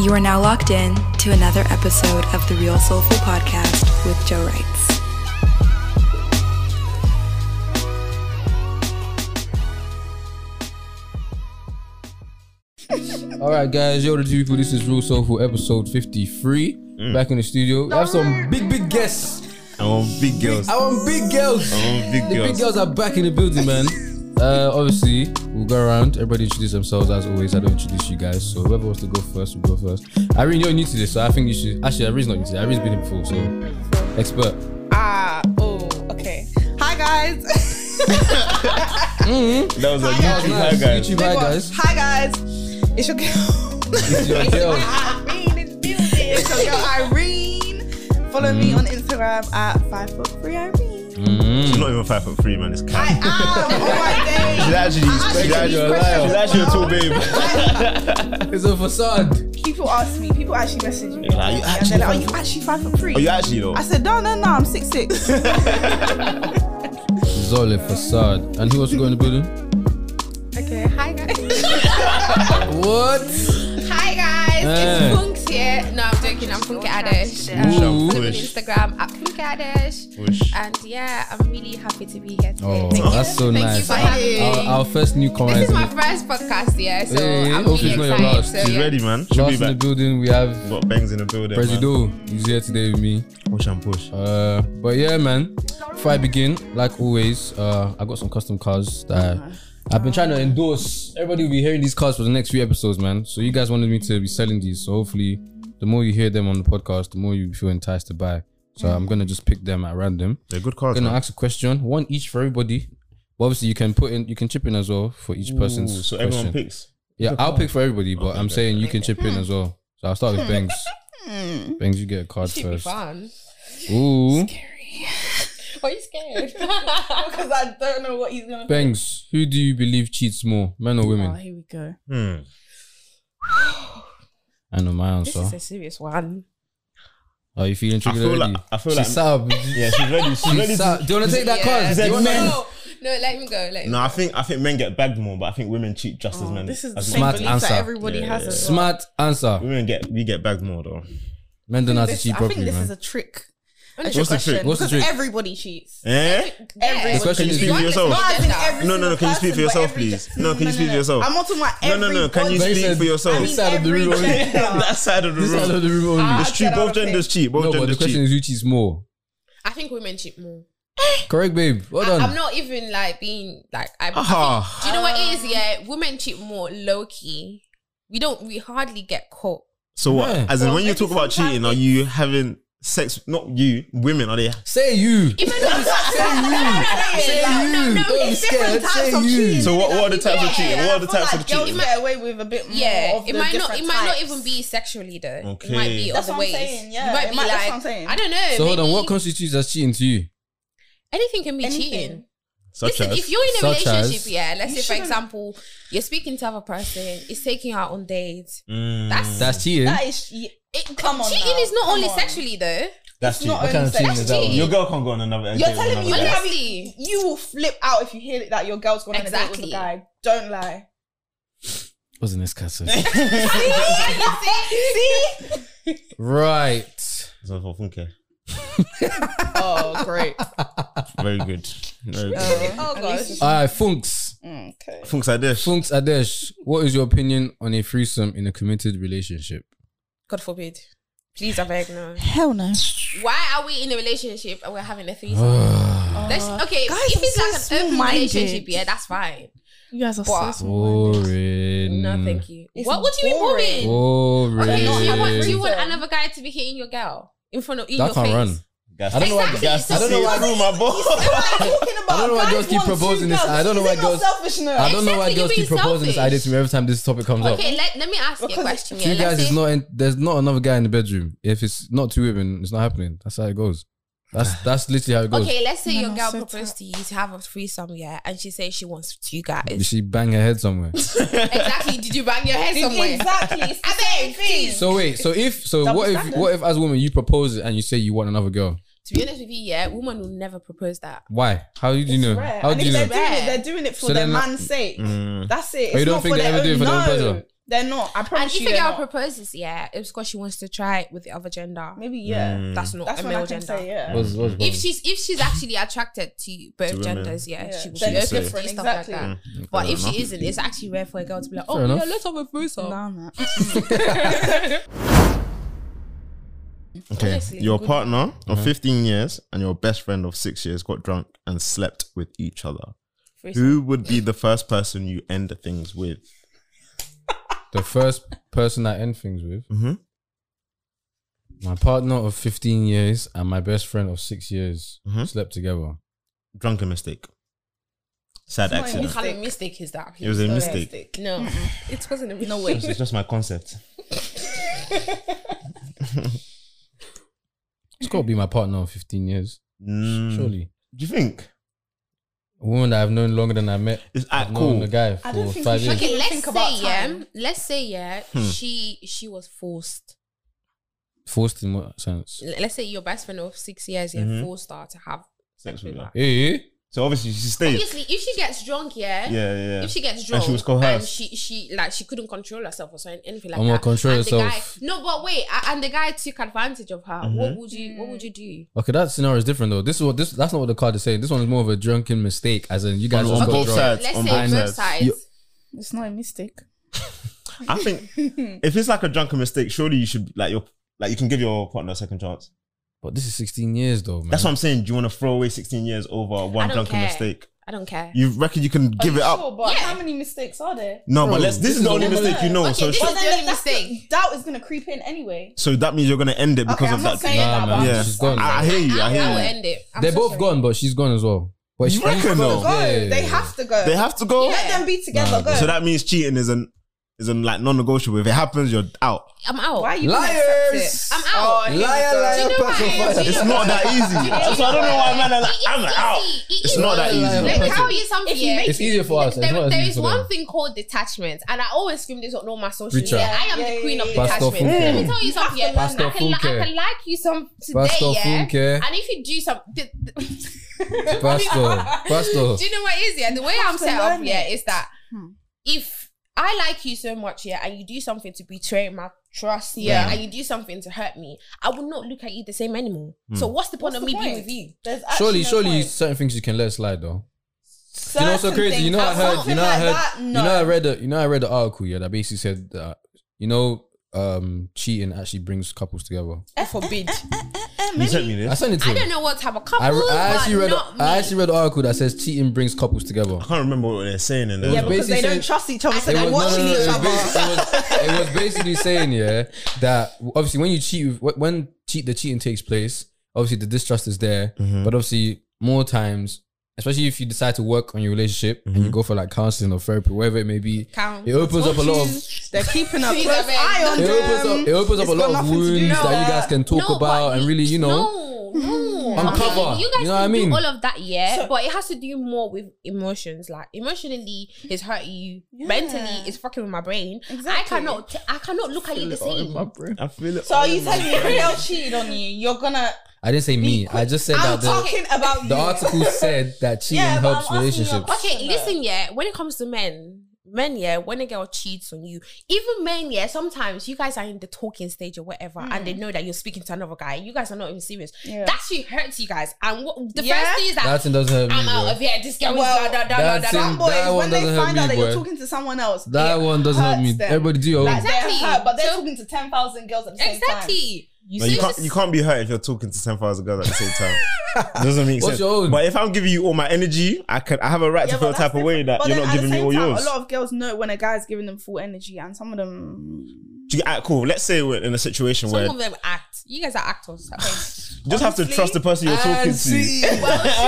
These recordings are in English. You are now locked in to another episode of the Real Soulful Podcast with Joe Wrights. All right, guys. Yo, the G people. This is Real Soulful, episode fifty-three. Mm. Back in the studio, we have some big, big guests. I want big girls. I want big girls. I want big the big Oh, girls. girls are back in the building, man. Uh, obviously, we'll go around. Everybody introduce themselves as always. I don't introduce you guys, so whoever wants to go first will go first. Irene, you're new to this, so I think you should. Actually, Irene's not new to this. Irene's been here before, so expert. Ah, oh, okay. Hi guys. That was like Hi, YouTube high guys. YouTube hi guys. Hi guys. It's your girl. It's your girl. Irene is beauty. It's your girl Irene. Follow me Mm-hmm. on Instagram at five foot three Irene. She's not even five foot three, man. It's I cat. am. Oh my She's day. actually, she's actually- actually, you're a liar. she's actually a tall babe. It's a facade. People ask me. People actually message me. Like, are you and actually they're five like, "Are you foot- actually five foot three? Are you actually though? I said, "No, no, no. I'm six six. It's all a facade. And who wants to go in the building? okay. Hi guys. What? Hi guys, Hey. it's Funks here. No, I'm joking. I'm Funky Adish. Wish Um, I'm Ooh. follow me on Wish. Instagram at Funky Adish. Wish. And yeah, I'm really happy to be here today. Oh, Thank you. that's so Thank nice. you for having me. Our, our first new comment. This is my first podcast, yeah, so Hey, I'm hope really it's not your excited. last. So, She's yeah. ready, man. She'll Last be in the back. building, we have Got bangs in the building. man. Presido. He's here today with me. Push and push. Uh, but yeah, man. Before I begin, like always, uh, I got some custom cars that I've been trying to endorse. Everybody will be hearing these cars for the next few episodes, man. So you guys wanted me to be selling these. So hopefully, the more you hear them on the podcast, the more you feel enticed to buy. So I'm gonna just pick them at random. They're good cars. I'm gonna man. ask a question, one each for everybody. But obviously, you can put in, you can chip in as well for each Ooh, person's so question. everyone picks. Yeah, I'll pick for everybody, but Okay, I'm okay, saying you can chip Hmm. in as well. So I'll start with Bangs. Bangs, you get a card Should be first. fun. Ooh, Are you scared? Because I don't know what he's gonna. Bangs, who do you believe cheats more, men or Oh, women? here we go. Hmm. I know my This answer. is a serious one. Are you feeling I triggered feel already? like I feel She's like sub. yeah, she's ready. She's ready. She's To, sub. Do you want to take that Yeah. card? She Do said you wanna- men. no, no, let him go. Let him no, I think I think men get bagged more, but I think women cheat just as Oh, men. this is the as same Smart much. belief answer. that everybody Yeah, has yeah, as well. Smart answer. Women get we get bagged more though. Men don't know how to This- cheat I think properly, this man. is a trick. What's trick the trick? question, What's the because trick? Everybody cheats. Eh? Everyone Yeah. The question cheats. is, Speak for One yourself. is Not as in gender. every No, no, no. Can you single speak for person, yourself, but every please? gen- No, can you speak for yourself? I'm not talking about No, no, every. no, can you But he speak said for yourself? I mean This side of the every room only. gender. that side of the This side room. of the room only. Ah, It's true. That's what Both I'm genders no, cheat. Both but the genders question cheat. is who cheats more. I think women cheat more. Correct, babe. Well I, I'm done. not even like being like I. Ah. Do you know what it is? Yeah, women cheat more low key. We don't. We hardly get caught. So what? Yeah. As in, when you maybe talk about sometimes cheating, are it's- you having sex? Not you, women. Are they? Say you. Even though Say Like, no, you. no, Don't be it's scared. Say you. So what? What are the types of Yeah, cheating? What are the I feel types like of cheating? Girls get away with a bit more. yeah, of it the might not. It different might not types. even be sexually though. It Okay. might be That's other what I'm ways. saying, yeah. you might It be might- that's like what I'm saying. I don't know. So hold on, maybe what constitutes as cheating to you? anything can be Anything. cheating. Such Listen, if as. you're in a Such as- relationship, yeah, let's You say for shouldn't- example, you're speaking to other person, it's taking you out on dates. Mm, That's- That's cheating. That is. yeah, It, Come on cheating now, is not come only on. sexually though. that's it's cheating. not only kind of cheating sex. is that That's one? cheating. Your girl can't go on another. date You're with telling me another you guy. have Honestly. You will flip out if you hear that your girl's going on a date with Exactly. a guy. Don't lie. Wasn't this castle? See? right. So for Funke, Oh, great. very good, very good. Oh, gosh. All right, Funks. Okay. Funk's like this. Funks Adesh, what is your opinion on a threesome in a committed relationship? God forbid. Please, I beg no. Hell no. Why are we in a relationship and we're having a threesome? Let's, okay, Uh, guys if it's are so like an open small-minded. relationship, yeah, that's fine. You guys are Wow. Boring. No, thank you. It's what? What do you mean boring. boring? Boring. Okay, so you want, do you want Reason. another guy to be hitting your girl in front of in that your can't face? run. Guys, I don't know why- Guys, Exactly. I don't know why- see through my ball. I don't know why girls keep proposing this. I don't know why girls. Selfishness. I don't know why Exactly, girls you're keep being proposing this selfish. idea to me every time this topic comes up. Okay, let, let me ask you a Because question. Yeah, Two guys let's is say, not. In, there's not another guy in the bedroom. If it's not two women, it's not happening. That's how it goes. That's that's literally how it goes. okay, let's say Men your are girl so proposed tight. to you to have a threesome, yeah, and she says she wants two Did guys. she bang her head somewhere? exactly. Did you bang your head somewhere? Exactly. It's the same thing. so wait. So if so, Double what if standard. what if as a woman you propose it and you say you want another girl? To be honest with you, yeah, woman will never propose that. Why? How do you know? Rare. How and do you if know? they're doing Rare. it, they're doing it for So their then that- man's sake. Mm. That's it. Oh, you It's don't not think for they their ever do it own- for their own no. pleasure? They're not. I And promise if you. a they're girl not. proposes, yeah, it's because she wants to try it with the other gender. Maybe yeah. Mm. That's not That's a when I male can gender. say yeah. What's, what's wrong? If she's if she's actually attracted to both To women. genders, yeah, Yeah. she will They're be open to stuff different, like exactly. that. Mm, But fair if enough. she isn't, it's actually rare for a girl to be like, "Oh Fair yeah, enough. let's have a threesome." Nah, man. Okay. Honestly, your good. partner of Uh-huh. 15 years and your best friend of six years got drunk and slept with each other. Who would be the first person you end things with? the first person I end things with, Mhm. my partner of 15 years and my best friend of six years Mhm. slept together. Drunken mistake. Sad It's not What accident. kind of mistake is that? It was a mistake. No, it wasn't a mistake. No way. It's just my concept. It's got to be my partner of 15 years, Mm. surely. Do you think? A woman that I've known longer than I met. It's at I've known Ah, cool. the guy I don't for think five we should- years. Okay, Even let's think say about yeah. time. Let's say yeah. Hmm. She she was forced. Forced in what sense? L- Let's say your best friend of six years, yeah, Mm-hmm. forced her to have sex with her. Eh? So obviously she stayed. Obviously, if she gets drunk, yeah, Yeah, yeah. If she gets drunk, And she was coerced. and she she like she couldn't control herself or something, anything like I'm that. gonna control and the herself. Guy, no, but wait, a- and the guy took advantage of her. Mm-hmm. What would you What would you do? Okay, that scenario is different though. This is what this that's not what the card is saying. This one is more of a drunken mistake, as in you guys On- just on got both drunk. sides. Let's on say both both sides. sides. You- It's not a mistake. I think if it's like a drunken mistake, surely you should like your like you can give your partner a second chance. But this is 16 years though, man. That's what I'm saying. Do you want to throw away 16 years over one don't drunken care. mistake? I don't care. You reckon you can give it up? Sure, but Yeah. how many mistakes are there? No, Bro, but let's, this, this is the is only a- mistake you know. Okay, so this sure- is the only that's mistake. doubt is gonna creep in anyway. so that means you're gonna end it because okay, of I'm that. not saying Nah, that, man, but yeah, she's I, gone. I hear you. I I will hear you. end it. I'm They're so both sorry. gone, but she's gone as well. But You she- reckon though? go. Yeah. They have to go. They have to go. Let them be together. go. So that means cheating isn't isn't like non-negotiable. If it happens, you're out. I'm out. Why are you gonna Liars! accept I'm out. it? Liar, Do liar, you know pants on why? fire. Do you It's know not that easy. So I don't know why man are like, It's I'm easy. out. It It's is not that easy. Let Let me me easy. tell you something. If you yeah. make It's easier for us. it's There, not as there easy is for one them. thing called detachment, and I always scream this on all my social Preacher. media. I am Yeah, the yeah, queen of yeah. Pastor detachment. Let me Funke. tell you something. have to learn I that. can, li- I can Funke. like you some today, Pastor yeah. Funke. And if you do some, th- th- Pastor, do Pastor. you know what it is? Yeah, the way I'm to set up, learn yeah, it. is that if I like you so much, yeah, and you do something to betray my trust, yeah, and you do something to hurt me, I will not look at you the same anymore. So Hmm. what's the point What's of the me being point? with you? There's actually Surely, no surely point. certain things you can let slide though. Certain you know, it's so crazy. You know, I things, but heard. You something know, I like heard. that, You no. know, I read. A, you know, I read the article. Yeah, that basically said that you know, um, cheating actually brings couples together. God forbid. You sent me I this. sent it to. I him. don't know what type of couple, I, re- I but actually read. not me. I actually read an article that says cheating brings couples together. I can't remember what they're saying in there. Yeah, yeah, but because basically they saying- don't trust each other, so It they're was- watching each it, was other. basi- it was- it was basically saying yeah that obviously when you cheat, with- wh- when cheat the cheating takes place, obviously the distrust is there, but obviously more times. Especially if you decide to work on your relationship and you go for like counseling or therapy, whatever it may be, Count. it opens up a lot of They're keeping a See close that, man? eye on it them. opens up it opens up Um, It's a got lot of nothing to do wounds with that you that. guys can talk No, about but and really you know Hmm. No, no. Uncover. I mean, You guys You know can what I mean? do all of that, yeah, So- but it has to do more with emotions. Like emotionally, it's hurting you. Mentally, it's fucking with my brain. I Exactly. cannot. t- I cannot look at you the same. I feel it. So are you telling me if a girl cheated on you, you're gonna? i didn't say me i just said that I'm the, talking about the you. article said that cheating Yeah, but I'm helps asking you a relationships question. Okay, Yeah. listen, yeah. When it comes to men, men, yeah, when a girl cheats on you, even men, yeah, sometimes you guys are in the talking stage or whatever, and they know that you're speaking to another guy. You guys are not even serious. Yeah. That shit hurts you guys. And what, the Yeah. first thing is that that thing doesn't hurt me I'm out bro. of here. This girl Well, is da, da, da, da, that's da, it. da. Some boys, That one when they doesn't help find me, out that you're boy. talking to someone else, that it one doesn't help hurts me them. everybody do your own Like, Exactly. They're hurt, but they're So- talking to ten thousand girls at the same time. Exactly. You, No, see, you can't. this- You can't be hurt if you're talking to ten thousand girls at the same time. It doesn't make What's sense. your own? But if I'm giving you all my energy, I can. I have a right to Yeah, feel but a type that's of way different. that But you're then not at the giving me same all time, yours. A lot of girls know when a guy's giving them full energy, and some of them Do you, ah, cool. Let's say we're in a situation some where of them act. You guys are actors. Okay. you just have to Honestly, trust the person you're talking and to. see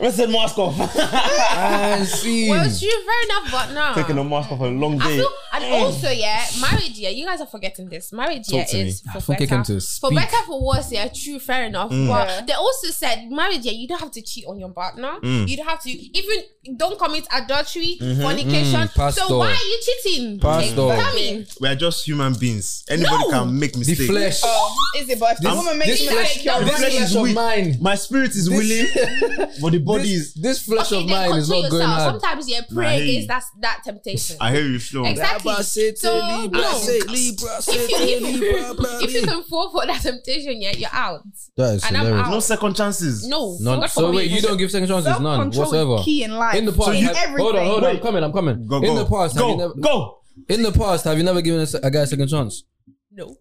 Let's say mask off. and see well, it's true, fair enough, but no. Taking a mask off a long I day. feel, and also, yeah, marriage, yeah, you guys are forgetting this. Marriage, yeah, to is I for think I came to better, for speak. Mm. better, for worse, yeah, true, fair enough. But they also said, marriage, yeah, you don't have to cheat on your partner. Mm. You don't have to even don't commit adultery, fornication. Mm, pastor. so why are you cheating? Pastor. Tell me. We're just human beings. Anybody No. can make the mistakes. flesh Oh, is it? But if the this, woman this makes you flesh, like, you're this running flesh flesh is of weak. mine My spirit is willing, but the body this, is. this flesh Okay, of then mine is control not going yourself. out Sometimes, yeah, Nah, I pray hear you. against that, that temptation. I hear you, Flo. Exactly. Libra say So, to Libra no. say Libra say If you, if, to you, Libra baby. if you can fall for that temptation, yeah, you're out. That is And I'm hilarious. out. No second chances. No. None. God So wait, forbid. you don't give second chances, none Self-control is whatsoever. key in life. In the past, So you- have- hold on, hold on, I'm Wait. coming, I'm coming. Go, go. in the past, have go, you never, go. in the past, have you never given a, se- a guy a second chance? No.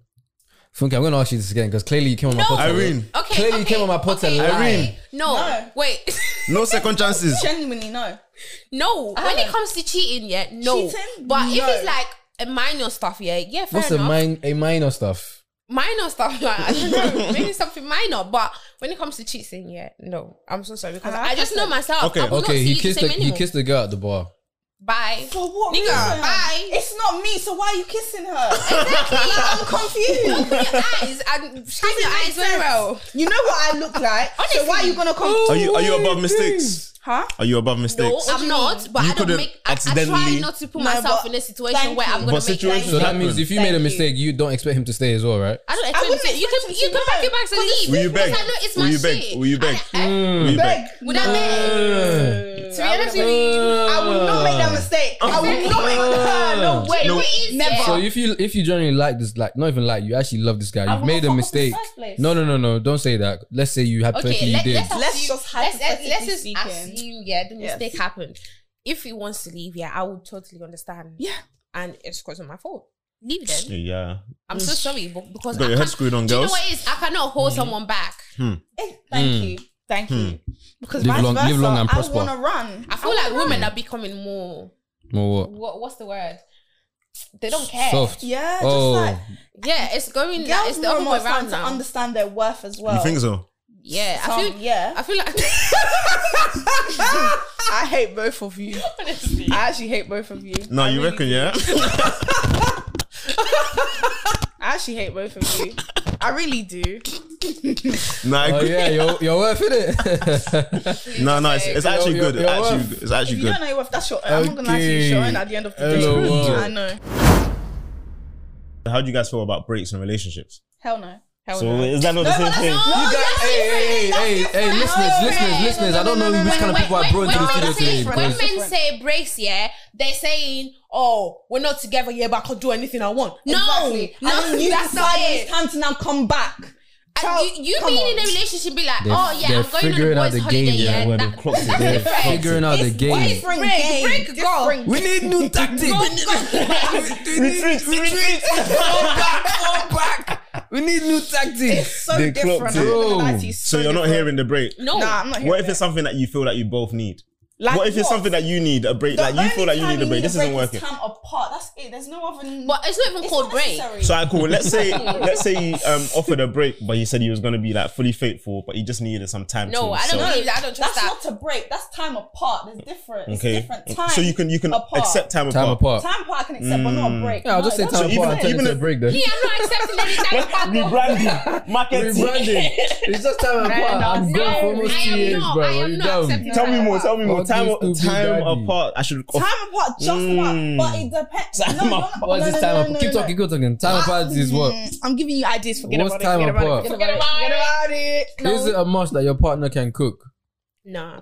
Funky, I'm gonna ask you this again because clearly you came on my No. podcast. Irene, Okay. Clearly okay, you came on my pot and okay. lied. Irene. No, No. wait. no second chances. Genuinely, no. no. When it haven't. comes to cheating, yeah, no. Ah. Cheating? But if No. it's like a minor stuff, yeah, yeah, fair What's a enough. min a minor stuff? minor stuff, like I don't know, maybe something minor. But when it comes to cheating, yeah, no. I'm so sorry because Ah, I just know myself. Okay. I will Okay, not see he you the kissed the, same he anymore. kissed the girl at the bar. Bye. For what? Nigga, reason? bye. It's not me, so why are you kissing her? I'm confused. Open your eyes and shine your eyes very well. You know what I look like. so why are you gonna come? Are you are you above mistakes? Huh? Are you above No, mistakes? I'm not. But You I don't couldn't make. I, I try accidentally- not to put No, myself but in a situation thank where I'm you. gonna But make. situations that So that happen. means if you made a Thank you. mistake, you don't expect him to stay as well, right? I don't I wouldn't expect you. You expect can him you to can pack know. your bags and Because leave. Will you because beg? I know it's Will my you beg? shit. Will you beg? I, I, Will you Beg. beg? would I Mm. beg? To be I honest with you, I would not make that mistake. I would not make that. No way. No, it is, never. yeah. So if you if you genuinely like this, like not even like you actually love this guy, you've wouldn't made a fuck up in the mistake. first place. No, no, no, no. Don't say that. Let's say you had okay, you let, did. let's, Let's assume, just let's, let's, hypothetically just speaking. assume yeah the Yes. mistake happened. If he wants to leave, yeah, I would totally understand. Yeah. and it's because of my fault. Leave then. Yeah. I'm Mm. so sorry, but because Got I your head can't- screwed on, Do you know girls. what it is? I cannot hold someone back. Eh, Thank you. Thank you. Because Live vice long- live versa, long and prosper. I want to run. I feel like women are becoming more. More what? What, what's the word? They don't care. Soft. Yeah, just Oh. like Yeah, it's going. girls Like, it's the more other and more way starting around to now. understand their worth as well. You think so? yeah, I Some- feel. yeah. I feel like I hate both of you. honestly. I actually hate both of you. No, I you really reckon? Yeah. I actually hate both of you. I really do. No, I Oh agree. yeah, you're you're worth it. No, no, it's, it's actually Yo, yo, good. It's yo, actually what? good. It's If actually you good. don't know your worth, that's your. I'm not gonna lie to you, Okay. showing at the end of the day. Hello, world. I know. How do you guys feel about breaks in relationships? Hell no. Hell So no. is that not the same thing? You guys, that's hey, hey, different, hey, that's hey, different. listeners, No, listeners, no, listeners. no, I don't no, know no, which no, kind of no, people when, I brought into when the studio men today. say, when because- men say breaks, yeah, they're saying, "Oh, we're not together yet, but I can do anything I want." Exactly. No, no, and then you that's not decide it. it's time to now come back. Child, And you you come being on. in a relationship, be like, They're- "Oh yeah, they're I'm going on a figuring out boys' the holiday." game, yeah, yeah, where that- they've clocked it, that's they're different. figuring out the It's game. Different Break, game. break, girl. different We need new tactics. Go, go. Retreat, retreat. We need new tactics. so They different. clocked I'm not it. gonna lie to you, So you're not different. hearing the break. No, Nah, I'm not hearing. What if it. it's something that you feel that you both need? Like what if it's what? something that you need a break? The like you feel that only you time need a break. This isn't is working. Time apart. That's it. There's no other. but it's not even It's called not break. necessary. So I cool. Let's say let's say you um, offered a break, but you said he was going to be like fully faithful, but he just needed some time. No, to I don't himself. believe that. I don't trust That's that. not a break. That's time apart. There's different. It's Okay, different time. so you can you can apart. accept time apart. Time apart. Time apart. I can accept, but not a break. Yeah, I'll just say No, time that's- even- apart and turn it even to a if- break then. Me, I'm not accepting any type of alcohol. Rebranding, marketing. Rebranding. It's just time apart. I'm No, gone for almost I two am years, not. bro. I Are am you not dumb? accepting Tell me more. Tell me more. Fuck Time you, stupid time daddy. apart. I should. Time apart. Just Mm. one. But it depends. Time no, you're apart. not- What's no, this no, time no, apart? no, Keep no. talking, keep talking. Time apart is what? Mm, I'm giving you ideas. Forget What's about time it. Forget about apart? it. Forget about it. Forget about it. Is it a must that your partner can cook? Nah.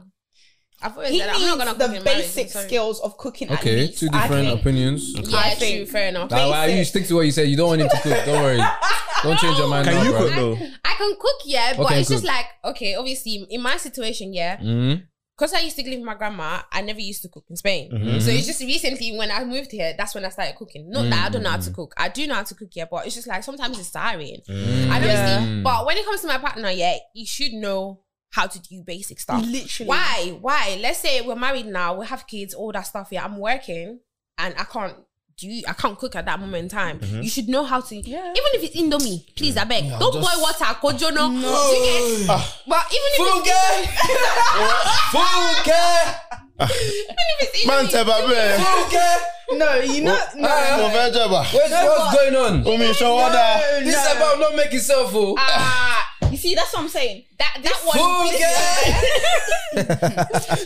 I've always He said that. I'm not needs gonna cook the in marriage, basic I'm sorry. skills of cooking. at Okay, least, two I different think. options. Yeah, I true, think. fair enough. Nah, why you basic. stick to what you said. You don't want him to cook. Don't worry. Don't change your mind. Can now, you bro. cook though? I can cook, yeah, but Okay, it's just cook. like okay, obviously in my situation, yeah, Mm. because I used to live with my grandma, I never used to cook in Spain. Mm-hmm. Mhm. So it's just recently when I moved here, that's when I started cooking. Not that I don't know how to cook, I do know how to cook, yeah, but it's just like sometimes it's tiring. Mm. I don't Yeah. see, but when it comes to my partner, yeah, you should know how to do basic stuff. Literally. Why? Why? Let's say we're married now, we have kids, all that stuff. Yeah, I'm working and I can't do I can't cook at that moment in time. You should know how to Yeah. even if it's indomie, please I beg. just- don't boil water, kojono. No. You get, but even if, it's, even if it's Man, indomie, Teba, man. No, you know. No, no, Mo fẹ́ jẹ̀bà. Where's, No, what's going on? Omi ìṣanwọ́dà. no, This no. is about not making self fool. ah, You see, that's what I'm saying. that that fool one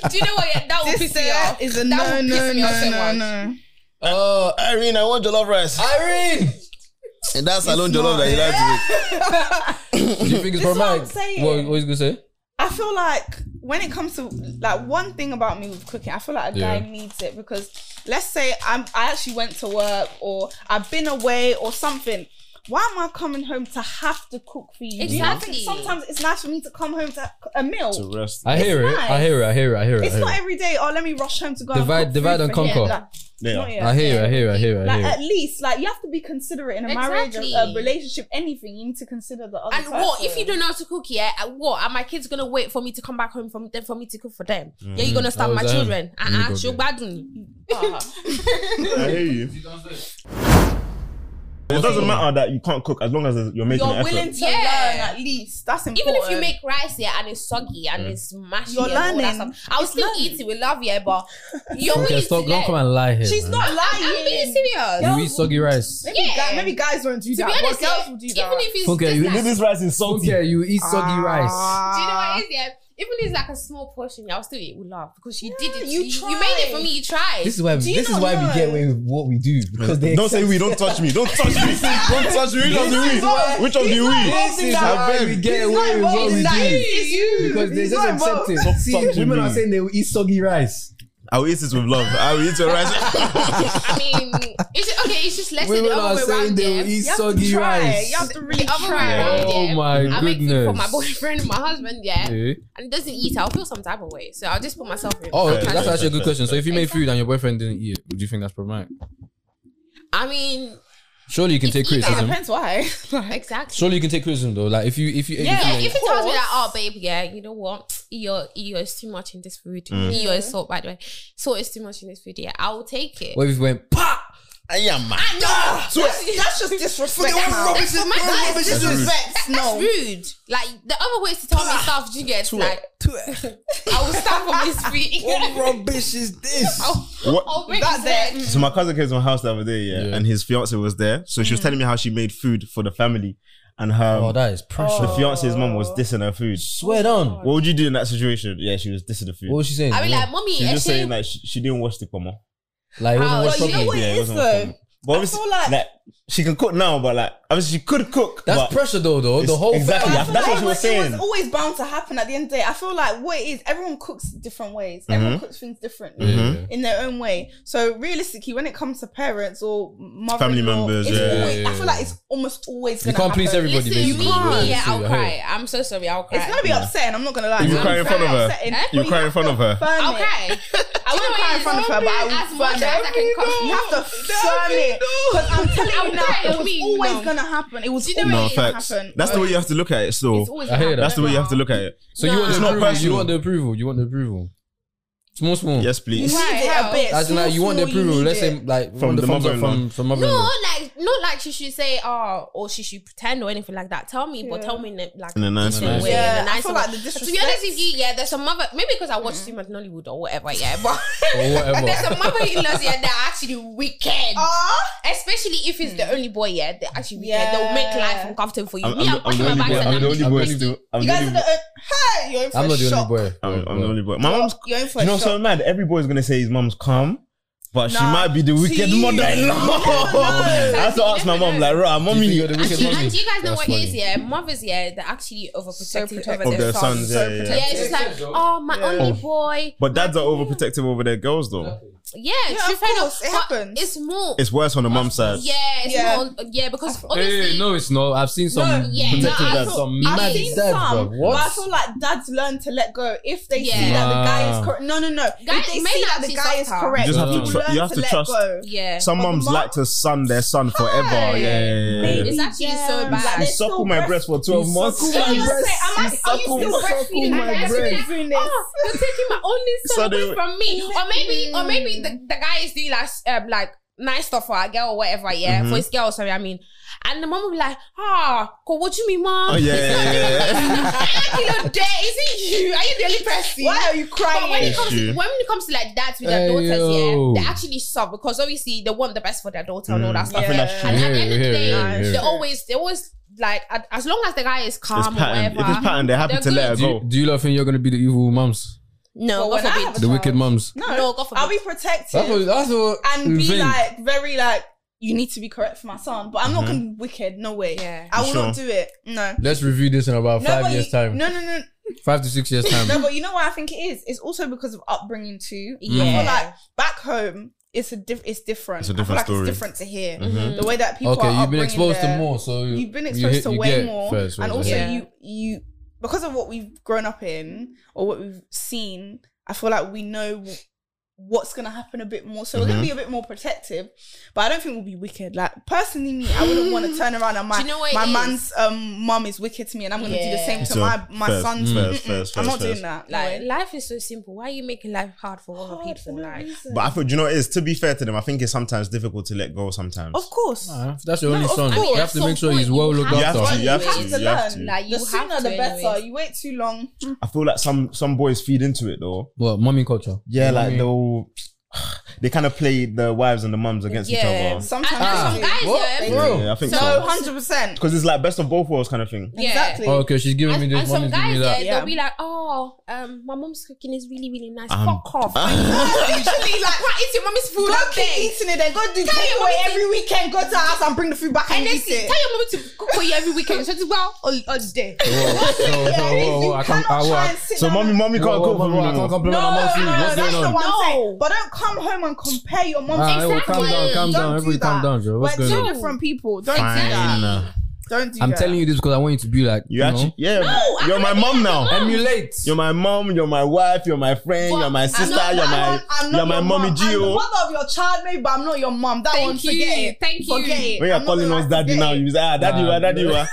do you know what yeah, that will piss me off. is a that no, will piss no, me off so no, no, much. no. Uh, Irene, I want jollof rice. Irene, And that's alone jollof that you like to make. do you think it's what I'm problematic? saying. What, what you gonna say? I feel like when it comes to like one thing about me with cooking, I feel like a Yeah. guy needs it because let's say I'm I actually went to work or I've been away or something. Why am I coming home to have to cook for you? Do you not think Exactly. sometimes it's nice for me to come home to a meal. to rest. I hear it. nice. I hear it. I hear it. I hear it. it's I hear not it. every day. Oh, let me rush home to go Divide- and cook divide food and for you." conquer. Like, Yeah. not yet. I hear it. I hear it. I hear it. I Like hear at it. least, like you have to be considerate in a Exactly. marriage, a relationship, anything. You need to consider the other. And what if person. you don't know how to cook yet? uh, What are my kids gonna wait for me to come back home from then for me to cook for them? Yeah, you're gonna Oh, starve my damn. children. Let me Uh go uh, get- bad. I hear you. It doesn't matter that you can't cook as long as you're making You're an willing effort. to Yeah. learn at least. That's Even important. if you make rice yeah, and it's soggy and it's mashy, You're and all that learning. stuff, I will It's still learning. eat it. We love yeah, but you're Okay, willing stop. to Don't learn. come and lie here. she's man. not lying. I'm being serious. You eat soggy rice. Maybe, Yeah. guy- maybe guys won't do to that. be honest, but girls yeah, will do that. even if it's Funke, just you like, did This rice is salty. Okay, you eat soggy rice. Do you know Ah. what it is? Yeah, even if it's like a small portion, yeah, I'll still eat with love because you did it. you You, you made it for tried. me. You tried. This is why. Do you This is not why know? we get away with what we do because they Don't say accept- we. Don't touch me. Don't touch me. Don't touch me. Which of the This is why- we? Which of the this is why- we? This is I why beg. we get He's not away with involved what in we that. do. It's you. Because they He's just not accept it. involved. See, Stop touching women are me. saying they will eat soggy rice. I will eat this with love. I will eat your rice. I mean, it's just, okay. It's just let's say the Women are other way saying around. they will Yeah. eat You have to soggy try. rice. You have to really The other way try. around, Oh yeah. my I make food for goodness. my boyfriend, my husband, yeah, Eh? and he doesn't eat. I'll feel some type of way, so I'll just put myself in. Oh, okay. I That's can't- actually a good question. So if you made food and your boyfriend didn't eat it, would you think that's problematic? I mean, Surely you can take It's either. criticism. Depends why. exactly. Surely you can take criticism though. Like if you if you ate Yeah, the food yeah, and- if he tells me course. that, oh, babe, yeah, you know what, eat your eat your is too much in this food. Mm. Eat your salt, by the way, salt is too much in this food. Yeah, I will take it. what if you went pa? I am man. I Ah! know. That's just disrespect. now. That's for my guys. That's disrespect. That's No. rude. Like the other ways to tell me Ah! stuff, you get like I will stop on this feet. rubbish is this? What? I'll break That's his neck. it. So my cousin came to my house the other day, yeah, Yeah. and his fiance was there. So she was telling me how she made food for the family, and her Oh, that is pressure. the fiance's mum was dissing her food. Oh. Swear down. What would you do in that situation? Yeah, she was dissing the food. What was she saying? I be like, Yeah. mommy, She was just actually, saying that she, she didn't wash the pomo. like, Oh, what's the you know problem? what Yeah, it it is wasn't her though. problem. But obviously, feel like, like- she can cook now, but like obviously she could cook. That's but pressure though, though. The It's- whole exactly. fact- Yeah, that's what she was It saying. was always bound to happen at the end of the day. I feel like what it is, everyone cooks different ways. Everyone cooks things differently Mhm. in their own way. So realistically, when it comes to parents or mother Family members, it's yeah. always, Yeah, I feel yeah, like it's almost always. You gonna can't please happen. everybody, listen, you basically. mean can't. me? Yeah, I'll Yeah. cry. I'm so sorry. I'll cry. It's gonna be upsetting. I'm not gonna lie. you It's cry in gonna be front of her. upsetting. Eh? But You cry in front of her. firm I'll it. cry. I wouldn't cry in front of her, but I as would firm much as it. I can You have to cough. firm it because I'm telling you now, it was always No. gonna happen. It was Do you know always no what gonna facts. happen. That's the way you have to look at it. It's So always I hear that. that's the way you have to look at it. So you want Nah. the It's not approval? You personal. want the approval? You want the approval? Small, small. Yes, You please. need Right, it hell. a bit. As in, Small, like, you want the small, you approval. need Let's it. say, like, from, the, thumbs up from, from mother No, like not like she should say, oh, or she should pretend or anything like that. Tell me, but Yeah. tell me in a, like In a nice way. decent way, Yeah, in a I nice feel way. like the To be honest with disrespect- you, yeah, there's some mother maybe because I watch too much Nollywood or whatever, yeah, but Or whatever. there's some mother in laws yeah that are actually wicked. Ah, Especially if it's the only boy, yeah, they're actually wicked. They'll make life Hmm. Yeah. uncomfortable for you. I'm, I'm, Me, I'm, the- I'm watching the my only boy. bags and I'm the only boy pissed. still. I'm you the guys only are the boy. uh, hey. You're in for I'm a not the only shock. boy. I'm I'm the only boy. My You're- mom's. You're in for You a know, shock. so mad. Every boy's gonna say his mom's calm. But she Nah, might be the to wicked you. mother-in-law. I have to You ask my never mom, know. like, right, mommy, you're the wicked And do you guys know That's what funny. it is? Yeah, mothers, yeah, they're actually overprotective protective. over of their, their sons. sons, yeah, yeah, Yeah, yeah. it's just like, oh, my only boy. But dads are overprotective over their girls, though. Yeah, Yeah, true of fair course, enough. it But happens. It's more. It's worse on the mum's side. yeah, it's Yeah. more. Yeah, because Hey, obviously, no, it's not. I've seen some No, yeah, protective no, I dads, thought- some I've mad seen dads, some, bro. But I What? feel like dads learn to let go if they see Yeah. that the guy Nah. is correct. No, no, no. Guys- if they men see that are the guy is softer. correct, You just have to people tr- learn you have to let trust. go. yeah, Some But the mums mum- like to sun their son forever. Yeah, Hi. yeah, yeah, yeah. It's actually so Gems, bad. like, You they're suckle still my breast- breast for 12 You months. suckle I was my gonna breast. say, am I- You are you suckle- still suckle breastfeeding? my Like, breast. breast. doing this. Oh, you're taking my only So son they- away from me, or maybe, or maybe the, the guy is doing like, um, like nice stuff for a girl or whatever. Yeah, Mm-hmm. for his girl. Sorry, I mean, and the mom will be like, ah, oh, what you mean, mom? Oh, yeah, yeah, yeah, yeah. Kilo day, is it you? Are you the only person? Why are you But when crying? it comes Issue. to, when it comes to like dads with their Hey, daughters, yo. yeah, they actually soft because obviously they want the best for their daughter and all that Mm, stuff. I think Yeah. that's And true. at the end of the Yeah, day, yeah, they yeah. always they always like a- as long as the guy is It's calm or pattern. whatever. If it's pattern, they're happy They're to let her good. Do you, go. do you lot think you're gonna be the evil mums, no, Well, God when I forbid. have the wicked mums? No, No, God forbid. I'll be protective That's what. That's what. and you be think. like very like you need to be correct for my son, but I'm not gonna be wicked. No way. Yeah. I will Mm-hmm. Sure. not do it. No. Let's review this in about no, five but years you, time. No, no, no, Five to six years time. no. But you know what I think it is? It's also because of upbringing too. I Yeah. feel like back home, it's a diff- it's It's different. a I feel different like story. It's different to here. Mm-hmm. The way that people Okay, are you've been upbringing exposed to their- more, so you've been you exposed hit- to you way get more, first, and right, also yeah. you you because of what we've grown up in or what we've seen. I feel like we know w- what's gonna happen a bit more, so we're gonna Mm-hmm. be a bit more protective. But I don't think we'll be wicked. Like personally, me, I wouldn't want to turn around and my Do you know what my it is? man's um mum is wicked to me, and I'm gonna do the Yeah. same to So, my my first, son's. first, Mm-mm. first, I'm not first, doing first. that. Like, Like life is so simple. Why are you making life hard for other hard for no people? Like, reason. But I feel, do you know what it is? To be fair to them, I think it's sometimes difficult to let go sometimes. of course. Nah, that's your only of son. course. You have to So make sure he's what well you looked have You have after. to, you have You have to, to you have learn, to. like you the have sooner to the better. anyways. Mm. You wait too long. I feel like some some boys feed into it though. Well, mommy culture. You Yeah, know what I like mean? they'll they kind of play the wives and the mums against Yeah. each other. Sometimes And Ah, there's some they do. guys, yeah, They Bro. do. Yeah, yeah, I think No, so. hundred percent. Because it's like best of both worlds kind of thing. Yeah. Exactly. Oh, okay, she's giving and, me this, and some mommy's giving me guys, that. yeah, Yeah. they'll be like, "Oh, um, my mom's cooking is really, really nice. Um, Fuck off! ah. Literally, like, right, it's your mommy's food Go up keep there. eating it and go do Tell your takeaway mummy to- every weekend. Go to her house and bring the food back and, And then eat it. see, tell your mommy to cook for you every weekend. So it's well all, all day. Whoa, so- so, whoa, whoa, you I can't- cannot I- try I- and sit So down mommy, and- mommy Whoa, can't whoa, cook for whoa, me I can't no more. No, compliment on mom's food. no, What's that's going the on? one No. thing. But don't come home and compare your mom's Ah, food. everybody calm down, Exactly. calm down, Don't do everybody calm that. down, Joe. What's We're going two on? different people. Don't do Fine. that. uh, Don't do I'm that. telling you this because I want you to be like, You actually, yeah. I you're my can't mom be now. like emulate. You're my mom. You're my wife. You're my friend. Well, you're my I'm sister. not- you're I'm my not- I'm not you're my your mommy oh. mom. I'm the Gio. mother of your child, maybe, but I'm not your mom. That Thank one, you. forget it. Thank you. Forget it. When you're I'm not calling gonna us daddy forget now, it. you say ah daddy Nah, wa daddy no. wa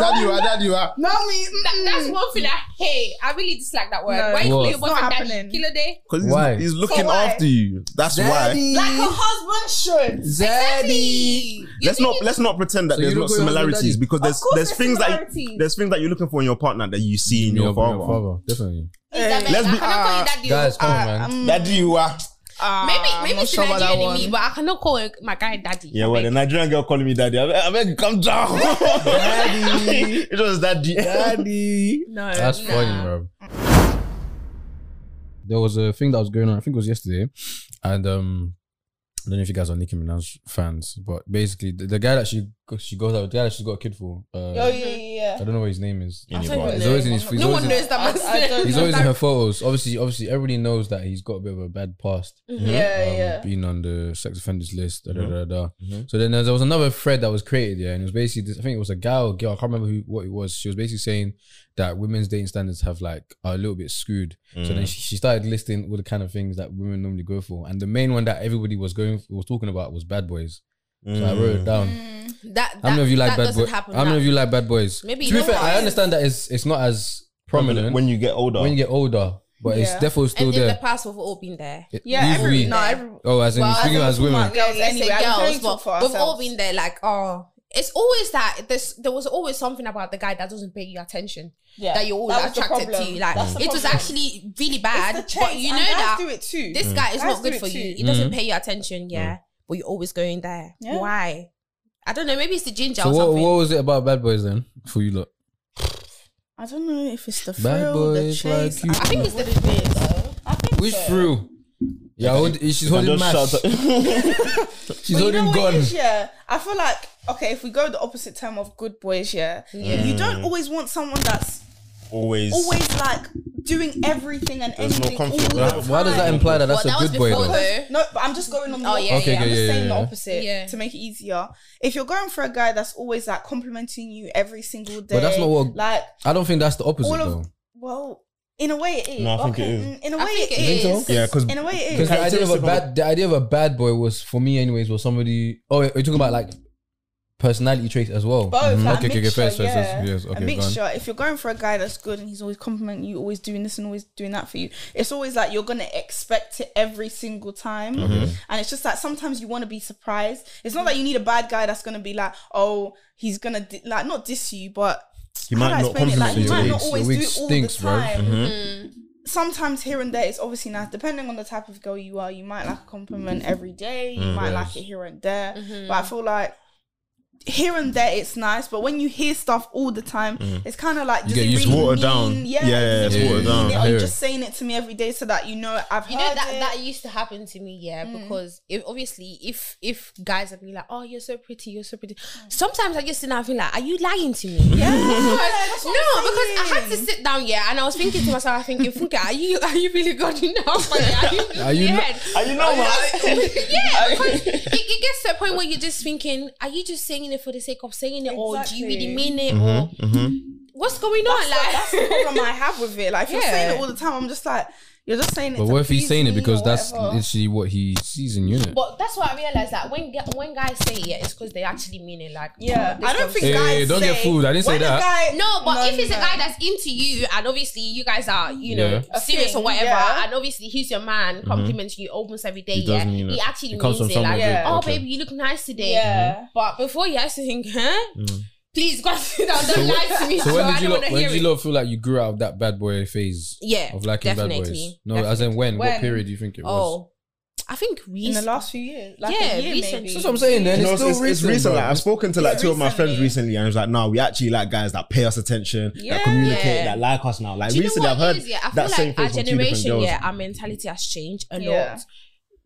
daddy wa daddy wa. No, me. That, that's mm. one thing I hate. I really dislike that word. No, Why you call What? your it's boyfriend not daddy? happening. Killer day? Because Why? he's, he's looking why? after you. That's why. Like a husband should. Daddy. Let's not let's not pretend that So there's you not look at your similarities daddy. because there's course there's there's things that you- similarities. there's things that you're looking for in your partner that you see in your father. definitely. let's I be- cannot call ah, you daddy. uh, Uh, Guys, come on, man. Um, Daddy you are. uh, Maybe maybe not it's sure about Nigerian that in me, one. but I cannot call my guy daddy. Yeah, well, the Nigerian girl calling me daddy. I beg, I beg you, come down. Daddy. it was daddy. Daddy. no, That's nah. funny, bro. There was a thing that was going on. I think it was yesterday, and um, I don't know if you guys are Nicki Minaj fans, but basically the, the guy that she she goes out, with, the guy that she's got a kid for, uh, Oh yeah, yeah. I don't know what his name is. Yeah, I you don't got it. even He's know. always in his. he's No always one in- knows that I- I much. don't He's know. always in her photos. Obviously, obviously, everybody knows that he's got a bit of a bad past. Mm-hmm. Yeah, um, yeah. being on the sex offenders list. Da, da, da, da. Mhm. So then there was another thread that was created, yeah, and it was basically this, I think it was a guy or girl, I can't remember who, what it was. She was basically saying that women's dating standards have like are a little bit screwed. Mm. So then she, she started listing all the kind of things that women normally go for, and the main one that everybody was going was talking about was bad boys. So I wrote it down. That, that, How many of you like Mm. that bad doesn't boys? happen. How many now. of you like bad boys? Maybe to be you fair, know I what? understand that it's it's not as prominent when, When you get older. you get older, but it's Yeah. definitely still And in there. the past, we've all been there. It- Yeah, we've- every we- no, every Oh, as in Well, speaking as as women. girls Let's anyway. say I can only girls, talk but for we've all ourselves. been there. Like, oh, it's always that. There's there was always something about the guy that doesn't pay you attention. Yeah. that you're always That was the attracted to. problem. You like That's the it was problem. actually really It's bad, the chase, but you know and guys do that it too. Mm. this guy is Guys not do good it for too. you. He doesn't pay you attention, yeah, but you're always going there. Yeah. Why? I don't know. Maybe it's the ginger So or what, something. what was it about bad boys then for you lot? I don't know if it's the Bad thrill, the boys chase. like you. I think it's the bit though. I think Which so. through? Yeah, hold, she's And holding mash. just shout out- She's But you know holding what it gun. is, yeah, I feel like okay, if we go the opposite term of good boys, yeah, you don't always want someone that's always. always like doing everything and There's no anything all conflict. the Why- time. Why does that imply that Well, that's that a was good boy? before Though? though. No, but I'm just going on. The Oh, yeah, opposite. yeah, I'm yeah, just yeah, saying the yeah. opposite Yeah. to make it easier. If you're going for a guy that's always like complimenting you every single day, But that's not what- Like, I don't think that's the opposite All of- though. well, in a way it is. No, I think it is. mm, In a I way think it it is. You think so? Yeah, 'cause- in a way it Because is. the idea of a Characteristic of bad the idea of a bad boy was for me anyways was somebody. Oh, you're talking about like personality traits as well. Mm-hmm. Both, like Okay, okay, a okay, mixture, first, first, yeah. first, yes, okay, a go mixture. If you're going for a guy that's good and he's always complimenting you, always doing this and always doing that for you, it's always like you're gonna expect it every single time. Mm-hmm. And it's just like sometimes you want to be surprised. It's not that you need a bad guy that's gonna be like, oh, he's gonna di- like not diss you, but He how might do I not explain it? Like, compliment you you. might Your not wigs- always your do wigs it all stinks, the bro. Mm-hmm. time. Mm-hmm. Sometimes here and there, it's obviously nice. Depending on the type of girl you Mm-hmm. Mm-hmm. are, you might like a compliment every day. You might like it here and there. But I feel like here and there it's nice, but when you hear stuff all the time, it's kind of like does Mm-hmm. get it used to really it. Watered mean- down. Yeah, Yeah, it's does it watered really down. mean I it? Are hear you it. just saying it to me every day so that you know I've you know heard that it? Mm. that used to happen to me yeah because if obviously if if guys are being like oh you're so pretty you're so pretty Mm. sometimes i just sit down and feel like are you lying to me yeah that's no what I'm because i had to saying. sit down yeah and i was thinking to myself i thinking Funke, are you are you really good enough are you, Are you yeah. not- Are you know what? yeah, because it, it gets to a point where you're just thinking, are you just saying it for the sake of saying it, or do you really Exactly. mean it, or Mm-hmm, what's going on? Like, that's the problem I have with it. Like if you're Yeah. saying it all the time, I'm just like you're just saying it. But to what if he's please saying me it because or that's whatever. literally what he sees in you? innit? But that's what I realized that when gu- when guys say it, it's because they actually mean it. Like, Yeah, I don't think Hey, guys don't get say- fooled. I didn't say when a that. guy- No, but if it's a no. guy that's into you, and obviously you guys are, you know, Yeah. Mm-hmm. A serious thing, or whatever, yeah. and obviously he's your man, compliments you almost every day. He does yeah, mean he it. actually It comes from means it. somewhere good. Like, oh Okay. baby, you look nice today. Yeah. But before you actually think, huh? Please go sit down. Don't wh- lie to me. Mm. So when I did you lot, don't want to when hear did you it. lot feel like you grew out of that bad boy phase? Yeah, of liking bad boys. definitely, No, as in when? What When? period do you think it was? Oh, I think in the recent. last few years, like Yeah, a year recent. maybe. That's what I'm saying. Then it's No, it's, still it's- it's recent. recent. bro. Like, I've spoken to like It's two of my recently. friends recently, and it was like, "No, we actually like guys that pay us attention, Yeah. that communicate, Yeah. that like us now." Like Do you know recently, what I've heard it is, yeah? I feel that like same thing our from two different generation, girls. yeah, our mentality has changed a Yeah. Mm. lot,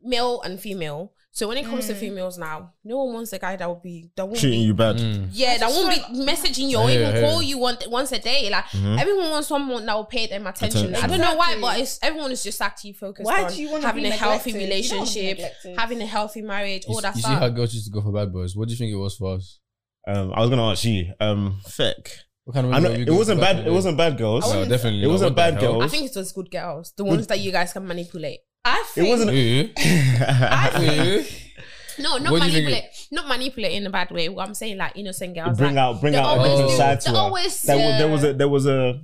male and female. So when it comes to females now, no one wants a guy that will be that will Treating be you Mm. bad. Yeah, that won't be messaging you or Yeah, even yeah. call you one, once a day. Like everyone wants someone that will pay them attention. Mm-hmm. Attention. I don't know why, Exactly. but it's everyone is just actually focused Why on do you wanna having be a healthy neglected? You don't wanna be relationship, neglected. having a healthy marriage, You, all that you see stuff. how girls used to go for bad boys. What do you think it was for us? Um, I was gonna ask you, um, feck. What kind of I women know were you it going wasn't for back bad. in It the wasn't bad, day? girls. No, definitely. It not. wasn't What the bad, hell? girls. I think it was good girls, the ones that you guys can manipulate. I It think wasn't. Eh? Eh? No, not What do you think manipulate, not manipulate in a bad way. What I'm saying, like innocent girls, bring like, out, bring they out a always different do- side they to her. always, There wa- there was yeah. a there was a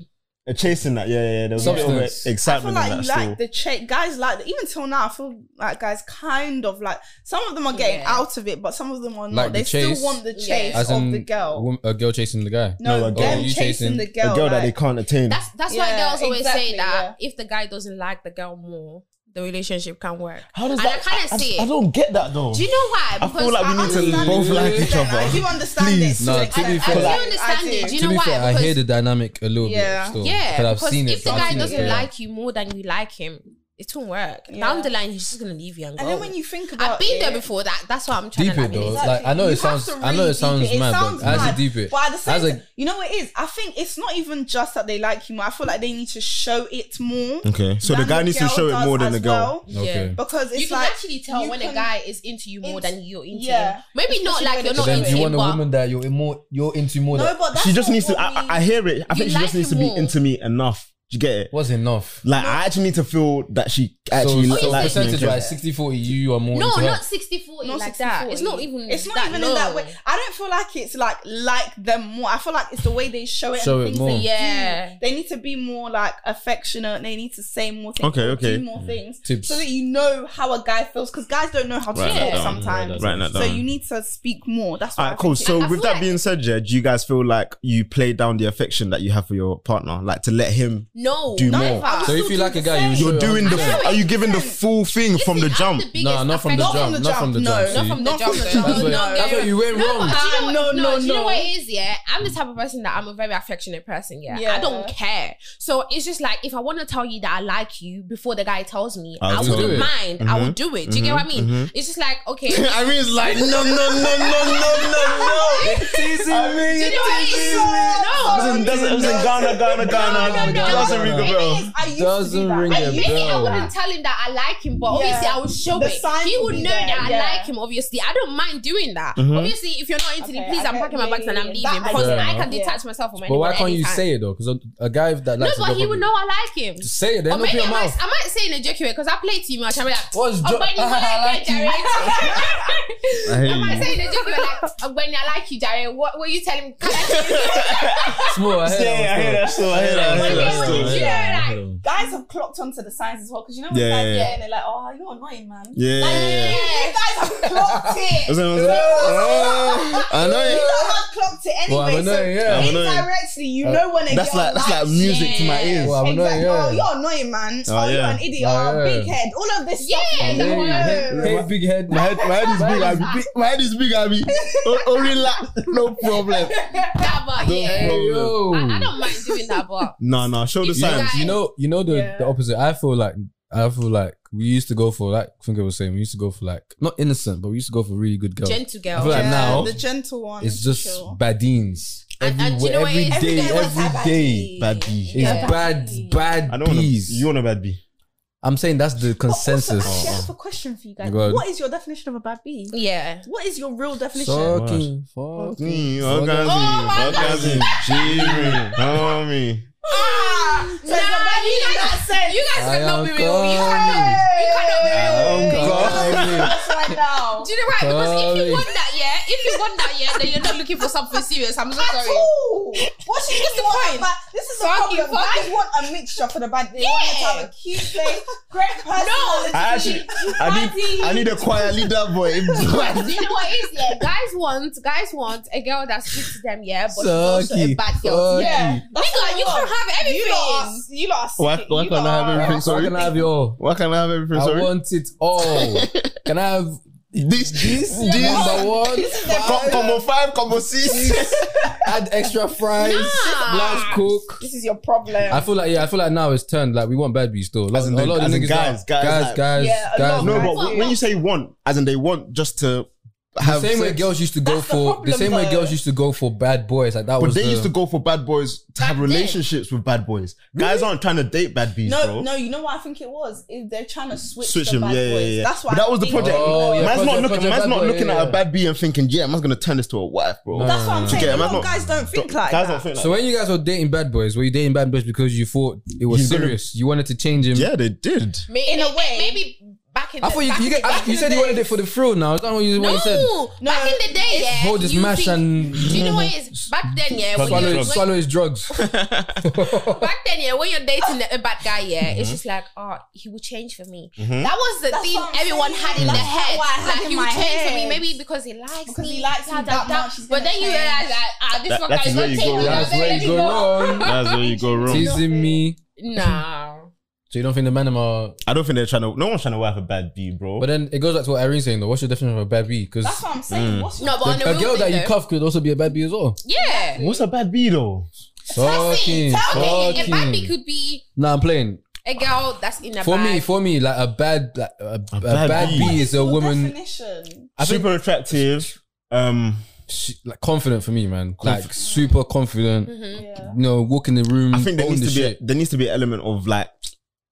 a chase in that. Yeah, yeah. yeah. There was a bit Substance. of I feel excitement like in you that. like Still, the check guys like even till now. I feel like guys kind of like some of them are getting Yeah. out of it, but some of them are not. Like the they chase? still want the Yeah. chase As of in the girl. wom- a girl chasing the guy. no, No, a them girl. oh, You chasing, chasing- the a girl. girl that they like- can't attain. That's that's why Yeah, girls always say exactly, that if the guy doesn't like the girl more, the relationship can work. and I kind of see it. I don't get that though. Do you know why? I feel like we need to understand both it. like each Then I other. do understand Please. it. No, I- to be I- I fair- I do Like, understand it. Do you to know be why? fair, I Because- hear the dynamic a little Yeah. bit. Still, yeah, But I've because seen it. if the I've guy seen it doesn't play out. like you more than you like him, it won't work. Yeah. Down the line, he's just gonna leave you and go. And then when you think about I've been it, there before. That that's what I'm trying deep to it like, though. really- Like I know You it have sounds, to I know really it sounds deep It mad, sounds but as mad, a deep it, But at the same as time, a you know what it is? I think it's not even just that they like you more. I feel like they need to show it more. Okay, Mm. so the than guy needs to girl show it does more than as the girl. well. okay. Because it's you can like actually tell you when a can- guy is into you more It's- than you're into yeah. him. Maybe not Especially like when you're it's not a Then into do you him, want a but woman that you're in more, you're into more? No, than- but that's She just not needs to. what I, we- I- I hear it. I You think she like just needs to him be more. into me enough. Do you get it? was enough. Like I actually need to feel that she actually so li- so likes me. and percentage cares. wise, 60 40, you you are more. no, into her. not 60 40 Not like that. 60-40. It's not even. It's not that even low. in that way. I don't feel like it's like like them more. I feel like it's the way they show it. Show it and things more. They do. Yeah. they need to be more like affectionate. They need to say more things. Okay, or okay. Do more things Tips. so that you know how a guy feels because guys don't know how to Write that talk down, sometimes. write that so down. you need to speak more. That's what I Alright, cool. think it- So I with feel that like- being said, yeah, do you guys feel like you play down the affection that you have for your partner, like to let him? No, Do no, more. if I- So if you like a guy, you You're show You're it doing the. 100%. Are you giving the full thing from the Listen, I'm jump? biggest No, not from the affection- jump. Not from the No, jump. not see. from the Not jump. from the though. jump. That's what- No, that's what you went No, wrong. but do you know what- No, no, do you know no. what it is? Yeah, I'm the type of person that I'm a very affectionate person. Yeah, I Yeah. don't care. So it's just like if I want to tell you that I like you before the guy tells me, I'll I do wouldn't it. Mm-hmm. mind. I would do it. Do you get what I mean? It's just like okay. do I mean, it's like no, no, no, no, no, no, no. Teasing me. you know what it is? No, Doesn't doesn't Ghana, Ghana, Ghana, no, no. Costa Rica, bro. I used to Doesn't do that. ring I a used Maybe I bell. wouldn't tell him that I like him, but Yeah. obviously I would show The it. signs He will would be know there, that I yeah. like him. Obviously, I don't mind doing that. Mm-hmm. Obviously, if you're not into it, Okay, please, I I'm get- packing my yeah, bags and yeah, I'm yeah. That leaving I because get. I can Yeah. detach myself from But anyone. why can't you anytime. say it though? Because a, a guy that No, likes a but girl he probably- would know I like him. Say it. Then Or open maybe your I might, mouth. I might say in a joking way because I play to you much. I'm like, What's jo- oh, when you like it, Jared. I I hear might say you. in a joking way like, oh, when I like you, Jared, what were you telling me? Can I Small. I hear that one still. that. I hear Yeah, like, though. guys have clocked onto the signs as well because you know when Yeah, guys yeah, yeah, yeah. and they're like, oh, you're annoying, man. Yeah. Like, You guys have clocked it. That's what I was like, oh, I know. You lot have clocked it Well, I'm anyway. so annoying, yeah. I'm annoying. indirectly, you know when a That's girl like that's like likes music to my ears. Well, I'm Exactly. annoying, yeah. Oh, you're annoying, man. Oh, Oh, you're yeah. an idiot. Oh, Oh, yeah. big head. All of this stuff. Yeah, you know. Hey, hey, big head. My head, my head is big, Abby. Big- My head is big, Abby. Oh, oh, relax. No problem. Nah, but No yeah. Hey, problem. yo. I, I don't mind doing that, but No, no. Show the You guys- signs. you know, you know the, Yeah. the opposite. I feel like I feel like we used to go for like I think I was saying we used to go for like not innocent, but we used to go for really good girls. gentle I feel girl. like Yeah, now the gentle one. it's just chill. badines And- and do everywhere, you know what every it is? day, Every day was every a day. Bad B. It's Yeah. bad, bad I don't want to. bees. You want a bad B? I'm saying that's the But also, consensus. actually, I have a question for you guys. Go on. What is your definition of a bad bee? Yeah. What is your real definition? Oh. Fucking, fucking. Mm, orgasm, orgasm, cheering, homie. Ah, so it's a bad bee in that sense. You guys I cannot am be real. You coming. cannot. You cannot be real. I'm Coming. That's right now. Do you know why? Because if Sorry. you want that, yeah, if you want that, yeah, then you're not looking for something serious. I'm so At sorry. all. What she What's just the want point? but this is the Fuck you, problem. fuck Guys you. want a mixture for the bad. They want it to have a cute face, great personality. I actually, I need, I need a choir leader boy. Do you know what it is? Yeah, guys want guys want a girl that's good to them, yeah, but she's also Sucky. a bad girl. Fuck. Yeah. yeah, that's Nigga, what you I can want. have You lot are, everything. you lot are sick. Why- why you can't I lot have are- everything? So I Sorry. can have it all. Why can't I have everything? I Sorry. want it all. can I have this, this, number this. one? Com- Combo five, combo six. Add extra fries. Nah. Last cook. This is your problem. I feel like yeah, I feel like now it's turned. Like we want bad bees still. Like, As in the- as in guys, guys, guys, like- guys, Yeah, a guys. lot of No, guys. man. but when- when you say want, as in they want just to the have same way sex. girls used to go That's the for the, problem, same way though. girls used to go for bad boys. Like that But was they the, used to go for bad boys to have relationships with bad boys. Guys aren't trying to date bad bees, no, bro. no, you know what I think it was? Is they're trying to switch, Switch the them, bad yeah, yeah, boys. yeah. That's why But that was the project. Oh, yeah, man's project, not looking, project, man's bad not boy, looking yeah, at yeah. a bad bee and thinking, yeah, man's gonna turn this to a wife, bro. That's what I'm You saying. get it, a lot man's of not- guys don't think like guys that. don't think like So when you guys were dating bad boys, were you dating bad boys because you thought it was You're gonna- serious? you wanted to change him. Yeah, they did. May- In a way. maybe back in. I the- thought you back you, in get, the- I, back you in said the you wanted day. it for the thrill. Now is that what you, what you said? No, back No, in the day, yeah. Hold his you mash think- and Do you know what it is? Back then, yeah, when swallow, you're, his, swallow his drugs. back then, yeah, when you're dating a bad guy, yeah, Mm-hmm. it's just like, oh, he will change for me. That was the That's thing what I'm everyone saying. had in That's their head. what I had like in he will my change for me, head. maybe because he likes Because me. he likes me that much, he's But gonna then you change. realize that ah, this That- one that's guy's where not you go changing. wrong. Now That's let where me you go wrong. That's where you go wrong. Teasing me. No. So you don't think the man are. I don't think they're trying to. No one's trying to wife a bad bee, bro. But then it goes back to what Irene's saying though. What's your definition of a bad bee? Because That's what I'm Mm. saying. What's No, but on a the girl real thing, that you though, cuff could also be a bad bee as well. Yeah. What's a bad bee though? Fucking, Tell me, a baby fucking. could be Nah, I'm playing. a girl that's in a For me, bag. for me, like a bad, like, a, a, bad bad bee. bee is a your woman. definition? I think Super attractive. Um, she, like confident for me, man. like super confident. Mm-hmm. You know, walk in the room. I think there own needs the to be shit. there needs to be an element of like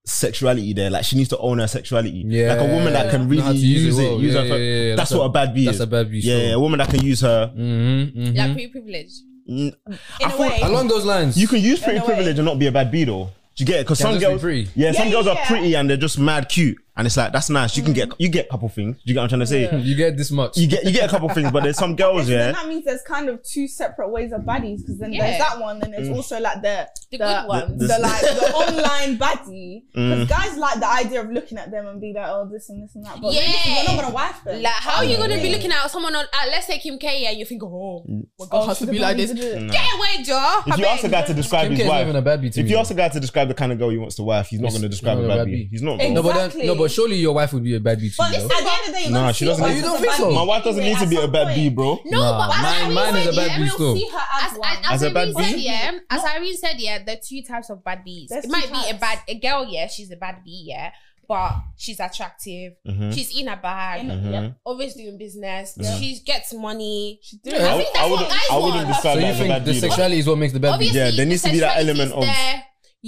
sexuality there. Like she needs to own her sexuality. Yeah. Like a woman that can Know really how to use use, it it. well. Use Yeah, her. yeah, yeah, yeah. That's, That's what a- a bad bee that's is. a bad bee, Yeah, sure. yeah, a woman that can use her. Mm-hmm, mm-hmm. like pre privilege. Mm, In I a thought- way. Along those lines, You can use pretty In a way. privilege and not be a bad bee though. Do you get it? Because Can some just be girls, pretty. yeah, some Yeah, girls yeah. Mm. are pretty and they're just mad cute, and it's like that's nice. You can get you get a couple things. Do you get what I'm trying to say? you get this much. You get you get a couple things, but there's some girls, Eh? Then yeah. that means there's kind of two separate ways of baddies because then Yeah. there's that one, and Mm. there's also like the The good ones. the like the online baddie. Mm. Because guys like the idea of looking at them and be like, oh, this and this and that. But Yeah. you're not gonna wife them. Like, how are you gonna be looking at someone on, uh, let's say Kim K, and you think, oh, my God, has to be like this. Get away, Joe. If you ask a guy to describe Kim K his is not even a wife, bad bee to if me. you though. ask a guy to describe the kind of girl he wants to wife, he's not going to describe a bad bee. He's not. bro. no, but then, Exactly. no, but surely your wife would be a bad bee too. But listen, though. at the end of the day, you're Nah, gonna she see your doesn't wife need- You as don't a think bad so? bee My wife doesn't anyway, need to at be a some bad bee, point. bro. No, Nah, but as mine- Irene mine is said, a bad yeah, bee we'll still. see her as, As- as, as- as a bad Irene said, bee? yeah, as Irene said, yeah, there are two types of bad bees. There's it might two be a types. bad a girl, yeah, she's a bad bee, yeah, but she's attractive. Mm-hmm. She's in a bag, In a- Mm-hmm. Mhm. yeah. always doing business. She gets money. She's doing Yeah. I it. think that's what wouldn't- guys I wouldn't want. so describe that you as a bad think the bee. though. sexuality is what makes the bad bee? Obviously, Yeah, there needs to be that sexuality element is of- there.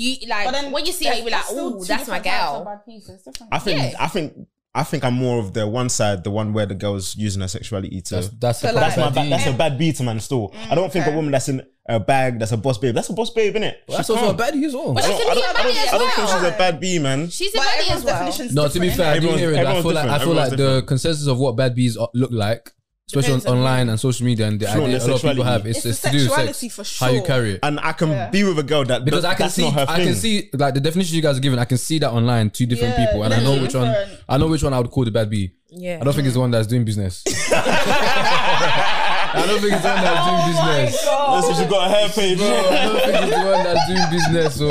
you But like then when you see her, you be like, there's still oh, two that's my different types of girl. bad bees. It's different. I think Yeah. I think I think I'm more of the one side, the one where the girl's using her sexuality to. That's that's So a like- That's my bad bad, bee. that's a bad beat, man. Still, I don't think a woman that's in a bag that's a boss babe. That's a boss babe, innit? Well, That's She also a oh. can't. baddie as well. But I she don't, can I be don't, a I don't, I baddie don't as think she's well. a bad bee, man. She's a But baddie as everyone's well. definition's No, to be different, fair, I do Everyone's- hear it. I everyone's feel like I feel different, like the everyone's consensus of what bad bees are- look like especially on, Depends on online and social media, and the Sure, idea a the lot of people sexuality. have is It's it's the to do with sexuality sex, for how you sure. carry it. and I can be with a girl that because I can that's see, not her I thing. can see like the definition you guys are giving. I can see that online, two different Yeah, people, and I they're know which one. different. I know which one I would call the bad bee. Yeah. I don't think it's the one that's doing business. I don't think it's the one Oh that's doing business. Listen, she got a hair page. Bro, I don't think it's the one that's doing business. So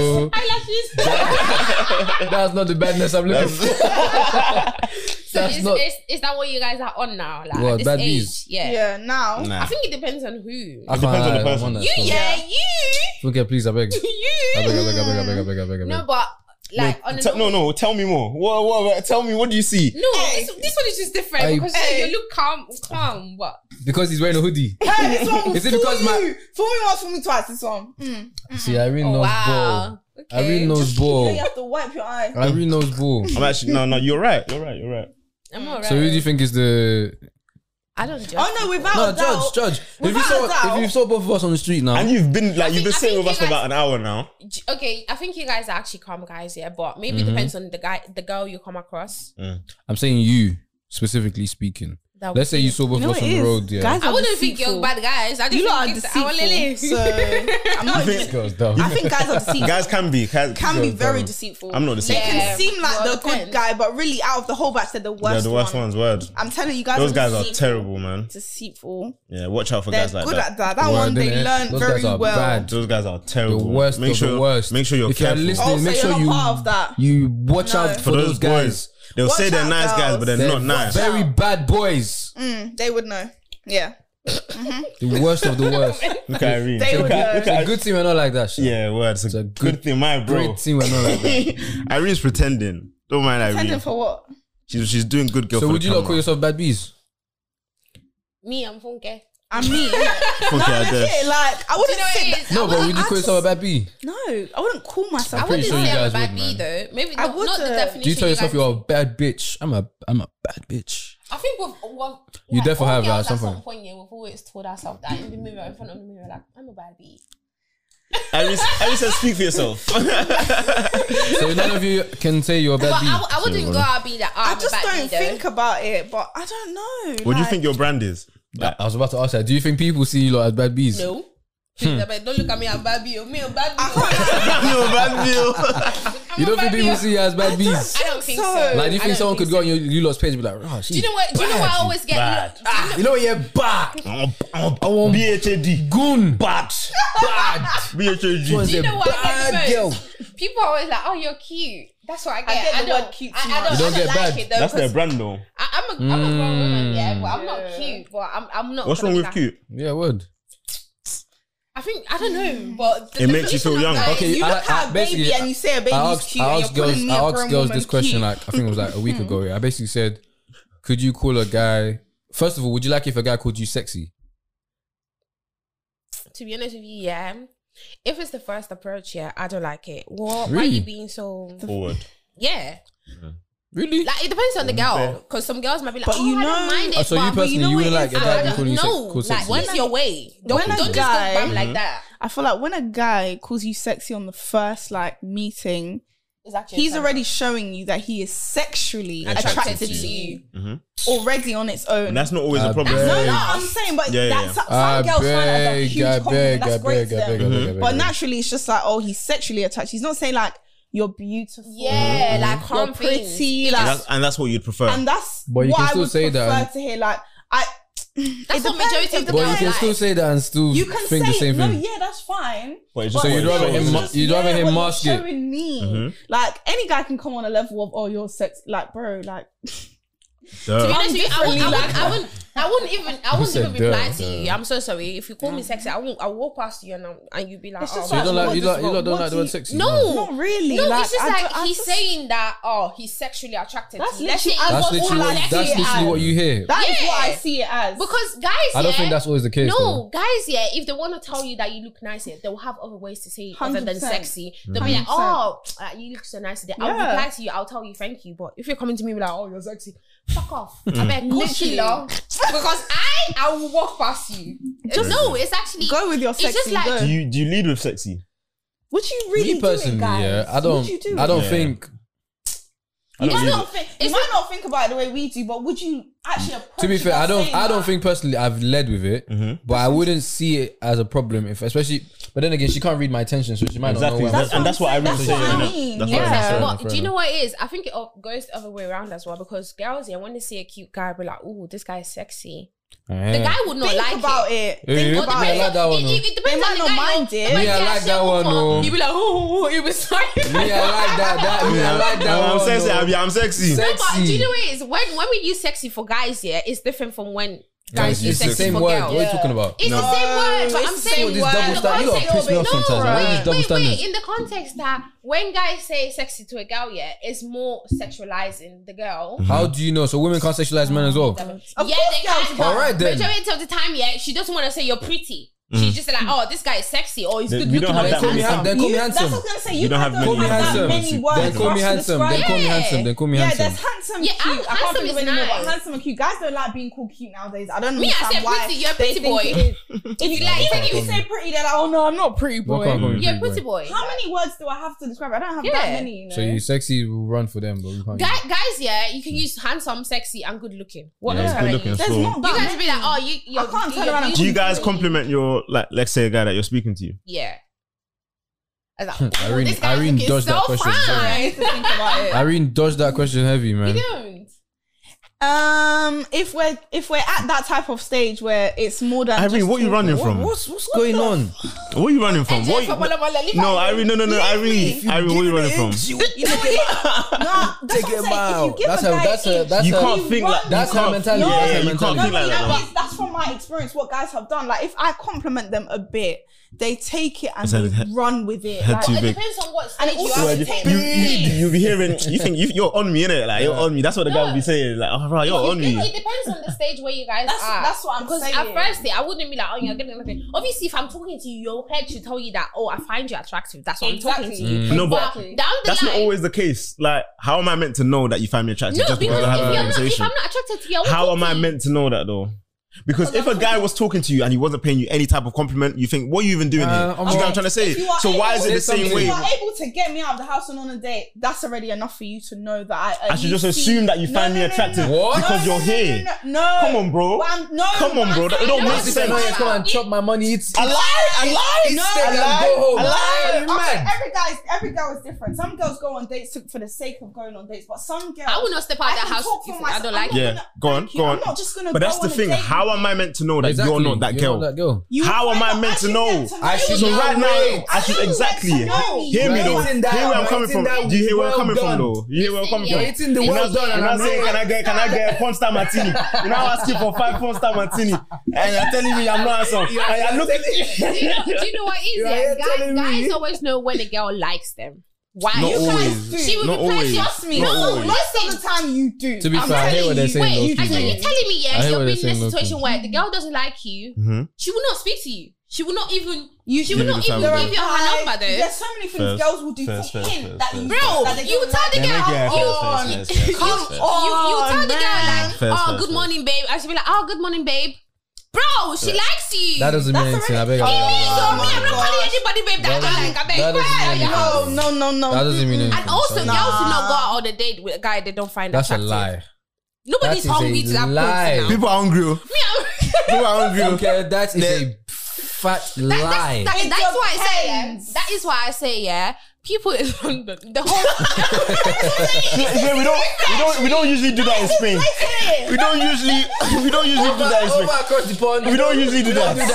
that's not the badness I'm looking for. So That's is, not- is, is that what you guys are on now? Like What, at this bad age? bees? Yeah. Yeah, now. Nah. I think it depends on who. I It depends on the can't- I person. want that You, story. yeah, you, Okay, please, I beg. I beg, I you. beg, I beg, I beg, I beg, I beg, I beg. No, but like on a Te- no, normal- no. Tell me more. What? What? Tell me. What do you see? No, this, this one is just different I- because Hey, you you look calm, calm. What? Because he's wearing a hoodie. Hey, this one will Is it fool because my- you. Fool me once, fool me twice. This one. Hmm. Mm. See, I Oh, really knows ball. wow. I really knows You know ball. you have to wipe your eye. Uh, I really knows ball. I'm actually no, no. You're right. You're right. You're right. I'm alright. So who do you think is the I don't judge. Oh no, without no a doubt. judge? Judge. If you Without a saw doubt. if you saw both of us on the street And now, you've been like you've been think- I sitting think with us for you guys- about an hour now. J- okay, I think you guys are actually calm guys, yeah, but maybe Mm-hmm. it depends on the guy, the girl you come across. Mm. I'm saying you specifically speaking. That Let's say would you be- saw both of us on the road. Yeah. I wouldn't think you're bad guys. I just You lot are think I want deceitful. So I'm not. This even- girl's dumb. I think guys are deceitful. Guys can be. Can, can be girls very are- deceitful. I'm not the same. They can Yeah. seem like Well, the good depends. guy, but really, out of the whole batch, they're the worst. They're the worst one. ones. Word. I'm telling you, guys. Those guys are deceitful. terrible, man. Deceitful. Yeah. Watch out for They're guys like good that. at that. That Word, one innit? they learned Those very guys are well. bad. Those guys are terrible. The worst Make of sure. the worst. Make sure you're if careful. you're listening, Oh, make so sure you're you not part of that. you watch No. out for, those guys. boys, they'll Watch say they're out, nice guys, girls. but they're, not nice. Very bad boys. Mm, they would know. Yeah. The worst of the worst. Look at Irene. They Look would at, know. look at, A good team are not like that. shit. yeah, word. It's a, a good, good- thing, my bro. Great team are not like that. Irene's pretending. Don't mind Pretending Irene. for what? She's, she's doing good girl. So for would the you not camera. call yourself bad bees? Me, I'm funky. I mean, Funky ideas. yeah, like I wouldn't You know say what that. it is? No, I but wouldn't- would you I call yourself a bad bee? No, I wouldn't call myself. I pretty wouldn't sure you say I'm a guys bad would, bee though. Maybe I not, not the wouldn't. definition. Do you tell yourself guys- you're a bad bitch? I'm a I'm a bad bitch. I think we've, we've You definitely all have that girls at some point. yeah, we've always told ourselves that in the mirror, in front of the mirror, like I'm a bad bee. Irene, Irene says, speak for yourself. So none of you can say you're a But bad I, bee. I wouldn't go out being that. Oh, I I'm a just bad don't bee, though. think about it, but I don't what know. do you like- think your brand is? Like, I was about to ask that. Do you think people see you lot as bad bees? No. Please, but Don't look at me, I'm bad bee. Me, I'm bad I bee. can't- your brand deal. I'm You a don't think bad people bee. see you as bad bees? I don't think so. so. Like, Like, do do you I think don't someone could so. go on your you lot's page and be like, oh, she Do you know what? Do you know what I always get? Bad. Ah, You know what? Yeah, bad. I'm I want BHAD. goon. Bad. Bad. BHAD. Do you It's a know what I bad get the most? girl. People are always like, "Oh, you're cute." That's what I get. I, get the don't. word cute I, too I much. don't. You don't I don't get like bad. Mm. it though. That's their 'cause brand though. I, I'm a, I'm a grown woman, yeah, but I'm not cute. But I'm, I'm not. What's gonna wrong be with like- cute? Yeah, word. I think I don't Mm. know, but the It makes you definition feel of young. guy- Okay, you I- look I- at a basically, baby and you say a baby's I asked, cute. I and asked you're girls, calling me I a asked grown girls woman this question cute. like I think it was like a week ago. yeah. I basically said, could you call a guy? First of all, would you like if a guy called you sexy? To be honest with you, yeah. If it's the first approach, yeah, I don't like it. What? Why are Really? you being so? Forward. Yeah, Really? like it depends on the girl, because some girls might be like, But "Oh, you I know- don't mind it." Oh, so you but- but personally, you know wouldn't what like it a is? guy I to call you sex- no, call like sexy? what's your way? Don't When a don't just go bam guy- like that. I feel like when a guy calls you sexy on the first like meeting, It's actually he's a sign. already showing you that he is sexually Attracted to attracted, to you Mhm. Mm-hmm. already on its own. And that's not always I a problem. bet. no, no, I'm saying, but Yeah, yeah, that's yeah. some I girls find that as a beg, huge I beg, compliment. I That's great beg, to I beg, I them. beg, I beg. But naturally, it's just like, oh, he's sexually attracted. He's not saying like you're beautiful, yeah, like Mm-hmm. you're harm things. pretty, And like, that's, and that's what you'd prefer. and that's But you what can I still would say that prefer and- to hear. Like, I. That's It what depends, majority it of the But you girls depends. can like. still say that and still You can think say the same no, thing. yeah, that's fine. But it's just So what Mm-hmm. But it you'd rather shows. him, just- you'd rather yeah, him what you're mask it. showing me. Like any guy can come on a level of oh you're sex like bro like To be Duh. honest with you, I wouldn't, I wouldn't, I wouldn't, I wouldn't even, I wouldn't said even reply duh, to you. duh. I'm so sorry. If you call me sexy, I won't. I will walk past you and I'm, and you'd be Mm-hmm. like, It's just So oh, you don't Like, like you what don't does- you lot don't what like the do word you- sexy. no, not really no. like it's just I like don't- I he's just- saying that. Oh, he's sexually attracted. That's to you. Let's literally- say I it That's was That's literally all I like see that's it literally as. what you hear. That is Yeah. what I see it as because guys, I don't yeah, think that's always the case. though. No, guys, yeah. If they want to tell you that you look nice, yeah, they'll have other ways to say it other than 100%. sexy. They'll be like, "Oh, uh, you look so nice today." I'll Yeah. reply to you. I'll tell you thank you. But if you're coming to me like, "Oh, you're sexy," fuck off. I bet love because I I will walk past you. no, it's actually go with your It's sexy. just like- go. Do you, do you lead with sexy? Would you really me do it, personally, guys? yeah, I Would don't, you do I it? don't Yeah. think You don't might use not think you might not think about it the way we do, but would you actually approach to be it fair, by I don't saying I don't that? think personally I've led with it, Mm-hmm. but I wouldn't see it as a problem if especially. But then again, she can't read my attention, so she might Exactly, not know. and that's what I really That's what I say. mean. That's what Yeah. Yeah, fair but enough, fair do you know enough. what it is? I think it o- goes the other way around as well because girls, yeah, when they see a cute guy, be like, "Ooh, this guy is sexy." Where The guy would not Think like about it. it. Yeah, Think yeah. Well, about Yeah, it. I like depends that on- one, it- though. it depends They on might the not guy, mind though. But it. Yeah, I yeah, like she that will one, come. though. You be like, "Oh, it was sorry." Me, I like that. that me, I like that. I'm one, sexy. though. I'm, yeah, I'm sexy. Sex- No, but do Sexy. you know what it is? When when we use sexy for guys, yeah, it's different from when guys Guys, use it's the sexy same for word. girls. What are you talking about? It's the same word, but it's I'm the saying same This word. double in the standard. You context- gotta piss me off No, sometimes. man. Why bruh. these double wait, wait, standards? in the context that when guys say sexy to a girl, yeah, it's more sexualizing the girl. How do you know? So women can't sexualize men as well. Of yeah, course they can. girls but All right then. Mm. Majority of the time, yeah, she doesn't want to say you're pretty. She's just like, oh, this guy is sexy or he's Then good we don't looking. have or They that he's call me, handsome. han- they call me handsome. You- That's what I was gonna say. You You don't I have many don't Call me words. have handsome. that many words. Then for call me us to handsome. Then describe call me Yeah. handsome. Then call me Yeah, handsome. there's handsome Yeah, cute. I can't handsome think of is anymore nice. but handsome and cute. Guys don't like being called cute nowadays. I don't Me, I understand said why. pretty, you're a they pretty think boy. it is. If you like, even if you call me. say pretty, they're like, oh no, I'm not pretty Don't come boy. and call Yeah, me pretty boy. How many words do I have to describe? I don't have that Yeah. many. You know. So you sexy will run for them, but we can't. Guy, guys, yeah, you can use handsome, sexy, and good looking. What Yeah, else it's can I good use? looking as well. There's not You that guys be like, oh, you, you're, I can't turn you're around and beautiful. Do you guys compliment your like, let's say a guy that you're speaking to? Yeah. I was like, Irene- this guy Irene looking dodged so that question. Fine. I need to think about it. Irene dodged that question heavy, man. You don't. Um, if we're if we're at that type of stage where it's more than Irene, just what you talking- running from? what's going on? What are you running from? What Jennifer Bola Bola, leave no, her alone. Irene, no, no, no, Irene, Irene, what are you running from? You know what? it- No, that's what I'm saying. If you give That's a her. guy That's her. itch- That's You her. can't think like That's you her can't- mentality, Yeah, that's her yeah, you can't mentality. think No, like you know that. what? That's from my experience. What guys have done, like if I compliment them a bit, they take it and It's a they head- run with it. head Like, too It big. depends on what And stage it you also are. Well, depends- You, you, you be hearing, you think you, you're on me, innit? Like, you're on me. That's what the guy would be saying. Like, oh, right, you're on It, me. it depends on the stage where you guys That's- are. that's what I'm because saying. At first, day, I wouldn't be like, oh, you're getting nothing. Obviously, if I'm talking to you, your head should tell you that, oh, I find you attractive. That's what I'm talking to you. No, but But down the that's line, not always the case. Like, how am I meant to know that you find me attractive no, just because I if, have you're a not, if conversation? I'm not attracted to you, I won't How talk am to I you. meant to know that though? Because if a guy was talking to you and he wasn't paying you any type of compliment, you think, what are you even doing Uh, I'm here? Do you get what I'm not- trying to say? If you are So why is it able- the same Something- If way? you are able to get me out of the house and on a date, that's already enough for you to know that I. at I should least just see- assume that you No, find no, me no, no, attractive no. What? because No, you're no, no, here. no, No. Come on, bro. But I'm- no, Come on, but bro. I'm That don't saying- no, make I'm This is sense. annoying. saying- Come and chop my money. It's I lied. I lied. No, I lied. no, I lied. Are you Okay, mad? Every guy's every girl is different. Some girls go on dates to, for the sake of going on dates, but some girls I will not step out I that can house. talk for if I myself. don't I'm like not it. Yeah, gonna- go on, thank you. go on. I'm not just gonna But that's the go on a thing. date. How am I meant to know that you're not that girl? That girl. You How am find I out- meant to should know? get to I know should- So you. No, right now, wait. I should I don't exactly. get to know you. Hear me though. Right in that- Hear where I'm right coming in from. that Do you hear where I'm well coming done. from though? You hear where I'm coming Yeah, from? it's in the You're well not- done, You're and not I'm saying not- can I get can I get a porn star martini? You're now asking for five porn star martini, and you're telling me I'm not handsome. I, I look at do, you know, do you know what is are yeah? here Guys, telling me. guys always know when a girl likes them. Why? Not You guys always. do. She would Not be always. playing Not just me. always. Most of the time, you do. To be I'm fair, I hear what tellow they're you. saying. Wait, though, and so people. you're I telling me, yeah, hear what you're they're in this saying, okay. situation where the girl doesn't like you. Mhm. She will not speak to you. She will not even. You She Give will me not the even time. give you her Like, number though. There's so many things First- girls will do first, for first, him first, that first, you Bro, that they you don't tell like the him. girl, oh, first, you, first, first, you, first, you, first. Oh, tell the girl man. like, First, oh, first, good first. morning, babe. I should be like, oh, good morning, babe. Bro, she likes you. That doesn't mean That's anything. I beg. already- It I beg. means So me, I'm not Oh my calling gosh. anybody, babe. That, I don't like. I beg. that doesn't mean anything. No, no, no, no. That doesn't mean anything. And also, son. girls do not go Nah. out on a date with a guy they don't find that's a attractive. lie. Nobody's That is hungry a to that lie. point. now. People are hungry. oh. Me, I'm- People are hungry. oh. Okay, that is a fat lie. That- It that's why I say yeah. depends. That is why I say yeah. People in London, the whole Yeah, we don't we don't we don't usually do that in Spain. We don't usually we don't usually do that in Over Spain. across the pond. We don't usually do We don't that.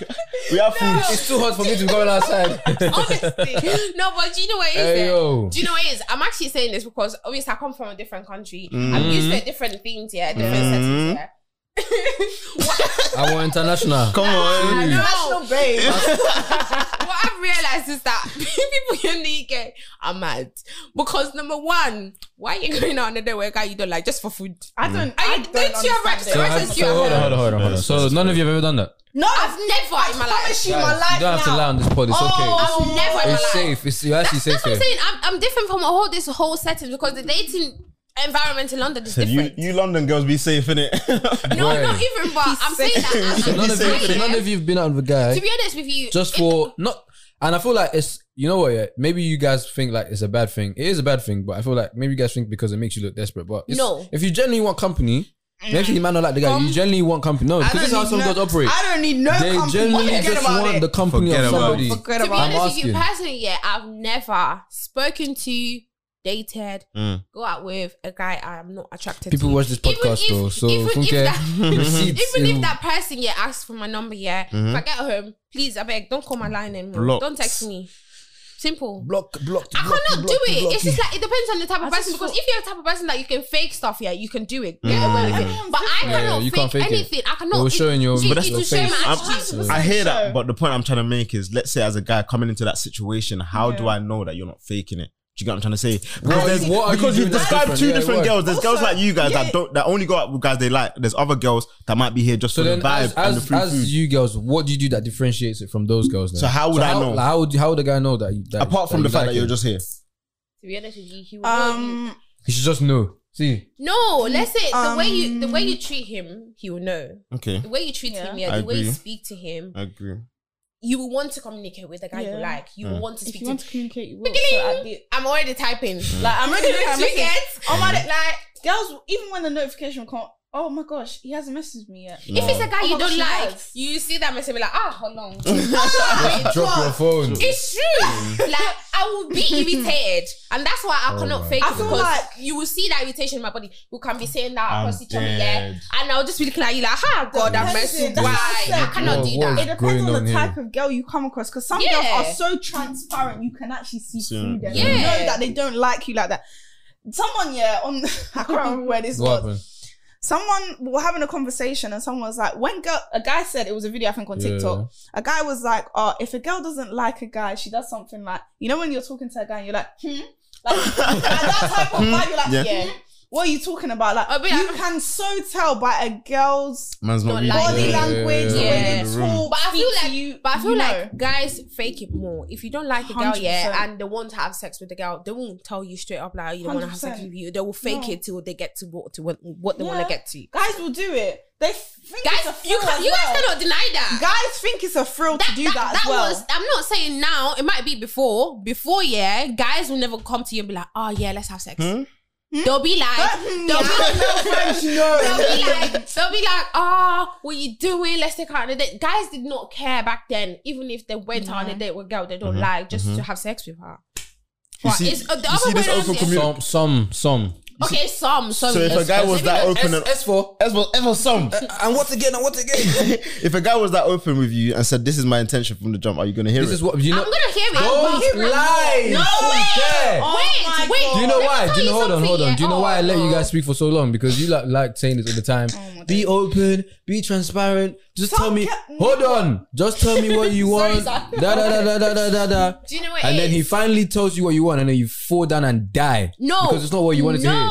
do that. We have food. It's too hot for me to go outside. honestly. no, but do you know what it is? Hey, yeah? yo. Do you know what it is? I'm actually saying this because obviously I come from a different country. I'm Mm-hmm. used to different things, yeah, different settings, yeah. I want international. Come on. No, babe. what I've realized is that people in the UK are mad because number one, why are you going out on a date with a guy you don't like just for food? I don't. Are I you don't going to your understand So, it. restaurant? have, so hold on, hold on, hold on, hold on. So none of you have ever done that. No, I've never I in my promise life. you, my life You don't have to now. Oh, lie on this pod. It's okay. I've never in my It's life. safe. It's you're actually That's safe what I'm here. saying. I'm, I'm different from all this whole setting because the dating environment in London is So you, different. you London girls be safe, innit? no, Right. not even, but I'm saying that. So I'm none of saying you, none of you've been out with a guy. To be honest with you, just for not and I feel like it's you know what yeah maybe you guys think like it's a bad thing it is a bad thing but I feel like maybe you guys think because it makes you look desperate but it's- No. if you generally want company maybe you might not like the guy you generally want company no I because this don't is how need some no- girls operate I don't need no they company. generally Forget just about want it. the company Forget of about somebody it. Forget to be about I'm it. honest with you asking. personally, yeah, I've never spoken to, dated, Mm. go out with a guy I'm not attracted people to. watch this Even podcast if- though so even if Funke, that- receipts Even if in- that person yeah asks for my number, yeah, Mm-hmm. if I get home, please, I beg, don't call my line anymore. Blocked. Don't text me. Simple. block block I block, cannot block, do it. block. It's just like it depends on the type of I person. just Because thought- if you're the type of person that you can fake stuff, yeah, you can do it. Get away with it. But I Yeah, yeah, cannot Mm. you fake, can't fake it. anything. I It cannot. will It, show in your- see, but it that's will your show in face. my I'm- attitude. I hear show. that, but the point I'm trying to make is, let's say as a guy coming into that situation, how do I know that you're not faking it? Do you get what I'm trying to say? Because, is- there's- what are you doing because you've that's described different? two Yeah, different what? girls. There's girls Also, like you guys yeah. that don't that only go out with guys they like. There's other girls that might be here just so for the then, vibe as, and the as, free food. as you girls, what do you do that differentiates it from those girls? Then? So how would I know? Like, how would you, how would the guy know that? you- that Apart from you the fact like that you're it? just here, To be honest with you, he will Um, you should just know. See, No, let's say the way you the way um, you treat him, he will know. okay, The way you treat him, yeah, I the way you agree. speak to him, I agree. you will want to communicate with the guy you Yeah. like. You Mm. will want to if speak you to him. want to communicate, you will. So at the- Giggling. I'm already typing. Mm. like, I'm ready to Next message. weekend. Oh my, like girls, even when the notification come, oh my gosh, he hasn't messaged me yet. If it's a guy Oh you my gosh, don't like, yes. you see that message, be like, ah, hold on. drop your phone. Uh, Mm. It's true. like I will be irritated, and that's why Oh I cannot fake I it feel because like- you will see that irritation in my body. You can be saying that I'm across each other, yeah, dead. and I'll just be looking at you like, "Ah, God, I'm Listen, messing. that's Why? what I said. I cannot do Whoa, that." whoa. It depends going on on the here? type of girl you come across because some girls Yeah. are so transparent you can actually see Yeah. through them. You Yeah. know that they don't like you like that. Someone, yeah, on I can't remember where this What was. happened? Someone we were having a conversation and someone was like, when girl a guy said it was a video I think on Yeah. TikTok. A guy was like, Oh, if a girl doesn't like a guy, she does something like you know when you're talking to a guy and you're like, hmm? Like like that type Hmm? of vibe, you're like, Yeah. yeah. What are you talking about? Like I'll be you like- can so tell by a girl's Man's not Not reading like- body it. Yeah. language, the way Yeah. they talk, But I feel speak to like you, but I feel you know. like guys fake it more. If you don't like a girl, yeah, 100%. and they want to have sex with the girl, they won't tell you straight up like you don't want to have sex 100%. with you. They will fake No. it till they get to what to what, what they want Yeah. to get to. guys will do it. They think Guys, it's a thrill you can, as you well. guys cannot deny that. Guys think it's a thrill to do that, as well. was I'm not saying now, it might be before. Before, yeah, guys will never come to you and be like, oh yeah, let's have sex. Hmm? They'll be like, Hmm, they'll I be, don't know French, no. they'll be like, they'll be like, oh, what you doing? Let's take out on a date. Guys did not care back then, even if they went out on a date with a girl they Mm-hmm. don't like, just to have sex with her. You But see- it's uh, the you see other way this around. open is- Some, commu- some, some. okay, some, some. So if a guy was that open and S for as well ever some. and what again and what again? if a guy was that open with you and said, "This is my intention from the jump," are you gonna hear This it? is what you I'm know. gonna hear it. Don't Hear it. lie. No Don't way. care. Oh my wait, wait. God. Do you know Let me why? tell Do you know? Hold on, something, hold on. yeah. Do you know Oh, why I let you no. guys speak for so long? Because you like like saying this all the time. be open. Be transparent. Just tell Some me. ca- Hold on. Just tell me what you Sorry, want. Da sir. da da da da da da. da. Do you know what? And it then he is? finally tells you what you want, and then you fall down and die. No, because it's not what you wanted no, to hear.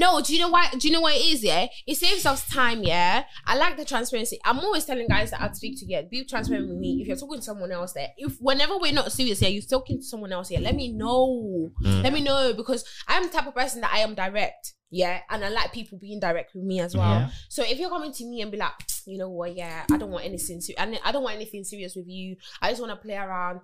No, Do you know why? Do you know what it is? Yeah, it saves us time. Yeah, I like the transparency. I'm always telling guys that I speak to. Yeah, be transparent with me. If you're talking to someone else, there, if whenever we're not serious, yeah, you're talking to someone else. Yeah, let me know. Mm. Let me know because I'm the type of person that I am direct. Yeah, and I like people being direct with me as well. So if you're coming to me and be like, you know what, yeah, I don't want anything, ser- I I don't want anything serious with you. I just want to play around.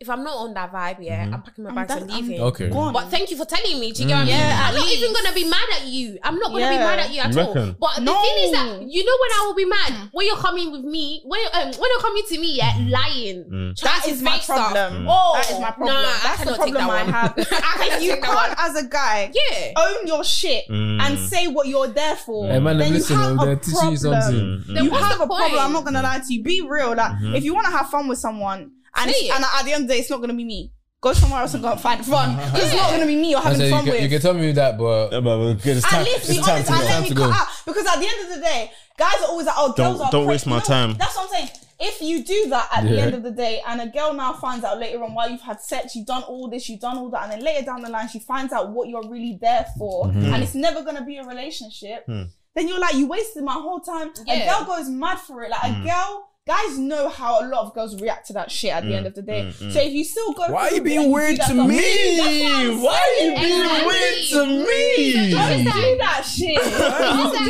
If I'm not on that vibe, yeah, Mm-hmm. I'm packing my I'm bags done- and I'm leaving. Okay. gone. But thank you for telling me. Do you get Mm. what I mean? Yeah, at I'm not even least. gonna be mad at you. I'm not gonna be Yeah. mad at you at You all. reckon? But the No. Mm. thing is that you know when I will be mad when you're coming with me when you're, um, when you're coming to me, yeah, Mm. lying. that Trying to is my fake stuff. problem. Mm. Oh, that is my problem. Nah, I That's the cannot problem take that I one. have. I cannot if you take that can't, one. as a guy, Yeah. own your shit Mm. and say what you're there for, Hey, man, then listen, you have I'm a gonna teach you something. Mm. Mm-hmm. problem. Mm. Then you what's have the a problem. point? I'm not gonna lie to you. Be real. Like, if you want to have fun with someone, and Say it's- it. and at the end of the day, it's not gonna be me. Go somewhere else and go and find fun. It's not gonna be me you're I having said, fun you, can, you with. can tell me that, but Yeah, but we're good. It's time. At least be It's time honest to and go. let Time me to go. cut out. Because at the end of the day, guys are always like, oh, girls Don't- are don't pricks. waste my You know, time. That's what I'm saying. If you do that at the Yeah. end of the day, and a girl now finds out later on while you've had sex, you've done all this, you've done all that, and then later down the line, she finds out what you're really there for, Mm-hmm. Mm. and it's never going to be a Hmm. relationship, then you're like, you wasted my whole time. Yeah. Mm. A girl goes mad for it. Like, a girl guys know how a lot of girls react to that shit at Mm. the end of the day. So if you still go, Why are through you it being and weird do that to stuff- me? Why are you being weird to me? Don't do that shit. Listen, She's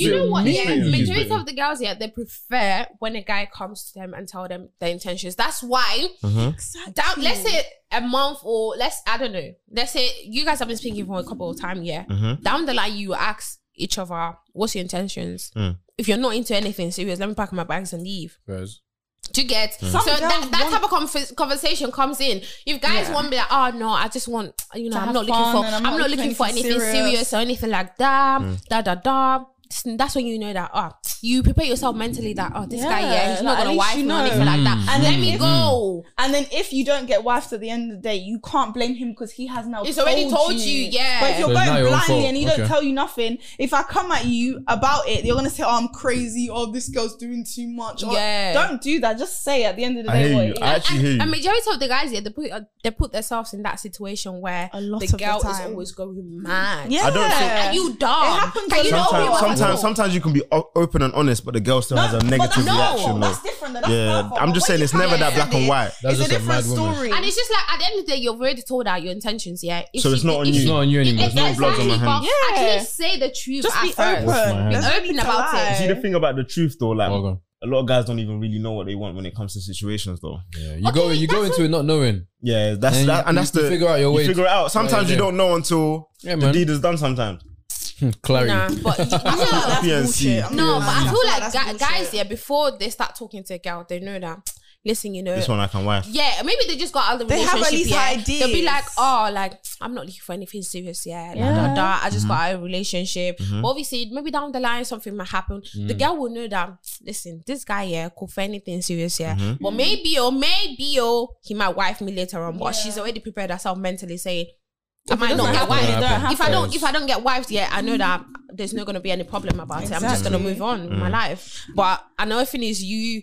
you know being what? Yeah, mean. majority of the girls, yeah, they prefer when a guy comes to them and tell them their intentions. That's why, Uh-huh. down, let's say a month or let's, I don't know, let's say you guys have been speaking for a couple of time, yeah. Uh-huh. Down the line, you ask each other, "What's your intentions?" Mm. If you're not into anything serious, let me pack my bags and leave. Guys, Do you get? So Some that, girls that want- type of conf- conversation comes in. If guys Yeah. want to be like, oh no, I just want, you know, To I'm have not looking fun for, and I'm, not looking for anything serious. or anything like that, da da da. This- That's when you know that oh, you prepare yourself mentally that oh this guy yeah Yeah, he's like, at not gonna least wife you me or know. anything like Hmm. that and let me go And then if you don't get wifed at the end of the day, you can't blame him because he has now. It's already told you, yeah. But if you're So it's not going your own fault. blindly and he Okay. don't tell you nothing, if I come at you about it, you're gonna say, "Oh, I'm crazy," or "This girl's doing too much." Or, Yeah. Don't do that. Just say at the end of the I day hear what you. it is. I actually hear and, and you. majority of the guys yeah they put uh, they put themselves in that situation where A lot the of the girl is time. always going mad yeah. I don't think- and you dumb It happens Can a you know lot. me Sometimes, well? sometimes, sometimes you can be o- open and honest, but the girl still has a negative but that's, reaction. That's though. different. though. That's yeah, her fault. I'm But just when saying you it's never come that at black and it, white. That's it's a just a mad different woman. story. And it's just like at the end of the day, you've already told her your intentions, yeah. If So it's not on if you. it's not on you anymore. If It's not there's blood on my actually hands. buff, Yeah. Actually, say the truth. just be at first. open. Wash my hands. There's no Open need to about it. lie. You See, the thing about the truth, though, like well done. a lot of guys don't even really know what they want when it comes to situations, though. Yeah, you go you go into it not knowing. Yeah, that's And that, you- and that's you the figure out your you way. figure it out. Sometimes Yeah, you yeah. don't know until Yeah, the man. Hmm, deed is done. Sometimes Clarity. Nah, but you know, P and C. no, but I feel that's like gu- guys, bullshit. yeah, before they start talking to a girl, they know that. Listen, you know, This one I can wife. yeah, maybe they just got out of the They have at relationship. least yeah. ideas. They'll be like, oh, like I'm not looking for anything serious. Yeah, yeah. Da, da, da. I just got out of a relationship. But obviously, maybe down the line something might happen. The girl will know that. Listen, this guy yeah could for anything serious. Yeah, but maybe oh, maybe oh, he might wife me later on. But she's already prepared herself mentally, saying. I might not get happen, it wifed. don't If I don't, happen. if I don't get wifed yet, I know that there's not gonna be any problem about it. I'm just gonna move on Mm. with my life. But another thing is you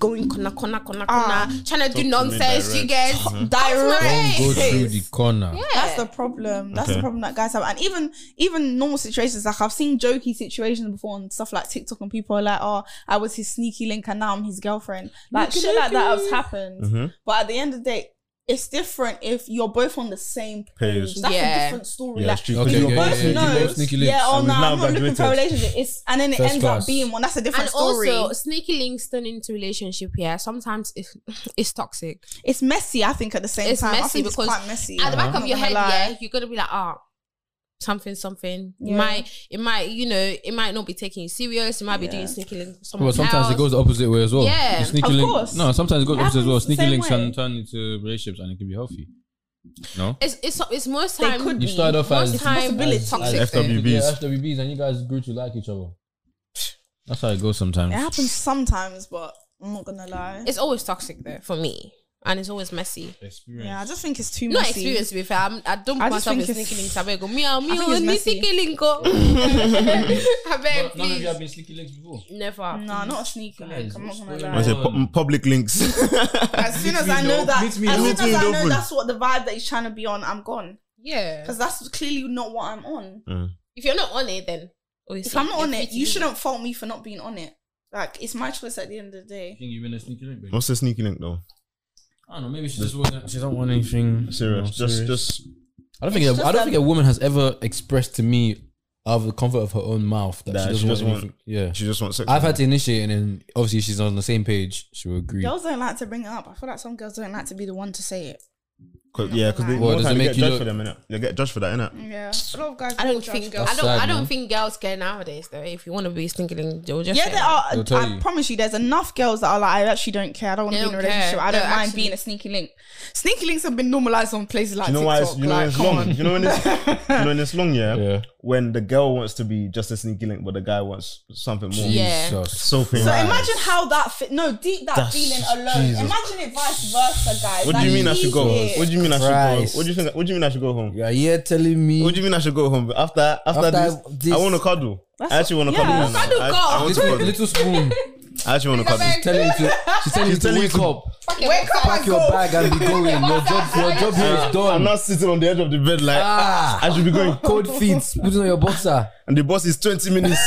going corner, corner, corner, Ah. corner, trying to Talk to do me nonsense. You guys, direct. Mm-hmm. That's Go my Direct. way. through the corner. Yeah. That's the problem. That's Okay. the problem that guys have, and even even normal situations. Like I've seen jokey situations before on stuff like TikTok, and people are like, "Oh, I was his sneaky link, and now I'm his girlfriend." Like shit like that has happened. Mm-hmm. But at the end of the day, it's different if you're both on the same page. Page. That's Yeah. a different story. Yeah, like, it's true. Okay, you yeah, both yeah, yeah. know, You both sneaky links. yeah, oh And no, we've now I'm not looking for a graduated. relationship. It's and then it First ends class. up being one. That's a different And story. also, sneaky links turn into relationship. Yeah, sometimes it's it's toxic. it's messy. I think at the same It's time, I messy think it's because quite messy. At the back Uh-huh. I'm of not your gonna head, lie. yeah, you're gonna be like, ah, something, something. It Yeah. might, it might, you know, it might not be taking you serious. It might be doing sneaky links. with Someone Well, sometimes else. it goes the opposite way as well. Yeah, The sneaky of link- course. No, sometimes it goes opposite as well. happens the Sneaky same links way. can turn into relationships and it can be healthy. No? It's it's it's most They time. could You start off Most as time, as- it's toxic. as- FWBs. yeah, FWBs, and you guys grew to like each other. That's how it goes sometimes. It happens sometimes, but I'm not gonna lie. It's always toxic though for me, and it's always messy. Experience. Yeah, I just think it's too Not messy. experience with her. I'm, I don't put I just myself in think it's- sneaky links. I beg, oh, meow, think meow, it's ni messy. sneaky link. oh. I beg, But none of you have please. been sneaky links before. Never. No, not a sneaker. Like, I'm not gonna I lie. said pu- public links. As soon as I me know though. that, Meet as me soon though. as Meet I me know though. that's what the vibe that he's trying to be on, I'm gone. Yeah. Because that's clearly not what I'm on. Mm. If you're not on it, then obviously If I'm not you're on free it, to you do shouldn't fault me for not being on it. Like it's my choice at the end of the day. think you've been a sneaky link, babe? What's the sneaky link though? I don't know. Maybe she just wasn't. She don't want anything Serious, you know, just just I don't think. A, just I don't a- think a woman has ever expressed to me out of the comfort of her own mouth that, That she doesn't, she doesn't want. want- Anything. Yeah, she just wants sex. I've had to initiate, and then obviously she's on the same page. She will agree. Girls don't like to bring it up. I feel like some girls don't like to be the one to say it. Cause, yeah, because they, Well, more does it time they make get you judged look- for them, innit? They get judged for that, innit? Yeah, a lot of guys. it. I will don't judge think girls. I don't sad, I don't man. think girls care nowadays though. If you want to be sneaky link, they'll just Yeah, say there it. are. They'll tell I you. promise you, there's enough girls that are like, I actually don't care. I don't want They to be in a don't care. relationship. I They're don't mind actually- being a sneaky link. Sneaky links have been normalized on places like You know why? It's, TikTok. you know when like, it's come long. on. You know when it's you know when it's long. Yeah? Yeah. When the girl wants to be just a sneaky link, but the guy wants something more. Yeah. Jesus. So painful. So imagine how that fit. No, deep that That's- feeling alone. Jesus. Imagine it vice versa, guys. What do you mean I should go? Jesus. What do you mean I should Christ. go? What do you think? What do you mean I should go home? You are here telling me. What do you mean I should go home? After after, After this, this- I want to cuddle. That's I actually want to what- cuddle. yeah. right now. Cuddle, I, go. I, want to this cuddle. little spoon I actually want to cuddle. telling you to. She's telling you She's to telling you wake to- up, Wake up pack and your go. bag, and be going. Your job, your job here is I'm done. not sitting on the edge of the bed like Ah. I should be going. Cold feet. Put on your boxer. And the bus is 20 minutes.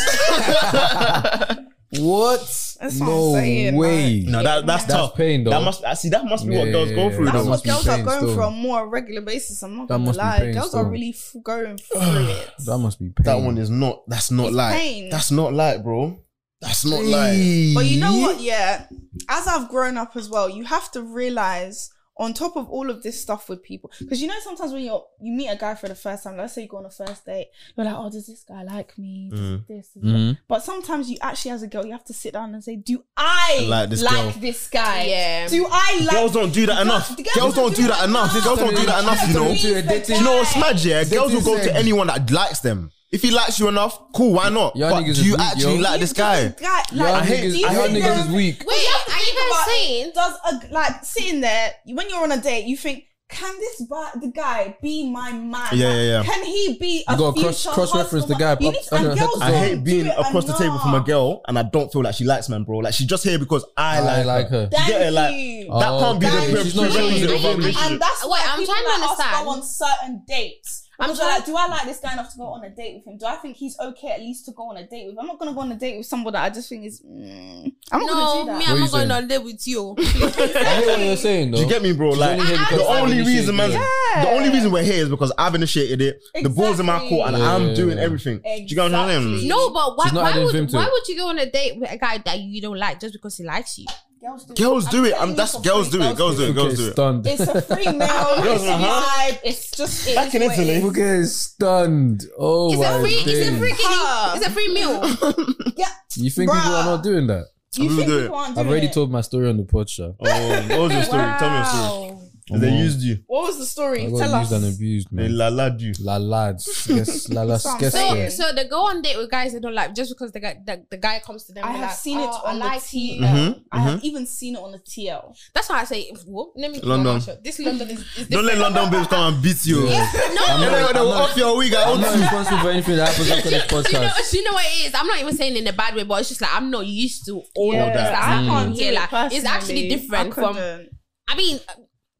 What? That's what I'm no saying, way. No, that that's, That's tough. pain, though. That must I see. That must be what Yeah, girls go yeah, through. yeah. Though. That's must what be girls are pain going still. through on a more regular basis. I'm not That gonna must be lie. pain Girls still. are really f- going through it. That must be pain. That one is not. That's not It's light. pain. That's not light, bro. That's not light. Hey. But you know what? Yeah, as I've grown up as well, you have to realize on top of all of this stuff with people, because you know sometimes when you you meet a guy for the first time, let's say you go on a first date, you're like, oh, does this guy like me? Does Mm. This, does that. Mhm. But sometimes you actually, as a girl, you have to sit down and say, do I Like like this this, girl. guy? Yeah. Do I like? Girls don't do that enough. The Girls, don't do that enough. The girls don't do that enough. You know. Don't do it. They Do you know what's mad? Yeah, girls will go thing. to anyone that likes them. If he likes you enough, cool. Why not? Y'all but niggas do you is weak, actually yo. like this guy? guy, like, Y'all hate- niggas, do you I y'all think niggas there- is weak. Wait, are you guys about it. saying? does a like sitting there when you're on a date you think can this ba- the guy be my man Yeah, yeah, yeah. can he be a You gotta future cross- cross-reference the husband? guy you up need, on and her head. girls I Don't hate being do it across the table from a enough. girl and I don't feel like she likes man, bro. Like she's just here because I, I like, like her. thank Yeah, you like, That Oh, can't be okay. the She's not prerequisite really- of a I- I- relationship. and that's Wait, why I'm people trying to like us understand. go on certain dates I'm I'm trying- like, do I like this guy enough to go on a date with him? Do I think he's okay at least to go on a date with? I'm not gonna go on a date with someone that I just think is. Mm, I'm not What gonna do No, me, I'm you not going saying? on there with you. I hear what you're saying though. Do you get me, bro? Like only here because the I've only initiated reason, man. it. The only reason we're here is because I've initiated it. The ball's in my Exactly. court, and I'm Yeah. doing everything. Do you get what I'm Exactly. saying? She's No, but why, not why adding vim would to why it. would you go on a date with a guy that you don't like just because he likes you? that. Girls do it. I'm, that's girls do it. Girls do it. Fuka Girls is do it. stunned. It's a free meal. it's a Uh-huh. vibe. It's just it Back is in what it Italy. is. Fuka is stunned. Oh It's my a free, it's a days. free, Huh. it's a free meal. Yeah. You think people are Bruh. not doing that? You I'm think doing it. people aren't doing I've already it? told my story on the pod show. Oh, what was your story? Tell me your story. Oh. They used you. What was the story? I Tell got us. used and abused, They man. lalad you. La lads, yes, la lads, That's what I'm yes, So, Yeah. so they go on date with guys they don't like just because the guy the, the guy comes to them. I and have like, seen it "Oh, I on the like TL. you." Mm-hmm. I have even seen it on the TL. That's why I say, whoa, let me London. This London is, is Don't let different. London babes come and beat Yeah. I'm you. They not, they I'm will not- off your wig. I'm not I responsible for anything that happens after this You know, podcast. you know what it is. I'm not even saying in a bad way, but it's just like I'm not used to all of Yeah. this. Like, I Mm. can't Do hear it like it's personally. actually I different from. couldn't. I mean,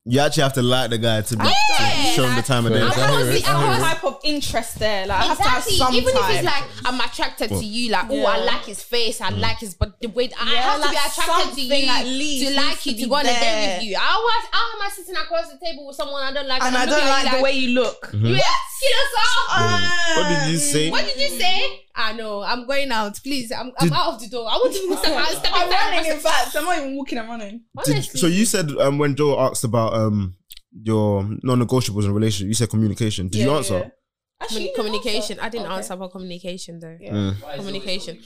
You actually have to like the guy to be to Yeah. show him the time of Yeah. day. I'm I hear honestly, it, I'm I hear What honestly type of interest there? Like I have to Exactly. have some Even if type. it's like I'm attracted to you, like oh, I Yeah. like his face, I like his, but the way I Yeah, have to be like attracted to something you at least to needs like to you to be go on a date there. with you. I was, how am I sitting across the table with someone I don't like? and I I'm don't looking at like, you the way you look. Yes, you know, so Mm-hmm. What did you say? what did you say? I know. I'm going out. Please, I'm, I'm out of the door. I want to step out. Step I'm running. In out. fact, I'm not even walking. I'm running. Did, so you said um, when Joe asked about um, your non-negotiables in a relationship, you said communication. Did you Yeah, answer? Actually, you didn't communication. I didn't Okay. answer about communication though. Mm. Communication.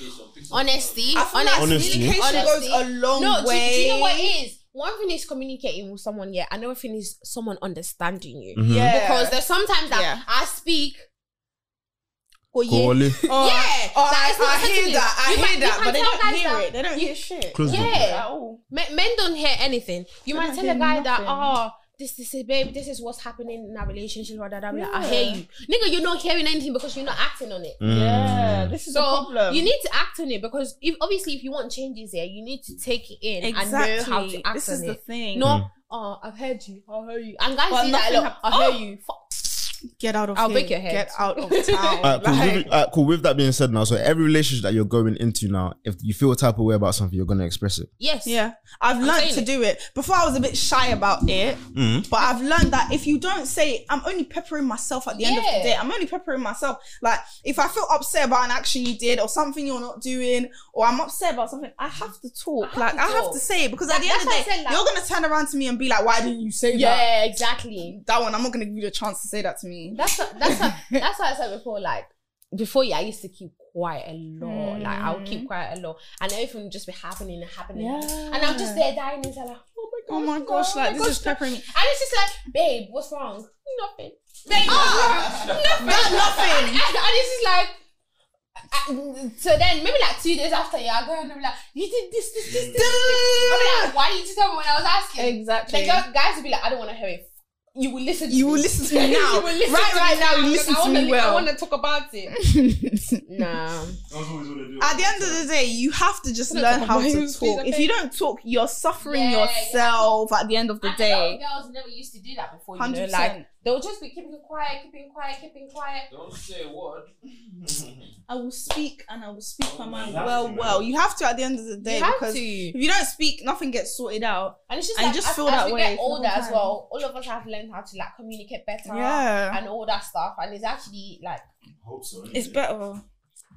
Honesty. I feel Honesty. like Honestly. communication Honestly. goes a long no, do- way. Do, you know what it is? One thing is communicating with someone, yeah. Another thing is someone understanding you. Yeah. Because there's sometimes that Mm-hmm. Yeah. I speak. Oh, yeah. Corley. Oh, Yeah, oh, that I, is not I hear sensitive. that. I You hear might- you that, can but they tell don't guys hear that- it. They don't hear shit. Close the door. Yeah. At all. Men, men don't hear anything. You They might don't tell a hear guy that, nothing. oh, this this is babe, this is what's happening in our relationship. Blah, blah, blah, blah. I Yeah. hear you. Nigga, you're not hearing anything because you're not acting on it. Yeah, this is a So problem. you need to act on it because if obviously if you want changes here, you need to take it in and know how to act this on is it. the thing. No, oh, I've heard you. I heard you. And guys But do that nothing a lot. hap- I heard Oh! you. Fuck. get out of. I'll here. break your head. Get out of town. Alright, cool. Like, With, alright, cool. With that being said, now, so every relationship that you're going into now, if you feel a type of way about something, you're gonna express it. Yes. yeah, I've learned saying to it. do it. Before I was a bit shy about it, but I've learned that if you don't say, it, I'm only peppering myself at the end of Yeah. the day. I'm only peppering myself. Like if I feel upset about an action you did or something you're not doing, or I'm upset about something, I have to talk. have like to I have talk. to say it because That- at the end of the that's why I day, said, like- you're gonna turn around to me and be like, "Why didn't you say that?" Yeah, exactly. That one, I'm not gonna give you the chance to say that to me. That's what, that's what, that's what I said before. Like before, yeah, I used to keep quiet a lot. Like I would Mm. keep quiet a lot, and everything would just be happening and happening, and I'm just there dying inside. Like, oh my Oh gosh, my no, gosh, oh like my this is gosh, no." peppering me. And it's just like, babe, what's wrong? Nothing. Babe, what's wrong? Ah! Nothing. Not nothing. And, and and it's just like. I- so then, maybe like two days after, yeah, I go and I'm like, you did this, this, this, this. this. I'm like, Oh why didn't you tell me when I was asking? Exactly. Like, guys- guys would be like, I don't want to hear it. You will listen. To You me. will listen to me now. You will listen right, to me right now, you listen because I to wanna- me well. I want to talk about it. nah. At the end of the day, you have to just Don't learn talk how about to things, please, talk. If you don't talk, you're suffering Yeah, yourself at the end of the I know day. girls never used to do that before. You know, 100%. like They'll just be keeping quiet, keeping quiet, keeping quiet. Don't say a word. I will speak and I will speak my mind well, well. You have to at the end of the day You have because to. if you don't speak, nothing gets sorted out. And it's just And like just as, feel as that we way get for the older as time. well, all of us have learned how to like communicate better Yeah. and all that stuff. And it's actually like Hope so. innit? It's better.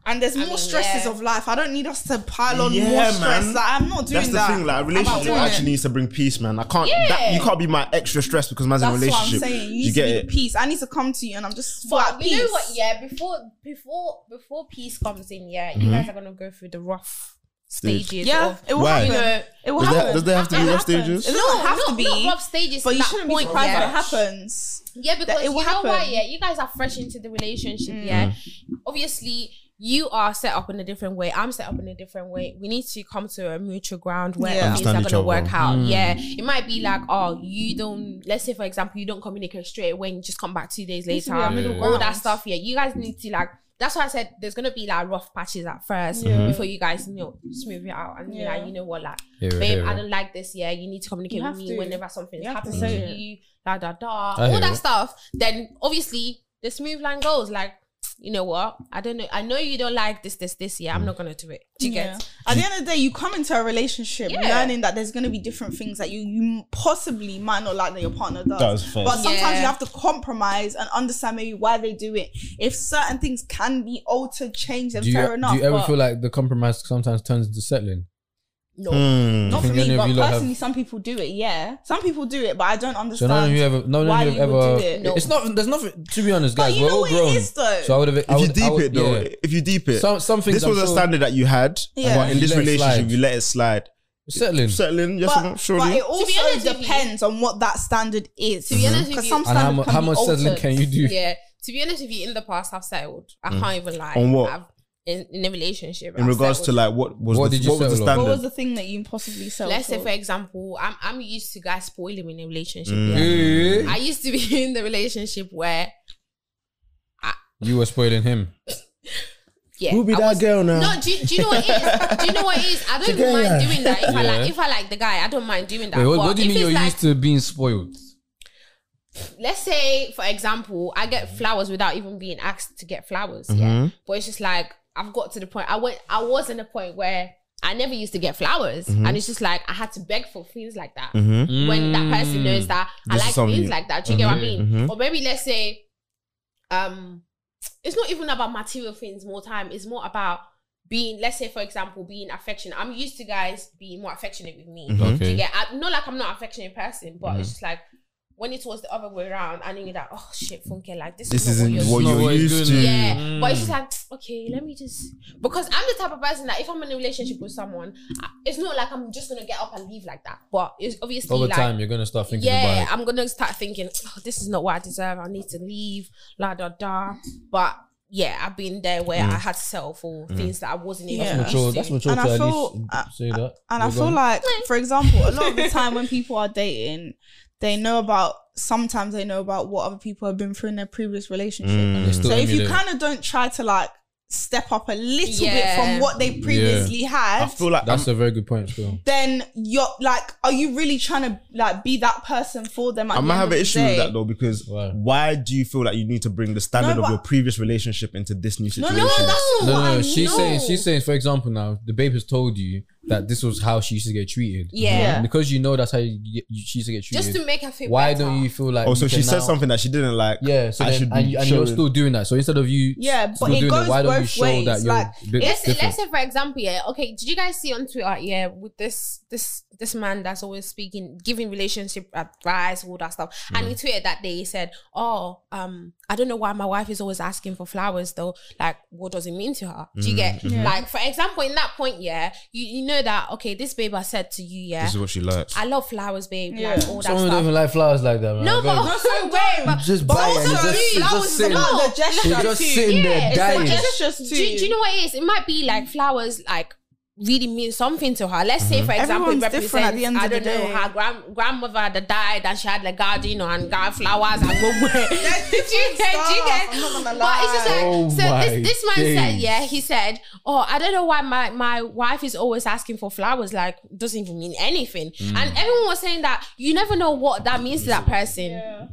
And there's more mean, stresses yeah. of life. I don't need us to pile on Yeah, more stress. man. Like, I'm not doing That's the that. thing, like a relationship doing actually it. needs to bring peace, man. I can't that, you can't be my extra stress because man's in a That's what I'm relationship. saying. You you need get to be it? peace. I need to come to you and I'm just feel But at you peace. know what? Yeah, before before before peace comes in, yeah, you guys are gonna go through the rough Stage. stages. Yeah, of, it will Why? happen. you know, It will Does happen. there, does there have to be rough stages? It no, doesn't have not, to be. not rough stages. but to you that shouldn't be point, surprised yeah. when it happens. Yeah, because it you will know why? happen. Yeah, you guys are fresh into the relationship. Yeah, Mm. obviously you are set up in a different way. I'm set up in a different way. We need to come to a mutual ground where Yeah. things are Understand gonna each work other. Mm. out. Yeah, it might be like, oh, you don't. Let's say for example, you don't communicate straight away. And you just come back two days Needs to later. be a middle All that ground. stuff. Yeah, you guys need to like. That's why I said there's gonna be like rough patches at first Mm-hmm. Yeah. before you guys you know smooth it out and you're Yeah. like you know what like Here, babe, here. I don't like this. Yeah, you need to communicate You with have me to. whenever something's You have to happening say to it. you, da da da, I hear all that it. stuff. Then obviously the smooth line goes like, you know what? I don't know. I know you don't like this, this, this. Yeah, I'm not gonna do it. Do you Yeah. get? At the end of the day, you come into a relationship Yeah. learning that there's going to be different things that you, you possibly might not like that your partner does. Does first. But sometimes Yeah. you have to compromise and understand maybe why they do it. If certain things can be altered, changed, then Do you, e-, fair enough. do you ever but feel like the compromise sometimes turns into settling? No. Hmm. not for think any me, of but you lot have- personally, some people do it. Yeah, some people do it, but I don't So understand. none of you ever, none why of you have you would ever. do it. It's not. There's nothing. To be honest, But guys, you we're know all what it grown. is, though? So I would have. If you deep it though, if you deep it, Some- some things this I'm was a sure- standard that you had, Yeah. but in You this let it relationship slide. you let it slide. settling. Settling, yes, but, I'm but surely. it To be also honest with you- depends on what that standard is. To be honest with because you- some Mm-hmm. And how, standard mu- can how be much settling altered. can you do? Mm. Yeah. To be honest with you, in the past I've settled. I can't even lie. On what? I've, in, in a relationship. In I've regards settled. to like what was What the, did you what was the settle on? What standard? was the thing that you possibly said? Let's say, for example, I'm I'm used to guys spoiling me in a relationship. Mm. Yeah. Eh? I used to be in the relationship where You were spoiling him. yeah, Who be I that was- girl now? No, do, you- do you know what it is? Do you know what it is? I don't Together. even mind doing that. If I Yeah. like, if I like the guy, I don't mind doing that. Wait, what, But what do you if mean it's you're like, used to being spoiled? let's say for example i get flowers without even being asked to get flowers Mm-hmm. yeah but it's just like i've got to the point i went i was in a point where i never used to get flowers Mm-hmm. and it's just like i had to beg for things like that when that person Mm. knows that Mm. This is i like something things you- like that do you get what i mean mhm. or maybe let's say um it's not even about material things more time it's more about being let's say for example being affectionate i'm used to guys being more affectionate with me Mm-hmm. do you Okay. get I'm not like I'm not an affectionate person, but it's just like when it was the other way around, I knew that oh shit, Funke, like this, This is not isn't what you're Not what Mm. what Mm. you're doing. he's used doing. to. Yeah, but it's just like okay, let me just because I'm the type of person that if I'm in a relationship with someone, I- it's not like I'm just gonna get up and leave like that. But it's obviously Over like time, you're gonna start thinking about yeah, it. I'm gonna start thinking oh, this is not what I deserve. I need to leave, la da da. But yeah, I've been there where I had to settle for things that I wasn't even Yeah. used Mature, to. Mm. that's mature And to I at feel- least I- say that. And I You're feel gone. like, for example, a lot of the time when people are dating, they know about sometimes they know about what other people have been through in their previous relationship. Mm. They still So if you emulate. kind of don't try to like step up a little Yeah. bit from what they previously I had, feel like I'm- that's a very good point, still. then you're like, are you really trying to like be that person for them? At I the might end have of an the issue with day? that though because Why? why, do you feel like you need to bring the standard No, of but- your previous relationship into this new No, situation? no, that's No, what no, I no. She's know. saying, she's saying, for example, now the babe has told you that this was how she used to get treated. Yeah. And because you know that's how you, get- you, she used to get treated. Just to make her feel why better. don't you feel like? oh, so you she can said now- something that she didn't like. Yeah. So I then, should and, be you, and you're showing- still doing that. So instead of you, Yeah, but still it doing goes it, why don't you both show ways, that you're like, a bit Let's say, different? let's say for example, yeah. Okay, did you guys see on Twitter, yeah, with this this this man that's always speaking, giving relationship advice, all that stuff, and he tweeted that day. He said, "Oh, um, I don't know why my wife is always asking for flowers though. Like, what does it mean to her? Do you get like, for example, in that point, yeah, you you know that okay, this babe I said to you, yeah, This is what she likes. I love flowers, babe, like Yeah. all that Someone don't stuff. even like flowers like that, man. No, Very- but also, wait, but just buy it. also and you, it's that just was sitting- about the gesture You're just too. sitting Yeah, there it's dying. about It's just do, do you know what it is? It might be like flowers, like really mean something to her. Let's Mm-hmm. say, for example, it Everyone's different at the end represents, I of the don't know, day. her grand, grandmother that died and she had like garden or and garden flowers and go where. Do you get? Do you get? I'm not gonna But it's just lie. like Oh so. my This, this man said, days. yeah, he said, oh, I don't know why my my wife is always asking for flowers. Like doesn't even mean Mm. anything. And everyone was saying that you never know what that means to that person. Yeah,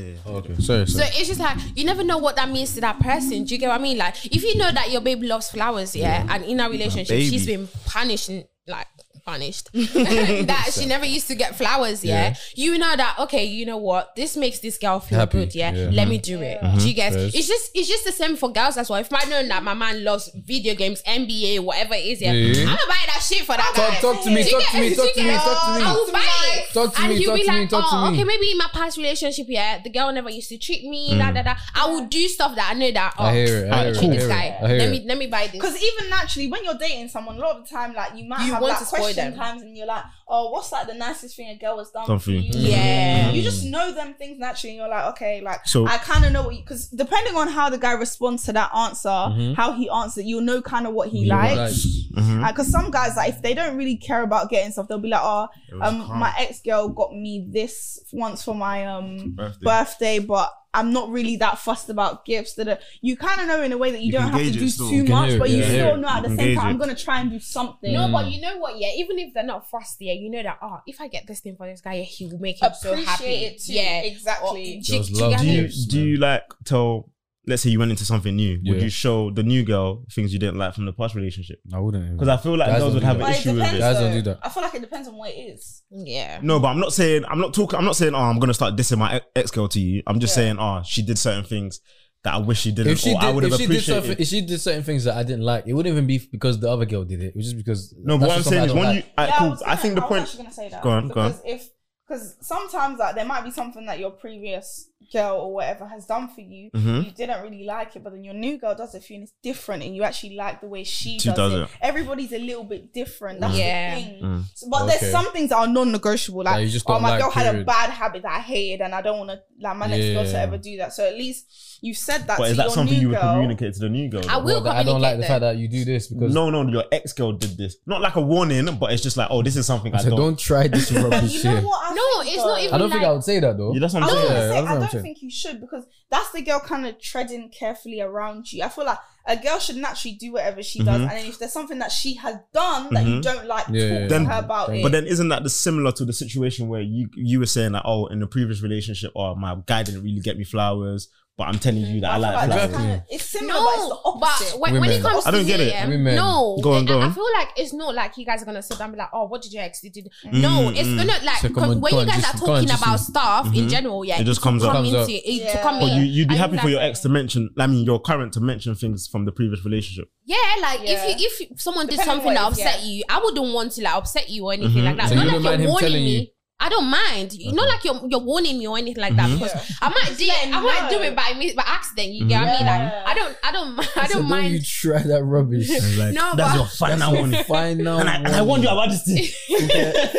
yeah. Oh, okay. Sorry, So sorry. it's just like you never know what that means to that person. Do you get what I mean? Like if you know that your baby loves flowers, yeah, and in our relationship baby. she's been punished, like punished that she never used to get flowers, yeah. You know that okay, you know what? This makes this girl feel Happy, good, yeah. yeah. Mm-hmm. Let me do it. Do you guys? Yes. It's just it's just the same for girls as well. If I know that my man loves video games, NBA, whatever it is, yeah, Yeah. I'm gonna buy that shit for that Talk- guy. talk to me, Do you talk to me, get- talk do you to me, get- talk to me. I will buy it Talk to and me, you'll talk be to like, me, talk to oh, me. okay, maybe in my past relationship, yeah, the girl never used to treat me, da da da. I will do stuff that I know that. Oh, Mm. I hear it, I hear it, treat I this hear it, guy. I hear let it. me let me buy this. Because even naturally, when you're dating someone, a lot of the time, like you might You have want that to spoil question them. times, and you're like, "Oh, what's like the nicest thing a girl has done Something. for you?" Mm. Yeah. you just know them things naturally, and you're like, "Okay, like So- I kind of know what." Because depending on how the guy responds to that answer, how he answered, you'll know kind of Mm-hmm. what he Mm-hmm. likes. Because some guys, like if they don't really care about getting stuff, they'll be like, "Oh, was um, calm. my ex girl got me this once for my um Birthday. birthday, but." I'm not really that fussed about gifts. That you kind of know in a way that you, You don't can have to gauge it do still. too You can much, hear it, but yeah. you Yeah. still know at the same Engage time, it. I'm gonna try and do something. no, Mm. but you know what? Yeah, even if they're not fussed, yeah, you know that. Oh, if I get this thing for this guy, yeah, he will make him so happy. Yeah, exactly. Do you- Girls do love Do you get what I you mean? Yes, do you like tell? Let's say you went into something new. Would Yeah. you show the new girl things you didn't like from the past relationship? I wouldn't. Because I feel like Guys girls don't would do have that. an But it issue with depends. it. Guys though. don't do that. I feel like it depends on what it is. Yeah. No, but I'm not saying I'm not talking. I'm not saying oh I'm gonna start dissing my ex girl to you. I'm just saying oh she did certain things that I wish she didn't. If she, or I would did, if, have she did appreciated. certain, if she did certain things that I didn't like, it wouldn't even be because the other girl did it. It was just because. no, that's but what I'm just something saying is I when don't you like. I, Yeah, I cool, was I think the gonna- I was point. actually gonna say that. Go on, go on. because if because sometimes like there might be something that your previous girl or whatever has done for you, Mm-hmm. you didn't really like it, but then your new girl does it for you and it's different, and you actually like the way she, She does, does it. it. Mm. Everybody's a little bit different. That's Yeah. the thing. So- but there's Okay. some things that are non-negotiable. Like, That you just oh don't my like, girl had a period. bad habit that I hated, and I don't want to like my next girl to Yeah. ever do that. So at least you said that. But to is that your something new you would girl. communicate to the new girl? I though? will Well, that I don't like the communicate fact them. that you do this because. No, no, your ex girl did this. Not like a warning, but it's just like oh this is something I So don't. don't try this rubbish You shit. know what? I No, think, it's not though? even I don't think I like- would say that though. Yeah, that's what I'm I was saying. gonna say, that's what I I'm don't saying. think you should because that's the girl kind of treading carefully around you. I feel like a girl should naturally do whatever she does, and then if there's something that she has done that you don't like, Yeah, talk yeah, to Mm-hmm. yeah. her about it. But then isn't that the similar to the situation where you you were saying that oh in the previous relationship oh my guy didn't really get me flowers but I'm telling you that I I feel like like flowers. that's Exactly. kinda- it's similar, but it's No, the but, opposite. when, when it Women. comes I don't to get it. yeah, Women. No, Go on, And go I- I on. feel like it's not like you guys are gonna sit down and be like, oh, what did your ex do? Did- No, it's Mm, gonna like So come because on, when go you on, guys just- are go on, talking just- about stuff in Mhm. general, yeah, It just comes to up. come Comes up. into it, to Yeah. come But in. you, you'd be And happy it's for your like- ex to mention, I mean, your current to mention things from the previous relationship. Yeah, like Yeah. if you, if someone did Depending on something that what it is, upset you, I wouldn't want to like upset you or anything like that. Mm-hmm. So not you like don't mind him warning telling me. you? I don't mind. You know, like you're you're warning me or anything like Mm-hmm. that because I might do it. I him might do know. it by mis- by accident. You get what I mean? Mm-hmm. Yeah. Like I don't I don't I So don't mind. you try that rubbish. Like, No, that's but- your final one. And Find out. I, and I warned you about this thing.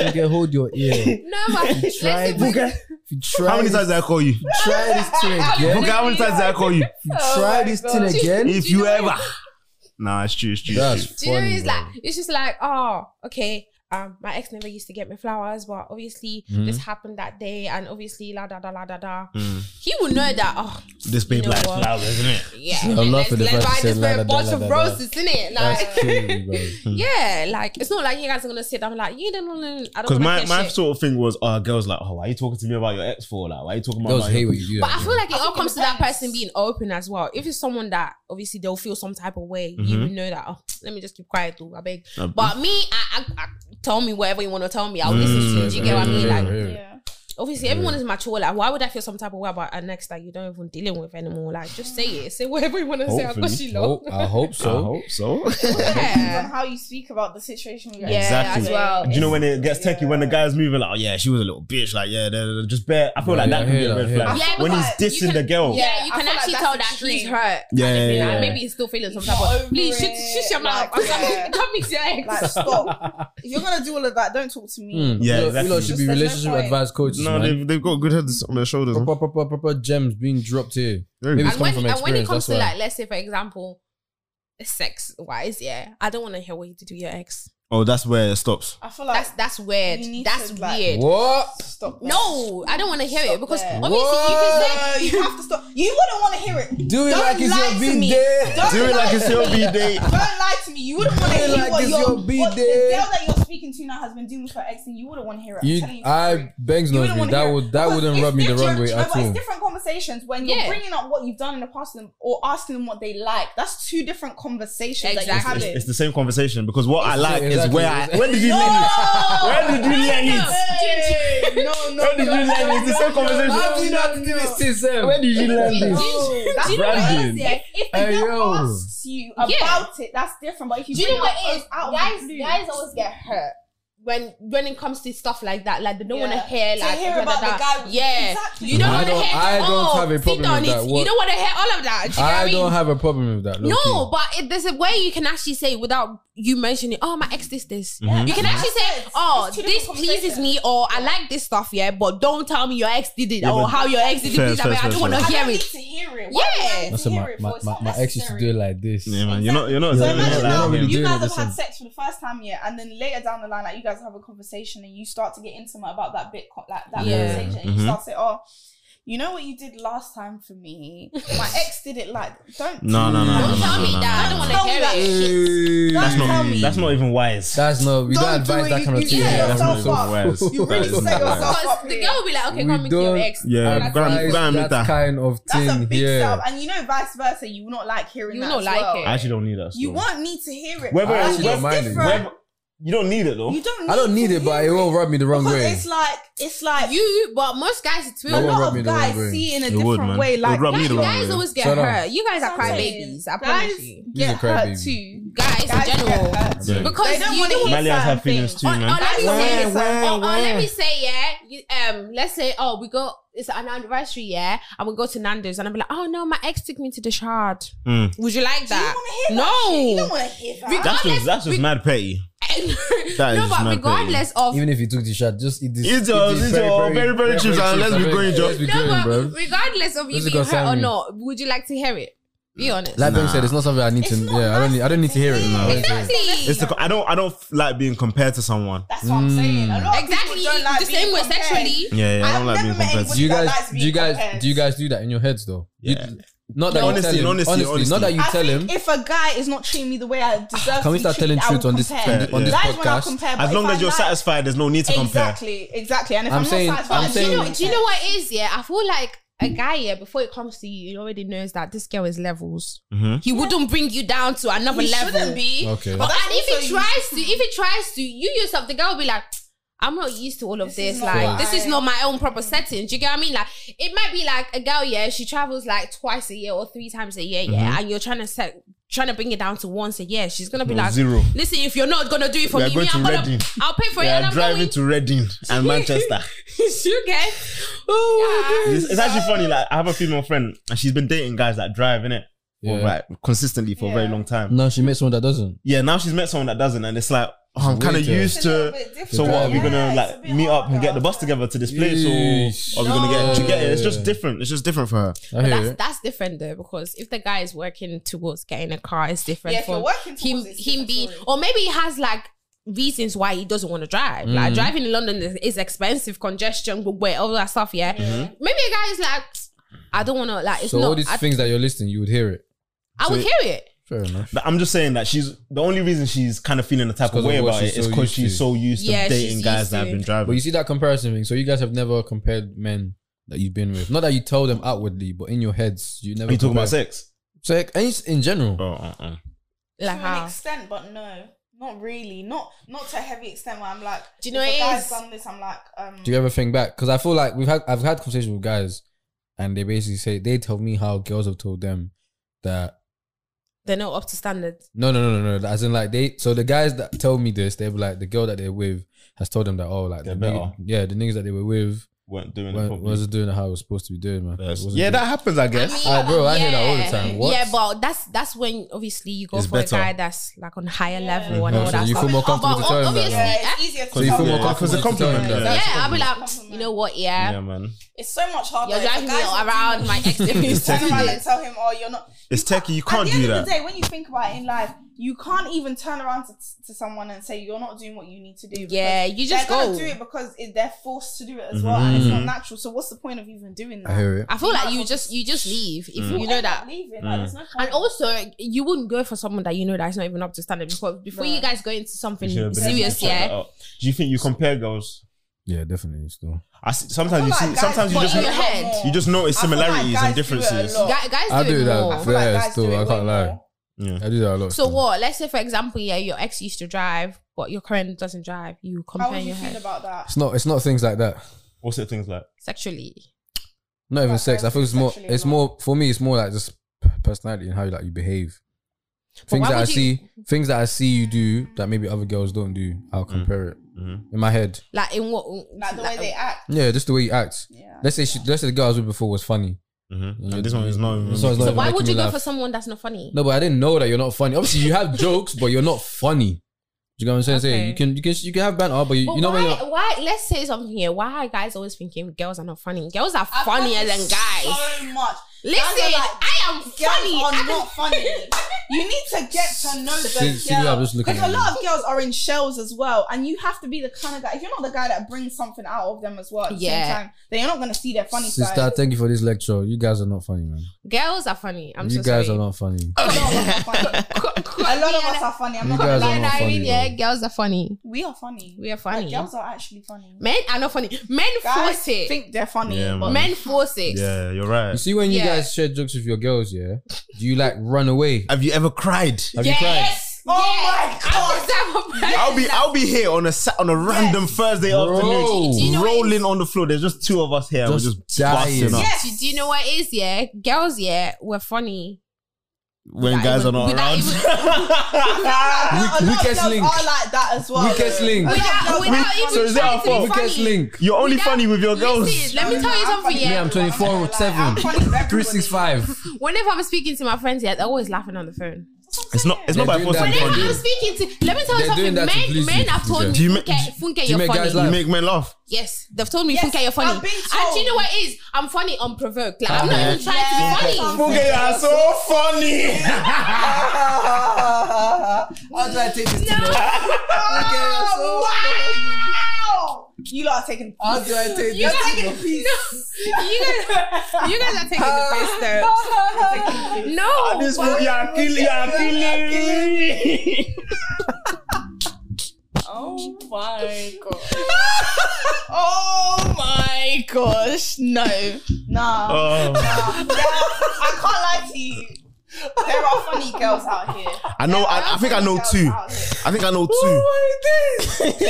You can hold your ear. no, but let's try see it. what- Okay. If you try How many this- times did I call you? try this thing again. Okay, how many times did I call you? If you try Oh this thing again. If you ever. Nah, it's true, it's true. It's true. That's Do you know funny, it's bro. like it's just like oh okay um my ex never used to get me flowers but obviously Mm-hmm. this happened that day and obviously la da da la da da Hmm. he will know that oh This babe know like what? flowers, isn't it? yeah I love let's, it if let's I buy said this la for da a da bunch da of da da. roses isn't it like That's crazy, bro. yeah like it's not like you guys are gonna sit down and be like you don't know I Because don't my, want my to sort of thing was, uh, girls like, oh, why are you talking to me about your ex for? Like, why are you talking about Girls my hate when you do but that. I bro. feel like it all think it comes to that depends. person being open as well. If it's someone that obviously they'll feel some type of way, Mm-hmm. you would know that. Oh, let me just keep quiet, though. I beg. Uh, But me, I, I, I tell me whatever you want to tell me. I'll listen to you. Do Yeah, you get what I Mm-hmm. yeah, mean? yeah, Like, yeah. yeah. obviously everyone is mature. Like, why would I feel some type of way about an ex that you don't even dealing with anymore? Like, just say it. Say whatever you want to say. I got Hopefully. you love. Oh, I hope I so. hope so. Yeah. Depends on how you speak about the situation. you Yeah, Exactly. as well. Do you know when it gets techie when the guy's moving like, oh yeah, she was a little bitch, like yeah, da, da, da, just bare. I feel Yeah, like that I could be hear that, a red I hear flag. that. Yeah, when because he's dissing you the can- girl, Yeah, Yeah, you I can feel like actually that's tell that extreme. he's hurt. Yeah, And if yeah, you're like, yeah. Maybe he's still feeling some He's type not of. over Please, shut, it. shut your mouth. Like, yeah. Come meet your ex. Like, stop. if you're gonna do all of that, don't talk to me. Mm. Yeah, You lot- exactly. You lot should be Just there's no relationship point. advice coaches. no, man. they've, they've got good heads on their shoulders. proper, proper, proper gems being dropped here. Very Maybe it's good. and when, coming from and when it experience. That's comes to why. like, let's say for example, sex wise, yeah, I don't want to hear what you did to your ex. Oh, that's where it stops. I feel like That's that's weird. You need That's to, like- weird. What? stop. that. No, I don't want to hear it because there. obviously you can No, say you have to stop. You wouldn't want to hear it. Do it Don't like it's lie your to big me. day. Don't Do it like it's your B day. Don't lie to me. You wouldn't want to Do it hear like what, it's your, your what the B girl day. that you're speaking to now has been doing with her ex, and you wouldn't want to hear it. I'm You, telling you. I bangs You knows wouldn't me. want to That hear it. would that Because wouldn't it's rub me the different- wrong way no, at but all. It's different conversations when you're Yeah. bringing up what you've done in the past and- or asking them what they like. That's two different conversations that you're Exactly. having. It's the same conversation because what I like is exactly- where I. When did you learn it? Where did you learn it? Hey, no, no, Where did you no, learn no, it? It's the same no, no, conversation. no, How do you no, not no. Where did you learn this? Do you know what it is? Branding. Yeah. If the Hey, yo. girl asks you about it, that's different. But if you Do you bring know what up it is? us out of guys, the blue- guys always get hurt when when it comes to stuff like that. Like they don't want Yeah. to hear To like hear da, da, about the da. guy- Yeah, Exactly. you don't I want to don't- hear. I don't oh, have a feet problem on with it. that. You What- don't want to hear all of that. Do you get I me? don't have a problem with that. No, low-key. but it, there's a way you can actually say without you mentioning, oh, my ex this, this. Mm-hmm. You can actually say, oh, It's two this different pleases me or I like this stuff, yeah, but don't tell me your ex did it Yeah, or but- how your ex did it. Fair, Please, I fair, mean, I fair, don't want to fair. I hear don't need it. to hear it. Why do I Yeah. need to Listen, hear my, it my, for? It's my, not my ex used to necessary. do it like this. Yeah, man. You're not. You're not. So Yeah, imagine yeah, yeah. now Yeah, we do you it guys have with had some- sex for the first time, yeah, and then later down the line, like you guys have a conversation and you start to get intimate about that bit, co- like that Yeah. conversation. And Mm-hmm. Mhm. you start to say, "Oh, you know what you did last time for me? My ex did it like don't No, no, no, no, Don't no, tell no, me no, that. no, I don't no. want Don't to hear tell me it. That's Don't tell not. me. That's not even wise. That's not. We don't, Don't do advise it. that You- kind of you thing. set yeah, that's not yourself even up. wise. You That really is not set yourself wise. up. Because the girl will be like, okay, come We and kill your don't- ex. Yeah, go and- Advise go and meet that that. kind of thing. That's a big yeah. sell, and you know, vice versa, you will not like hearing You that. will not as like well. it. I actually don't need that. You still. won't need to hear it. Whether I Like, actually don't it's mind it. different. Whether- You don't need it though. You don't. Need I don't need to it, but hear it won't rub me the wrong Because way. it's like it's like You, but most guys, it's a It won't real. rub lot me of the wrong guys way. see in a It would, different man. way. It like would rub me Guys, the wrong guys way. always get Shut up. hurt. You guys are crybabies. I promise Guys you. He's a get hurt crybaby. too. Guys, Guys in general. get hurt too. Yeah. Because They don't you wanna do hear Malias have feelings things. too, Or, or, man. let me Wah, say, wah, or, or let wah. me say, yeah, you, um, let's say, oh, we go, it's an anniversary, yeah, and we go to Nando's, and I'm like, oh no, my ex took me to the shard. Hmm. Mm. Would you like that? You don't wanna hear that shit. You no. don't want to hear that. That's just that's just mad petty. That no, is but mad regardless of Even if you took the shot, just eat this. Eat your- eat your peri-peri chips and let's be peri-peri going, chips. Joe. Let's be no, going, but bro. regardless of you This is being gonna sound hurt or me. not, would you like to hear it? Be honest. Like Ben Nah. said, it's not something I need to. It's not Yeah, I don't need. I don't need to hear it. nice. No. exactly. It's the I don't I don't like being compared to someone. That's what I'm saying. A lot of Mm. exactly. people don't like the being same way compared. sexually. Yeah, yeah I don't I've like never being met compared. Do to you anybody that guys? likes Do being you guys? compared. Do you guys do that in your heads though? You- Yeah. Not that Honesty, you tell him. honesty, honesty. Not that you I tell think him. if a guy is not treating me the way I deserve, Can we to be start telling treated, I truth will on this compare. on this That is when I'll podcast? compare. but As if long I as you're like- satisfied, there's no need to compare. exactly, exactly. And if I'm I'm, saying- not satisfied, I'm then saying- do you know, don't do you know what it is? Yeah, I feel like a guy here before it comes to you, he already knows that this girl is levels. Mhm. He wouldn't bring you down to another He level. shouldn't be. Okay. But But and that's if also he you- tries to, if he tries to, you yourself, the girl will be like. I'm not used to all of This this. is not Like, my- this is not my own proper setting. Do you get what I mean? Like, it might be like a girl, yeah, she travels like twice a year or three times a year, yeah, Mm-hmm. and you're trying to set, trying to bring it down to once a year. She's gonna be Or like, zero. Listen, if you're not gonna do it for We are me, going me, to I'm gonna, Reading. I'll pay for We it. And are I'm driving going to Reading and Manchester. you get. Oh It's, it's actually funny. Like I have a female friend, and she's been dating guys that drive in it, Yeah. like consistently for a very Yeah. long time. No, she met someone that doesn't. Yeah, now she's met someone that doesn't, and it's like oh, I'm It's kind of weird, yeah. used It's a little to. bit different. So what are we Yeah, gonna it's a like bit meet up and harder. get the bus together to this place, Yeesh. or are we gonna get? do you get it? It's just No. different. It's just different for her. I But hear that's it. that's different though because if the guy is working towards getting a car, it's different. Yeah, if you're from working towards him, it, it's him different being, story. or maybe he has like reasons why he doesn't want to drive. Mm. Like driving in London is, is expensive, congestion, wait, all that stuff. Yeah, maybe a guy is like, I don't want to like. It's Mm-hmm. So all not. these I, things that you're listing, you would hear it. I would so- hear it. Fair enough. But I'm just saying that she's the only reason she's kind of feeling the type 'cause of of way what about she's it is so because used she's to. so used to Yeah, she's dating used guys to that have been it. But you driving. see that comparison thing. So you guys have never compared men that you've been with. Not that you tell them outwardly, but in your heads, you never. Are you talking compare. about sex? Sex and it's in general. Oh, uh, uh. Like ah, to an how? extent, but no, not really. Not not to a heavy extent where I'm like, Do you know if what a it guy's is? done this, I'm like, um, Do you ever think back? Because I feel like we've had I've had conversations with guys, and they basically say they tell me how girls have told them that They're not up to standard. No, no, no, no, no. As in, like they. So the guys that tell me this, they're like the girl that they're with has told them that oh, like They're the nigga- better. yeah, the niggas that they were with weren't doing it wa- properly. wasn't doing how it was supposed to be doing, man. It wasn't yeah, doing- that happens, I guess. Ah, bro, I hear that all the time. What? Yeah, but that's that's when obviously you go It's for better. a guy that's like on higher level and Mhm. all So that you stuff. Oh, feel more But comfortable to tell him that, obviously, though. yeah, eh, it's easier to So you feel more tell. Yeah, 'cause comfortable. it's a to tell them compliment, that. yeah. Yeah, I'll be like, Compliment. you know what? Yeah, Yeah, man. It's so much harder. you're If a driving me guy's not around. My ex is turn Techie. around and tell him, "Oh, you're not." It's you can't- techie, you at can't the do end that. Of the day, when you think about it in life, you can't even turn around to, to someone and say you're not doing what you need to do. because Yeah, you just they're go. gonna do it because it, they're forced to do it Mm-hmm. as well, and it's Mm. not natural. So what's the point of even doing that? I hear it. I feel like you just you just leave if Mm. you know End up that. Mm. leaving. Like, there's no point. And also, you wouldn't go for someone that you know that's not even up to standard because before No. you guys go into something You should have been able to serious, check that yeah, out. Do you think you compare girls Yeah, definitely. Still, I see, sometimes you see, sometimes you but just in your head. you just notice I feel like similarities and guys do it a differences. lot. Guy- guys I do, do it that. more. I feel like yeah, guys still, do it I way can't lie. more. yeah. I do that a lot. So still. what? Let's say for example, yeah, your ex used to drive, but your current doesn't drive. You How compare would in you your feel head about that? It's not. It's not things like that. What's it things like? sexually. Not even Like, sex. I um, think it's more. sexually or It's not. more for me. It's more like just p- personality and how you like you behave. Things why that I would you- see, things that I see you do that maybe other girls don't do. I'll compare it in my head. Like in what? Like the way they act. Yeah, just the way you act. Yeah. Let's say she, let's say the girl I was with before was funny. Mm-hmm. And this one is not. Even This one's not So even why making would you me go laugh. for someone that's not funny? No, but I didn't know that you're not funny. Obviously, you have jokes, but you're not funny. Do you know what I'm saying? Say, Okay. you can you can you can have banter, but you, But you know why? when you're, Why? Let's say something here. Why are guys always thinking girls are not funny? Girls are funnier than guys. So much. Listen, Guys are like, I am Girls funny. are I not funny. You need to get to know the See- see, I'm girl just looking because at a you. lot of girls are in shells as well, and you have to be the kind of guy. If you're not the guy that brings something out of them as well, at the Yeah. same time, then you're not gonna see their funny sister, side. thank you for this lecture. You guys are not funny, man. can- girls are funny. I'm you so guys sorry. are not funny. A lot of us are funny. A lot of us are funny. I'm You not gonna guys are lie. Like, not I mean, funny, yeah, bro. girls are funny. We are funny. We are funny. Like, girls are actually funny. Men are not funny. Men Guys force it. think they're funny. Yeah, but man. Men force it. Yeah, you're right. You see, when you Yeah. guys share jokes with your girls, yeah, do you like run away? Have you ever cried? Have you cried? Yes. Oh yes. my God. I'm the type of person I'll be I'll be here on a sa- on a random Thursday Bro. afternoon, Do you know what rolling on the floor. There's just two of us here. and we're Just just dying. busting up. Yes. Do, do you know what it is? Yeah, girls. Yeah, we're funny. When Without guys even- are not without around, a lot of weakest girls link. are like that as well. Weakest link. A lot of girls- Without, without even so is that trying our to be fault? Weakest funny. link. you're only Without- funny with your girls. Listen, let me tell you something. funny. Me, Yeah, I'm 24 Like, with 7. I'm funny with everybody. 365. whenever I'm speaking to my friends, yeah, they're always laughing on the phone. It's not it's not They're by doing force. to that be Whenever Funny. I'm funny. speaking to, let me tell you They're doing something. that to Men, please men you, have told me, Funke. Do you make- Funke, Funke, you you're make guys funny. laugh? You make men laugh. Yes, they've told me, Yes, Funke, you're funny. I've been And do you told. know what it is? I'm funny unprovoked. Like, I'm not Uh-huh. even trying to be funny. Funke, you are so funny. How do I take this? Wow! You lot are taking. How do I take You guys, Taking peace. you guys, you guys are taking the piss though. Oh No, This Funke, you are killing, you are killing me. Oh my gosh. oh my gosh. No. Nah. Oh. I can't lie to you. There are funny girls out here. I know. I, I think I know two. I think I know Oh two.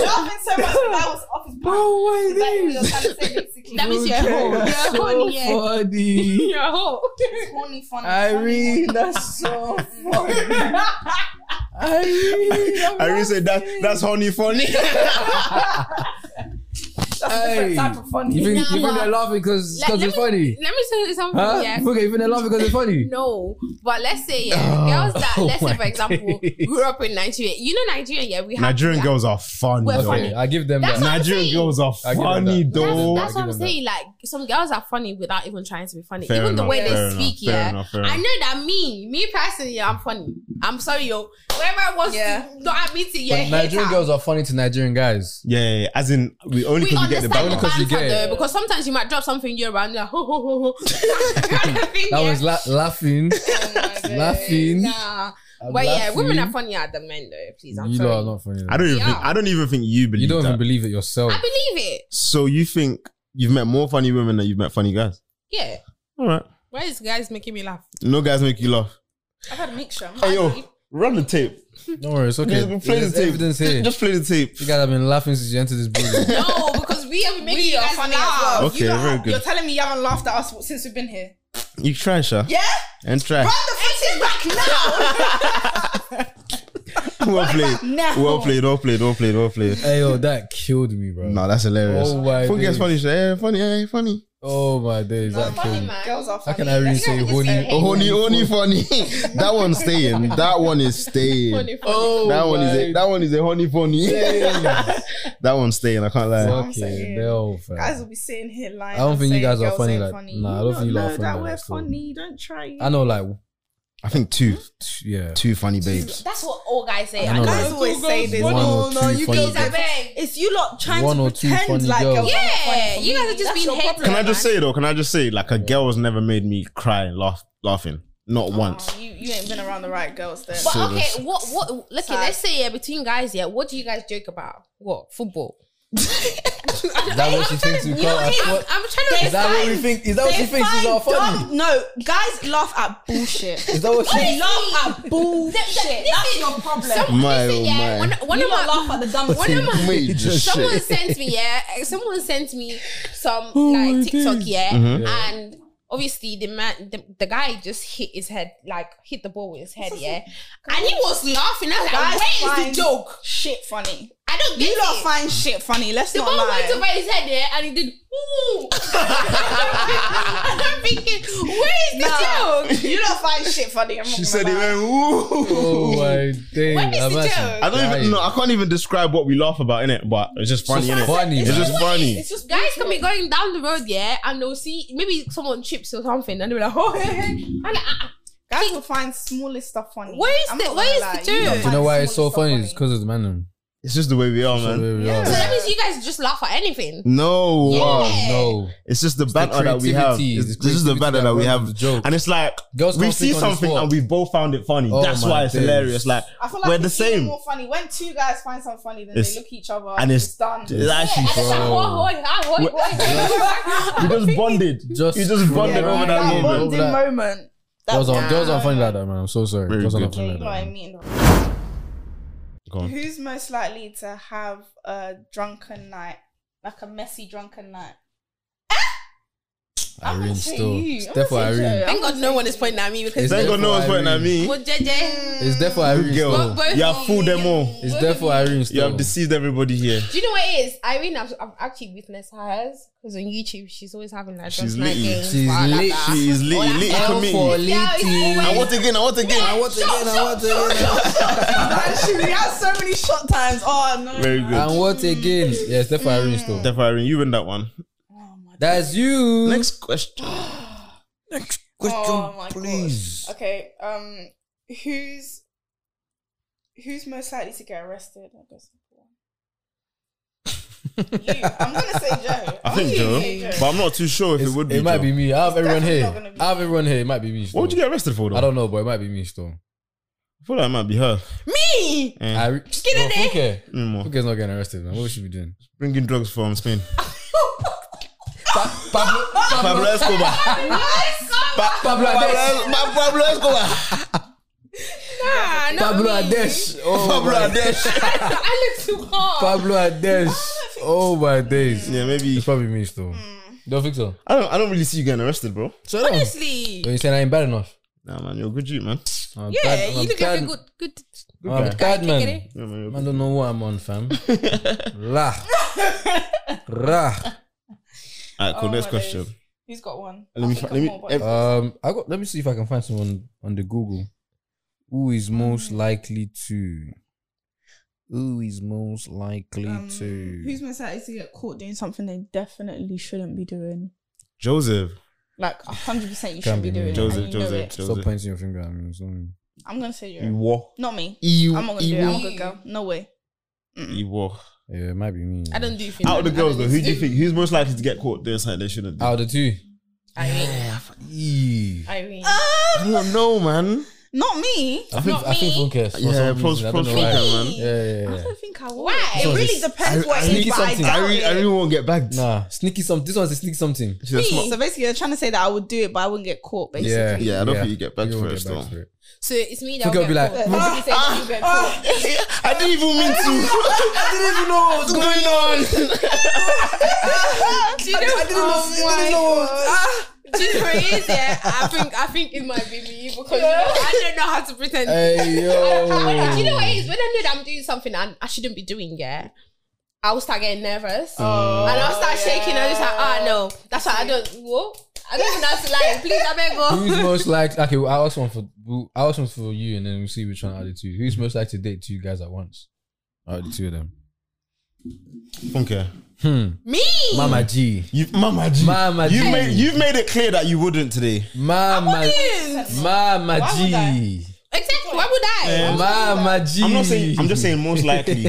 Laughing so much that I was off his back. Oh my days. Like, trying to say basically. that means you're a hoe. You're a horny, yeah. Funny. You're a hoe. It's horny funny. Irene, that's so funny. Irene, I really said that. That's honey funny. hey. You think, you think Nah, they're laughing because because Let- let it's me- funny? Let me tell you something. Huh? Yeah. Okay, you think they're laughing because it's funny? No, but let's say yeah, girls that Oh let's say for my example days. grew up in Nigeria. You know Nigeria, yeah, we have Nigerian we girls are funny. We're though. funny. Okay, I give them That's that. what- Nigerian I'm girls I are give them that. funny Have, though. that's I what give I'm them saying. Like some girls are funny without even trying to be funny. Fair even the enough, way they fair enough, speak, fair yeah. enough, fair I enough. know that me, me personally, I'm funny. I'm sorry, yo. Whoever wants Yeah. to don't admit it, yeah. But hate Nigerian her. girls are funny to Nigerian guys. Yeah, yeah, yeah, as in we only we because we get understand the the Only banter. 'cause you banter get- though, because sometimes you might drop something you're around, you're like, ho ho ho ho. that That was la- laughing, laughing. Nah. I'm But yeah, women laughing. are funnier than men though, please. I'm You sorry. lot are not funny. I don't even. Yeah. Think, I don't even think you believe. You don't that. even believe it yourself. I believe it. So you think you've met more funny women than you've met funny guys? Yeah. All right. Why is guys making me laugh? No guys make you laugh. I've had a mixture. Hey yo, run the tape. Don't worry, it's okay. Just play There's the tape. evidence here. Just, just play the tape. You guys have been laughing since you entered this building. No, because we have been making We you are guys funny laugh. as well. Okay, don't- very good. You're telling me you haven't laughed at us since we've been here. You try, Sha. Yeah? And try. Run the footage back now! well played. now. Well played. Well played. Well played. Well played. hey yo, that killed me, bro. No, that's hilarious. Oh my Funky as days. funny, Sha. Yeah, funny. Yeah, funny. Oh my days, that Funny killed me. man. Girls are How funny. can Irene say honey? Oh, honey, honey, funny. that one's staying. That one is staying. Oh, That one is a, my that one is a honey funny. that one's staying. I can't lie. Wow. I'm Okay, saying. they're all fine. Guys will be sitting here lying. I don't and think you saying guys are girls funny ain't like- funny. nah, I You don't think you lot lot are know funny that like we're that, so- funny. Don't try. it. I know, like, I think two, t- yeah. two funny babes. That's what all guys say. I know, Guys right? always say this. One "Oh, or no, two you funny guys are girls." bad." It's you lot trying One to or two funny pretend like girls. girls. are not funny Yeah, for you me. guys are just That's being your hateful. problem. Can I just say though? Can I just say like a girl's never made me cry laugh laughing, not once. You, you ain't been around the right girls then. But So okay, this- what what? Look, Sad. let's say yeah, between guys, yeah, what do you guys joke about? What football? that what she thinks we You know call our what I mean? I'm, sport? I'm trying to. Is that what we think? Is that what she They thinks is our find funny? dumb- No, guys laugh at bullshit. Is that what they she? laugh at bullshit. That's your problem. My, Listen, oh my. yeah, one, one you of lot my laugh at the dumbest one of my Major someone shit. sent me yeah eh, someone sent me some Oh like tiktok yeah Mm-hmm. and obviously the man the, the guy just hit his head like hit the ball with his head yeah and he was laughing i was Guys like where find is the joke Shit funny. i don't get You lot it find shit funny. Let's the not ball lie. went over his head yeah and he did ooh i'm thinking where is the Nah, joke you don't find shit funny. I'm She not said gonna it lie. went, ooh. Oh my day. Where is the actually joke? I don't even dying. know. I can't even describe what we laugh about in it, but it's just funny It's in it. funny, It's man. just funny. It's just Guys can be going down the road, yeah, and they'll see maybe someone trips or something, and they'll be like, "Oh, hey, hey." I'm like, "Ah, ah, Guys will find smallest stuff funny. Where is I'm the- not where gonna is lie. the lot joke? Do Do you find know why it's so smallest stuff funny? It's because of the man. It's just the way we are, man. So that means you guys just laugh at anything. No, uh, Oh, No. it's just the banter that we have. creativity, It's, the this is the creativity banter that that we runs have, with the joke. and it's like Girls we can't see speak on the something spot. and we both found it funny. Oh That's my why it's days. hilarious. Like, I feel like we're the it's even same. More funny when two guys find something funny, then It's- they look at each other and it's, done. it's actually Oh, oh, oh, oh, oh, oh. we just bonded. Just you just bonded Yeah, over right. that Yeah, bond- moment. that bonding That- moment. That Girls aren't, girls aren't funny like that, man. I'm so sorry. Very girls aren't good. funny You like know that. what I man. mean? Go on. Who's most likely to have a drunken night, like a messy drunken night? I'm Irene gonna say still. you. It's I'm therefore gonna say Irene. Jay. Thank God no one is pointing at me because It's Thank there God no for one's pointing at Irene. me. Well, JJ, It's therefore Irene Good still. girl. both You have of fooled you. them all. It's Both therefore of you. Irene You still. have deceived everybody here. Do you know what it is? Irene, I've, I've actually witnessed hers because on YouTube she's always having like She's just night litty. games. She's blah, blah, lit. blah. She is litty, litty committee. I want again. I want again. I want again. I want again. Man, she we had so many shot times. Oh no. Very good. And what again? Yes, therefore Irene still. Therefore, Irene, you win that one. That's you. Next question. Oh my gosh. Okay. Um, who's who's most likely to get arrested? I guess. you. I'm gonna say Joe. I think I'm Joe, gonna say but I'm not too sure if It's- it would be. it might Joe. be me. I have everyone definitely here. not gonna be I have everyone here. It might be me. Still. What would you get arrested for though? I don't know, but it might be me still. I feel like it might be her. Me, Eh, I re- Just get in there. Okay. anymore. Fuke's not getting arrested, man. What would she be doing? Bringing drugs from Spain. Pablo, Pablo Escobar. Pa- Pablo Adesh. Pa- Pablo Escobar. ah, not Pablo me. Adesh. Oh, Pablo my- Adesh. I look too hard. Pablo Adesh. Oh my days. Yeah, maybe. It's probably me still. Don't think so. I don't. I don't really see you getting arrested, bro. So Honestly. Honestly, you saying I ain't bad enough? Nah, man, you're a good dude, man. I'm yeah, bad- you I'm look like a bad- good, good. I'm guy. bad man. Kickity. Yeah, man, you're a I good- don't know what I'm on, fam. La. Ra. Alright, cool. Oh, Next my question. days. Who's got one? Let I me think fi- let I'm me- all but- Um, I got. Let me see if I can find someone on the Google. Who is Mm. most likely to? Who is most likely Um, who's to? most likely to get caught doing something they definitely shouldn't be doing? Joseph. Like hundred percent, you Can't shouldn't be be doing me. it. Joseph. and you know Joseph. it. Stop Joseph. pointing your finger at me. it's not me. I'm gonna say you. Iwo. Not me. Iwo. I'm not gonna do it. I'm a good girl. No way. Iwo. Yeah, it might be me. I don't do things. Out of the girls, though, who do you think who's most likely to get caught doing something they shouldn't do? Out of the two. Irene, Eee. Irene. I don't know, man. Not me. I think I think Funke. for Yeah, some pros, reason, I pros, don't know Funke, why. man. Yeah, yeah, yeah. I think I would. Why? It So really this- depends what it is, sneaky but I something. doubt Irene, it. Irene won't get bagged. Nah, sneaky something. This one's a sneaky something. She's a smart. So basically, you're trying to say that I would do it, but I wouldn't get caught. Basically. Yeah, Yeah, I don't think you get back won't first, back though. for it. So it's me that Funke will will be like, get caught. "Mm, Ah. I didn't even mean to. I didn't even know what was going on. Do you know- Oh my Do you know what it is? Yeah, I think I think it might be me because you know, I don't know how to pretend. "Hey Do you know yo." what it is? When I know that I'm doing something I, I shouldn't be doing, yeah, I will start getting nervous Oh, and I'll start shaking. I'm just like, ah, no, that's why I don't. Whoa, I don't even know how to lie. Please, I beg Who's go. most like? Okay, well, I asked one for who- I asked one for you, and then we will see which one out of the two. Who's most like to date two guys at once? Out of the two of them. Funke, Me, Mama G, you, Mama G, Mama you G. made you've made it clear that you wouldn't today. Mama, Mama Why would G, exactly. Why would I? Mama G. I'm not saying. I'm just saying most likely.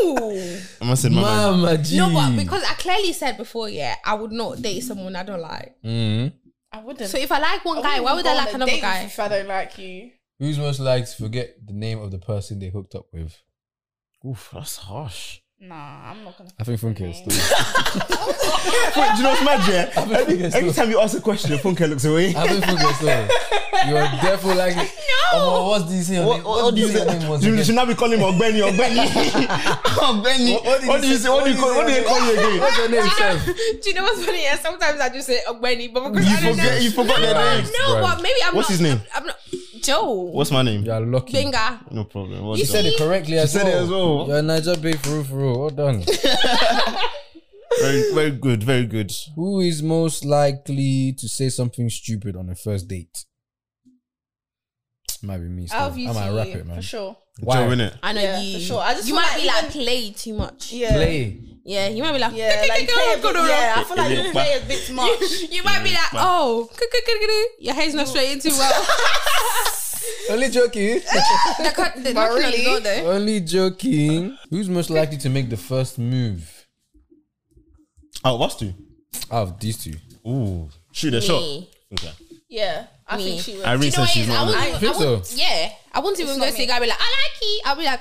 No, I'm not saying Mama. Mama G. no, but because I clearly said before, yeah, I would not date someone I don't like. Mhm. I wouldn't. So if I like one guy, why would I like another guy? If I don't like you, Who's most likely to forget the name of the person they hooked up with? Oof, that's harsh. nah, I'm not gonna. I think Funke is still. Wait, do you know what's mad, yeah? I think Every, it's every true. time you ask a question, Funke looks away. I think Funke is still. You're definitely like. No. what's this? Your What, name? what, what do you your say? name was You again? should not be calling him Ogbeni, Ogbeni. Ogbeni. What- what did What do you you say? say? What do you call What do you call you again? What's your name, Seth? Do you know what's funny? Yeah, sometimes I just say Ogweni, but because You I don't know. forget, you forgot their Right. names. No, but maybe I'm What's not. his name? I'm, I'm not. Joe. What's my name? You're lucky. Benga. No problem. You You What's said that? it correctly as said well. it as well. You're Niger Bay for real, for real. Well done. Very, very good, very good. Who is most likely to say something stupid on a first date? Might be me. Still. I'll view I might to rap you, it, man. for sure. Why? Joe, innit? I know Yeah, you. for sure. I just you feel might like be like even- play too much. Yeah, Play. Yeah, you might be like, yeah, like play a bit, yeah. I feel like Yeah, but- you play a bit much. You might be like, oh, your hair's not straightened too well. Only joking. They're cut- But they're knocking on the really? door, though. Only joking. Who's most likely to make the first move Oh, what's two? out of these two? Ooh, shoot a shot. Me. Okay. Yeah, I Me. think she would. Irene You know says what it she's is? I not. wouldn't I even- I think so. wouldn't- Yeah, I wouldn't even go not see a me. guy and be like, I like you. I'll be like,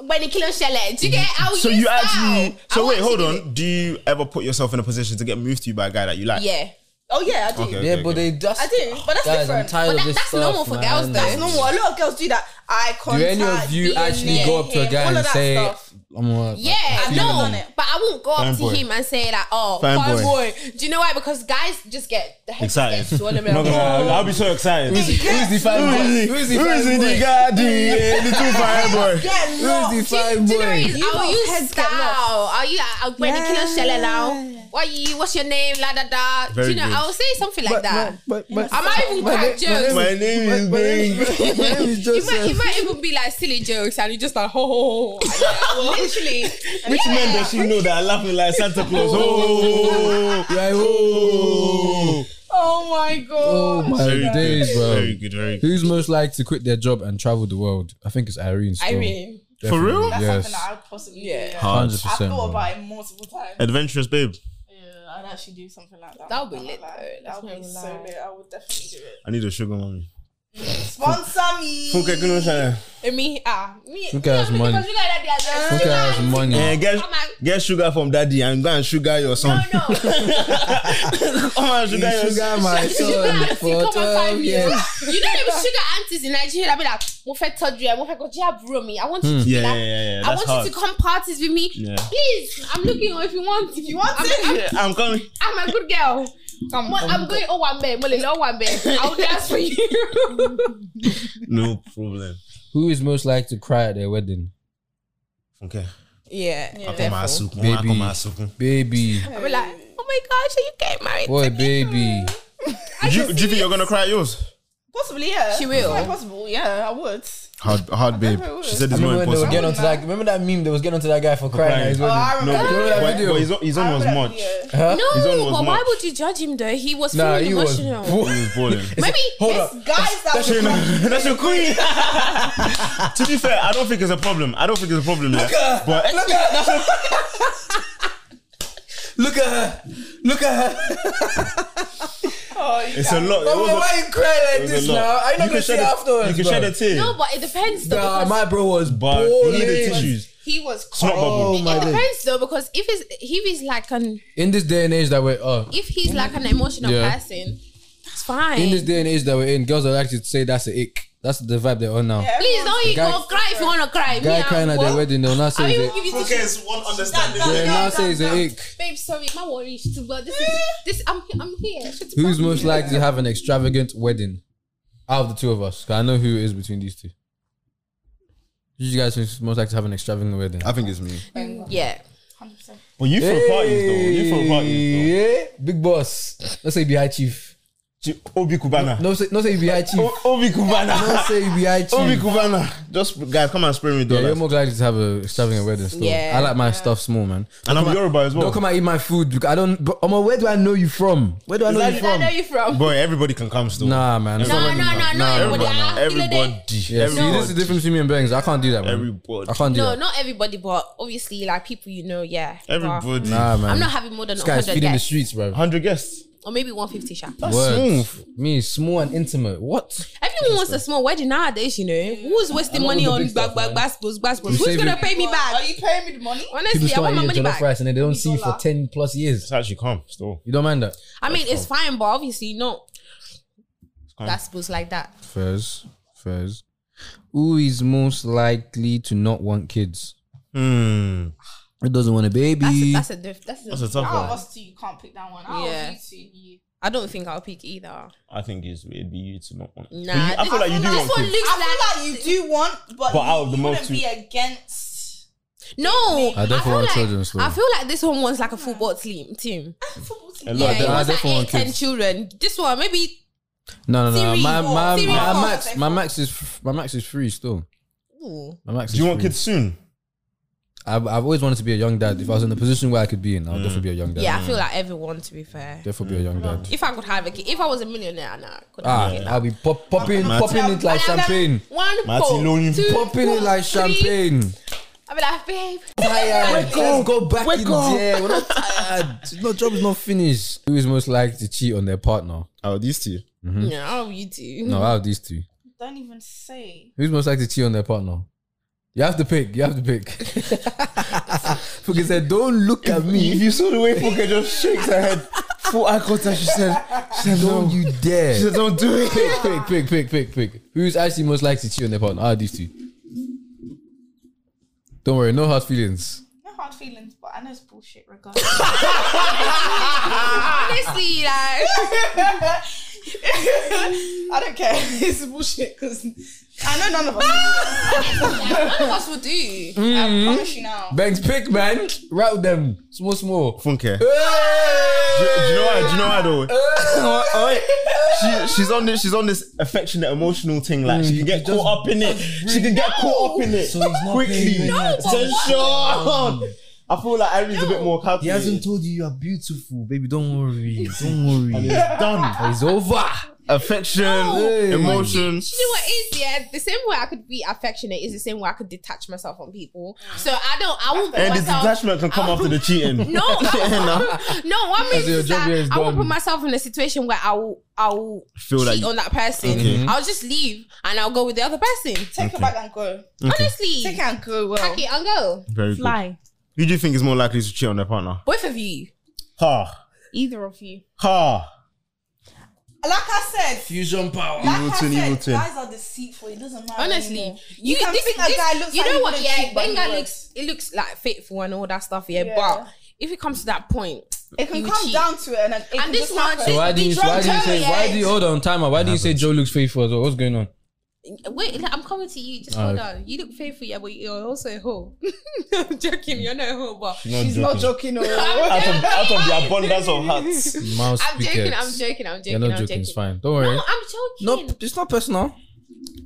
when the kilo shell Do you get how So you actually. So wait, hold It. on. Do you ever put yourself in a position to get moved to by a guy that you like? Yeah. Oh yeah, I do. Okay. Yeah, but they just. I do, but that's guys, I'm different. tired But of that- this that's normal stuff, for man. girls, though. That's normal. A lot of girls do that. Eye Do contact. any of you being actually near go up to a him, guy all and of that say, stuff. "I'm uh, Yeah, I've never done no, it. but I won't go up to Fanboy. him and say like, "Oh, Fanboy. fanboy. Do you know why? Because guys just get the head Excited. gets swallowed. Not gonna "Oh." lie, I'll- I'll be so excited. Who Who is the five boy? Who is the is five in the boy? garden? Yeah, the two fire boy. Yeah, Who no. is the five Do you know what it boy? is? You Are lot you heads get style? Are you uh, like, I'm ready to kill Shella now? What you? What's your name? La da da. Do Very you know? good. I'll say something like that. But but I might even crack jokes. My name is Bing. It might, it might even be like silly jokes, and you just like, ho ho ho. Literally, Which men does she know that are laughing like Santa Claus? Oh, Yeah, oh, Oh my oh god. my days, bro. Very good, very good. Who's most likely to quit their job and travel the world? I think it's Irene. Still. Irene. Definitely, For real? That's yes, something that I would possibly do. Yeah. Hard. hundred I've percent. thought about it multiple times. Adventurous babe. Yeah, I'd actually do something like that. That would be I'm not lit, gonna lie. though. That's That would be not so gonna lie. lit. I would definitely do it. I need a sugar mommy. Sponsor me. Funke Kuno Shine. And me, ah, me. Look at us because money. you got that the other- Look at us money. Eh, get, I'm like- get sugar from daddy and go and sugar your son. No, no. Come and sugar your Sugar son. my Sugar auntie, son come for and find twelve me. years. You know them sugar aunties in Nigeria that be like, Mofet Todria, Mofet Gojia Bromi. I want you Yeah, to be yeah, like, yeah, yeah. I That's want hard. you to come parties with me. Yeah. Please, I'm looking oh, if you want. If you want I'm, I'm, Yeah, I'm coming. I'm a good girl. Come, I'm going oh one bed, Mole, oh one bed. I'll dance for you. No problem. Who is most likely to cry at their wedding? Okay. Yeah. I come and therefore. suck. I Baby. come and suck. Baby, I'll be like, oh my gosh, are you getting married? boy, baby. Do you, do you think you're gonna cry at yours? Possibly, yeah. She will. It's quite possible, yeah. I would. Hard, hard, babe. it was. She said I it's not remember when they were impossible. getting onto that. Remember that meme they was getting onto that guy for crying at his crying. wedding. Oh, No, I remember. remember that but, video? but his, own- his own I was remember much. that Huh? His own No, was but why much. would you judge him though? He was Nah, feeling he was. emotional. He was balling. Maybe Hold video. Guys, that That's would your, that's your queen. to be fair, I don't think it's a problem. I don't think it's a problem. Look but Look at her. Look at her. Look at her. Oh, you it's a lot. It Mama, was why a, you cry it like was a this lot. now? I'm not You gonna can see shed a- afterwards. You can bro. shed a tear. No, but it depends though. Nah, because- my bro was but you need the balling. tissues. He was It's not bubble. Oh my it days. depends though because if it's if he's like an In this day and age that we're uh, if he's like an emotional Yeah. person, that's fine. in this day and age that we're in, girls are actually say that's a ick. That's the vibe they're on now. Please don't Guy- go cry if you wanna cry. Guy Me, crying at I, their will- wedding, they'll not I say will it's a- give you Funke tissues. is one understanding. they'll Down, not say down, it's a down. ick. Babe, sorry, my worry is too but this is this I'm I'm here. Shut the Who's fuck most up. likely to have an extravagant wedding out of the two of us? 'Cause I know who it is between these two. Who's You guys who's most likely to have an extravagant wedding. I think it's me. Yeah. Well, you throw parties though. You throw parties Yeah, big boss. Let's say you be high chief. though. Ch- Obi Kubana. No, say, no say you be high chief. O- Obi No Kubana. say you be high chief. Obi Kubana. Just guys, come and spray me yeah, you're dollars. more likely to have a extravagant wedding. Still, Yeah. I like my stuff small, man. And I'm Yoruba as well. Don't come and eat my food. Because I don't. But, Omo, where do I know you from? Where do I know you I from? know you from. Boy, everybody can come still. Nah, man. No, no, no, no, Nah, nah, everybody. nah. Ah, you know Everybody. that- Yeah, see, this is the Everybody. difference between me and Bangs. I can't do that, man. Everybody. I can't do No, that. not everybody, but obviously like people you know, yeah. But Everybody. Nah, man. I'm not having more than Um, This guy's 100 feeding the guys. streets, bro. 100 guests. or maybe 150 sharp. Words. Me, small and intimate. What? Everyone wants a small wedding nowadays, you know. Who's wasting I love money the on big stuff, back, back, man. baskets, baskets? You Who's save gonna it. pay me Are back? you paying me the money? Honestly, I want my money back. rice and then they don't see you for 10 plus years. It's actually calm still. You don't mind that? I mean, it's fine, but obviously not It's calm. baskets like that. Fairs. Fairs. Who is most likely to not want kids? Hmm. Who doesn't want a That's a, baby? that's a diff. That's a, That's a tough Out of one. us two, you can't pick that one. Out Yeah. of you two, you. I don't think I'll pick either. I think it's, it'd be you to not want. Nah, But you- I this- feel like you do that's want what kids. Luke's I like. feel like you do want, but, But you, out of the you most wouldn't two- be against No, I definitely feel want like, children still. I feel like this one wants like a football team. Team, football team. A yeah, lot it I wants like definitely want eight, ten kids. children. This one maybe No, no, no. Series my, four. my, Series my four. max, my max is f- my max is free still. ooh, My max. Do you is want free. kids soon? I've, I've always wanted to be a young dad. If I was in the position where I could be in, I'll definitely be a young dad. yeah. Mm. I feel like everyone. To be fair, definitely be a young dad. if I could have a kid, if I was a millionaire, nah, I could Ah, have a kid. I'll be pop, popping, Matty. popping it like And then champagne. One Matty pole, Lonely. two Popping it pole, like three. champagne. I'll be like, babe, Tired. Let's go back in there. We're not tired. No job is not finished. Who is most likely to cheat on their partner? Oh, these two. Mm-hmm. yeah, how you do? Mm. No, out of these two, Don't even say. who's most likely to cheat on their partner? You have to pick. You have to pick. Fuka said, "Don't look at me. you saw the way Fuka just shakes her head, full eye contact, she said, she said, Don't you dare." don't do it. pick, pick, pick, pick, pick, pick. Who's actually most likely to cheat on their partner? Ah, these two. Don't worry, no hard feelings. No hard feelings, but I know it's bullshit regardless. Honestly, like. I don't care. It's bullshit because I know none of us. do that. None of us will do. Mm. I promise you now. Banks, pick, man. Route them. Small, small. Funke. Do, do you know why? Do you know why though? Oh, oh, wait. She, she's on this. She's on this affectionate, emotional thing. Like Mm. she can get caught up in it. She can get caught up in it So he's not quickly. paying rent. Attention. I feel like Irene is a bit more He calculated. hasn't told you you are beautiful, baby. Don't worry. Don't And worry. it's done. it's over. Affection, Hey. emotion. Do you know what it is? Yeah, the same way I could be affectionate is the same way I could detach myself from people. So I don't. I won't put And the myself. detachment can come after the cheating. no, Nah. no. What I mean So your is job that here is I won't done. put myself in a situation where I will. I will Feel cheat like you- on that person. Okay. I'll just leave and I'll go with the other person. Take it back and go. Honestly, Take it pack and go. Well, it and go. Very good. Who do you think is more likely to cheat on their partner? Both of you. Ha. either of you. Ha. Like I said. Fusion power. Like Evil I twin, evil said, twin. guys are deceitful. It doesn't matter. Honestly, anymore. you, can this, think a this- guy looks You like know he what? wouldn't Yeah, cheat, but when he guy would. looks, it looks like faithful and all that stuff. Yeah, Yeah. but if it comes to that point, it can you come cheat. down to it, and it can this just one- happen. So why Be do you why do you drunk, say yeah. why do you hold on timer? Why do you say Joe looks faithful as well? What's going on? Wait, like, I'm coming to you. Just Oh, hold okay. on. You look faithful, yeah, but you're also a hoe. I'm joking. You're not a hoe, but Not She's not joking. No. Out of, out of the abundance of hearts. Mouse I'm joking. I'm pickets. joking. I'm joking. You're not I'm joking. joking. It's fine. Don't worry. No, I'm joking. Nope, it's not personal.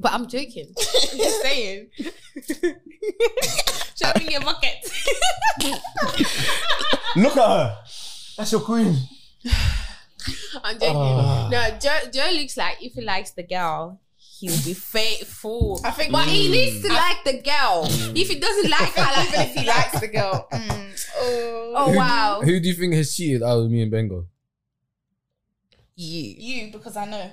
But I'm joking. I'm just saying. Showing your bucket. Look at her. That's your queen. I'm joking. Ah. No, Joe, Joe looks like if he likes the girl, he'll be faithful. I think- but he Mm. needs to like the girl. If he doesn't like her, like, Even if he likes the girl. Mm. Oh. oh Who- wow, Who do you think has cheated out of me and Bengal? you. You, because I know.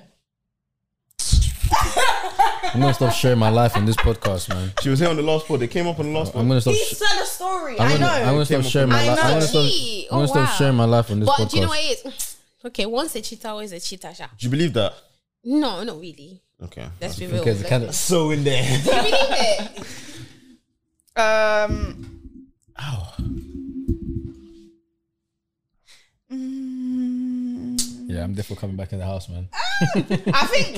I'm gonna stop sharing my life on this podcast, man. She was here on the last pod. They came up on the last I'm pod. gonna stop. He Sh- said a story. I'm Oh, I gonna, know. I'm gonna stop sharing my I life. I'm know. gonna stop. Gee, I'm gonna oh, stop wow. sharing my life on this But podcast. do you know what it is? Okay, once a cheater, always a cheater. Sha. Do you believe that? No, not really. Okay. Let's be real. okay, it's kind of, So in there. Um. Ow. yeah, I'm definitely coming back in the house, man. I think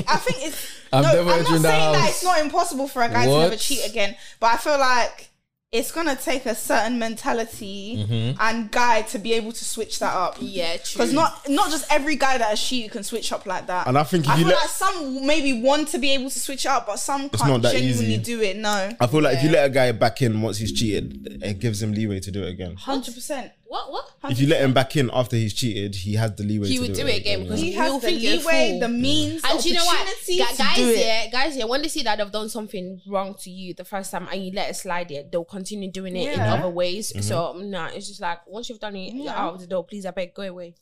I think it's. I'm no, I'm never not entering saying that that house. it's not impossible for a guy to never What? cheat again, but I feel like it's gonna take a certain mentality Mm-hmm. and guy to be able to switch that up. Yeah, true. Because not not just every guy that has cheated can switch up like that. And I think if I you feel let- like some maybe want to be able to switch it up, but some not can't that genuinely easy. do it. No, I feel like if you let a guy back in once he's cheated, it gives him leeway to do it again. hundred percent. what what If you let him back in after he's cheated, he has the leeway he to would do, do it again because He he has will the think you're a leeway, fool. the means, and and do you know what? opportunity Gu- to do guys, it. yeah, guys, yeah. When they see that they've done something wrong to you the first time and you let it slide, yeah, they'll continue doing it in Yeah. other Mm-hmm. ways. So nah, it's just like once you've done it, you're out of the door. Please, I beg, go away.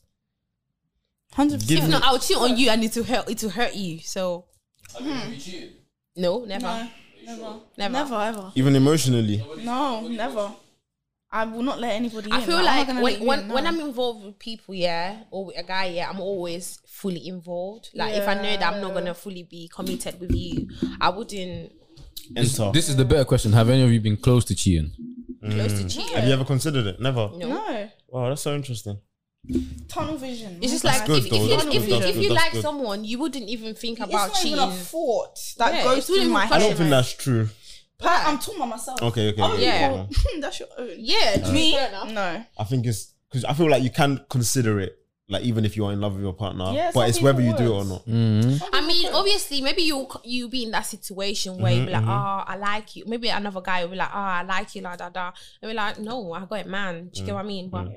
Hundred Give If percent. me- not, I'll cheat on you and it will hurt. It will hurt you. So no, never, Never. never. Never ever. Even emotionally. No, never. I will not let anybody I in. feel I'm not like gonna let when you when, in, when no. I'm involved with people, yeah, or with a guy, yeah, I'm always fully involved. Like if I know that I'm not gonna fully be committed with you, I wouldn't Enter. This is the better question. Have any of you been close to cheating? close to cheat. Mm. Have you ever considered it? Never. No. No. Wow, that's so interesting. Tunnel vision. It's just like good, if, if, though. you, That's if, good, if, that's if good, you that's like good. someone, you wouldn't even think it's about not cheating. even a thought that Yeah, goes it's through really my more I head. don't think that's true. Pat, I'm talking about myself. Okay, okay. Other okay, okay, Yeah. okay. people- that's your own. yeah, to me, fair enough. No. I think it's because I feel like you can consider it, like even if you are in love with your partner, Yeah, some but it's whether you people do it or would. not. I mean, obviously, maybe you you be in that situation where you be Mm-hmm, like, oh, I like you. Maybe another guy will be like, oh, I like you, la da da. And be like, no, I got it, man. Do you get what I mean? Mm-hmm. But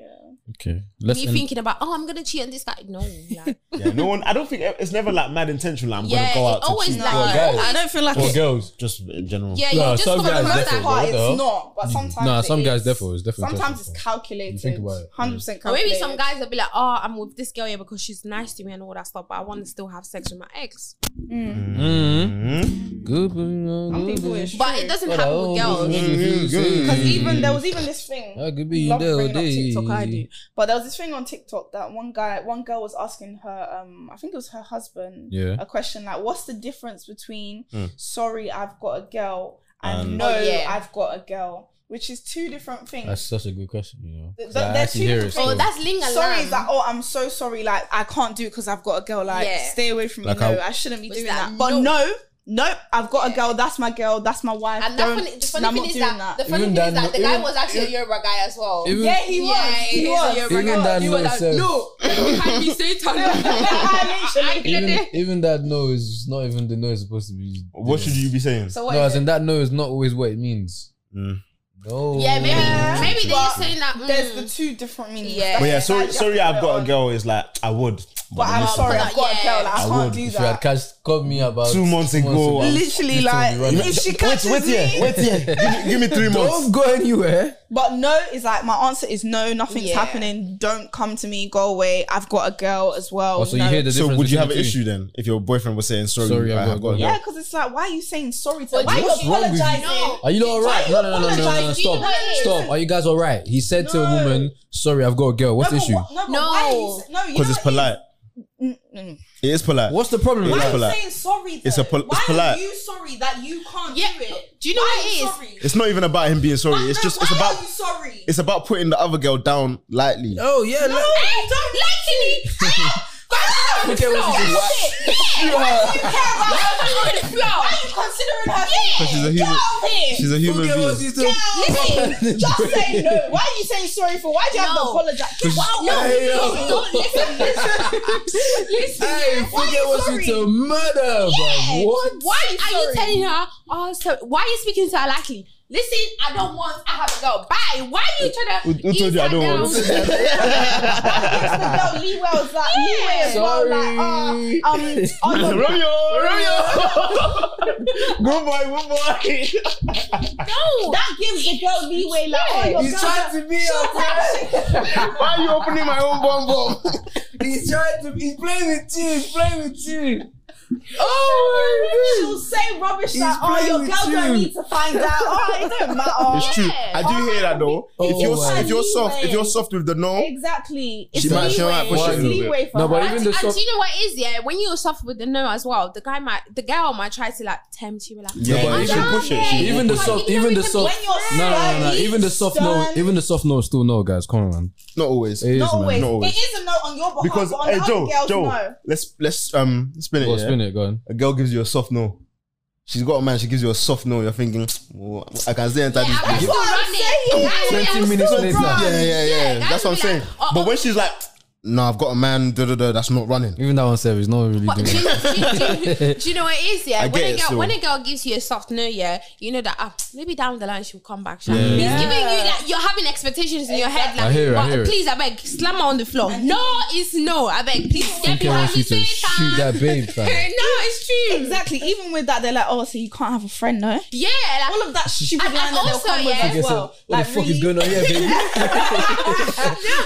Okay. Let's me end- thinking about, oh, I'm gonna cheat on this guy. No, like, Yeah, no one. I don't think it's never like mad intentional. Like, I'm gonna yeah, go out it to always cheat. like, Well, guys. always- I don't feel like for it. girls. just in general. yeah, Nah, you just some come guys across that definitely- part. What the hell? it's not, but sometimes Nah, some it guys is. definitely- it's definitely Sometimes tested. it's calculated. You think about it. Hundred percent Or calculated. maybe some guys will be like, oh, I'm with this girl here because she's nice to me and all that stuff, but I want to still have sex with my ex. Mm-hmm. Mm-hmm. Good, but, you know, Some good, people but- is But true. it doesn't happen with Oh, girls. Mm-hmm. good, good. Because even there was even this I thing. Mm. could be Love there all bringing up day. TikTok, I do. But there was this thing on TikTok that one guy, one girl was asking her, um, I think it was her husband, Yeah. Hmm. a question like, "What's the difference between sorry I've got a girl and And- no Oh, yeah. I've got a girl," which is two different things. That's such a good question, you know. Th- 'Cause th- I they're actually two hear it different- still. Oh, that's ling Sorry is like, oh, I'm so sorry. Like, I can't do it because I've got a girl. Like, Yeah. stay away from Like, me. No, I- I, shouldn't be Was doing that that. But no? no, no, I've got a girl. That's my girl. That's my wife. And Don't, that funny, the funny I'm thing not is doing that, that. the funny Even thing is that- that the guy even- was actually a Yoruba guy as well. Even- yeah, he was. Yeah, he it is a was. Yoruba He Even was. that He was no like, sense. Can't be Satan. Literally. even, even that no is not even the no it's supposed to be. What should you be saying? So what No, is as it? in that no is not always what it means. Mm. No. Yeah, maybe maybe they're But just saying that. mm, There's the two different meanings. That's Yeah. But yeah, it. sorry, Like, sorry, you have to I've put it got a on. girl. Is like I would, But I'm listen, sorry, Yeah. I've got a girl. Like, I, I can't would, do If you had that. catch, caught me about Two months ago, I was- Literally, you told like me right now. if she catches wait me, here, wait here. Give me, give me three months. don't go anywhere. but no is like my answer is no. Nothing's Yeah. happening. Don't come to me. Go away. I've got a girl as well. Also, no. you hear the So difference would you between have an the two? issue then if your boyfriend was saying sorry? Sorry, I I've have got a got a girl. Yeah, because it's like, why are you saying sorry to? But Why are you do you- What's wrong with you? apologizing? No. Are you all right? you No, no, no, no, no, no, apologizing? stop, Wait. stop. Are you guys all right? He said to a woman, "Sorry, I've got a girl." What's the no, issue? but what- No. No, why are you s- no, you Because know it's what it polite. is? It is polite. What's the problem? Why with Why It's that? are you polite. saying sorry? It's though? a pol- it's Why polite. Are you sorry that you can't Yeah. do it? Do you know Why are what it you is? Sorry? It's not even about him being sorry. Why- It's no, just why it's Are about you sorry? it's about putting the other girl down lightly. Oh yeah, No, you don't like me. Why look at what she did. do you care about her? Why are you considering her? But she's a Get human- out of here. She's a human Look at what being. she did. Listen, just say no. Why are you saying sorry for? Why do you have to No. apologize? Get out. No, Listen, yo. don't listen. Listen. listen. Hey, Why are forget you what sorry? she told murder. Yeah. But what? Why are you Sorry. telling her? Oh, so why are you speaking to her likely? Listen, I don't want. I have a girl. Bye. Why are you trying to? Who- who told ease you I her don't want? down? Gives the girl leeway, I was like, leeway as well. Like, Sorry. uh, um, on the Romeo, good boy, good boy. No. that gives the girl leeway. Like, oh, your He's girl- trying to be a friend. Why are you opening my own bum bum? He's trying to. He's playing with you. He's playing with you. Oh my she'll say rubbish He's like, oh, your playing with girl don't you. need to find out. Oh, it don't matter. It's true. I do hear that though. Oh if you're my if you're soft, leeway. if you're soft with the no, Exactly. It's She might- she might leeway. push It's it a little leeway for No, but her. even And, the and soft. do you know what it is? Yeah, when you suffer with the no as well, the guy might, the girl might try to like tempt you, be like, "Oh, yeah, but but even- you should push it. She Even the soft. Even the soft. When you're No, no, no, no. stern, Even the soft no. stern- Even the soft no. is Still no, guys. Come on, man. not always. It is, not man. always. Not always. It is a no on your behalf, Because but on hey, the Joe, other girls, Joe, no. let's let's um spin it. Go on, yeah? spin it. Go on. A girl gives you a soft no. She's got a man. She gives you a soft no. You're thinking, "Oh, I can stay inside I'm this. still bitch." running. That's why I'm 20 minutes still later. running. Yeah, yeah, yeah. guys That's what I'm will be saying. like, oh, but oh. when she's like, no, I've got a man. Da da da. That's not running. Even that one serve is not really But do, doing. you, do, you- do you- do you know what it is? Yeah, I when get a it, girl so- when a girl gives you a soft no, yeah, you know that ah, maybe down the line she'll come back. She's giving you like you're having expectations in your head. Like, I hear it, I "Well, hear it." please, I beg, slam her on the floor. No, it's no, I beg, please. Get Think I behind want me, you to Satan. shoot that babe, fam. No, it's too. Exactly. Even with that, they're like, oh, so you can't have a friend, no? Yeah, like, All of that stupid And- line and that they'll also, come with yeah, as Okay, well. uh, What like, the fuck really? is going on here, baby? you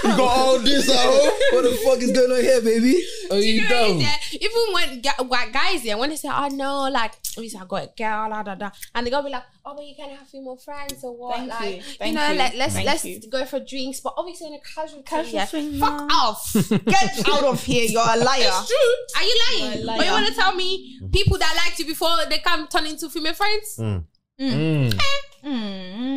got all this at home. What the fuck is going on here, baby? Oh, you you know what it dumb. is, yeah? Even when ga- white guys yeah, when they say, "Oh no, like at least I got a girl," da, da, da. and the girl be like, "Oh, but you can have few more friends or what?" Thank like you. Thank know, you. like let's Thank let's you. go for drinks, but obviously in a casual Casual yeah, thing, Fuck nah. off. Get Out of here, you're a liar. It's true. Are you lying? You're a liar. But you want to tell me people that liked you before they can turn into female friends? Mm.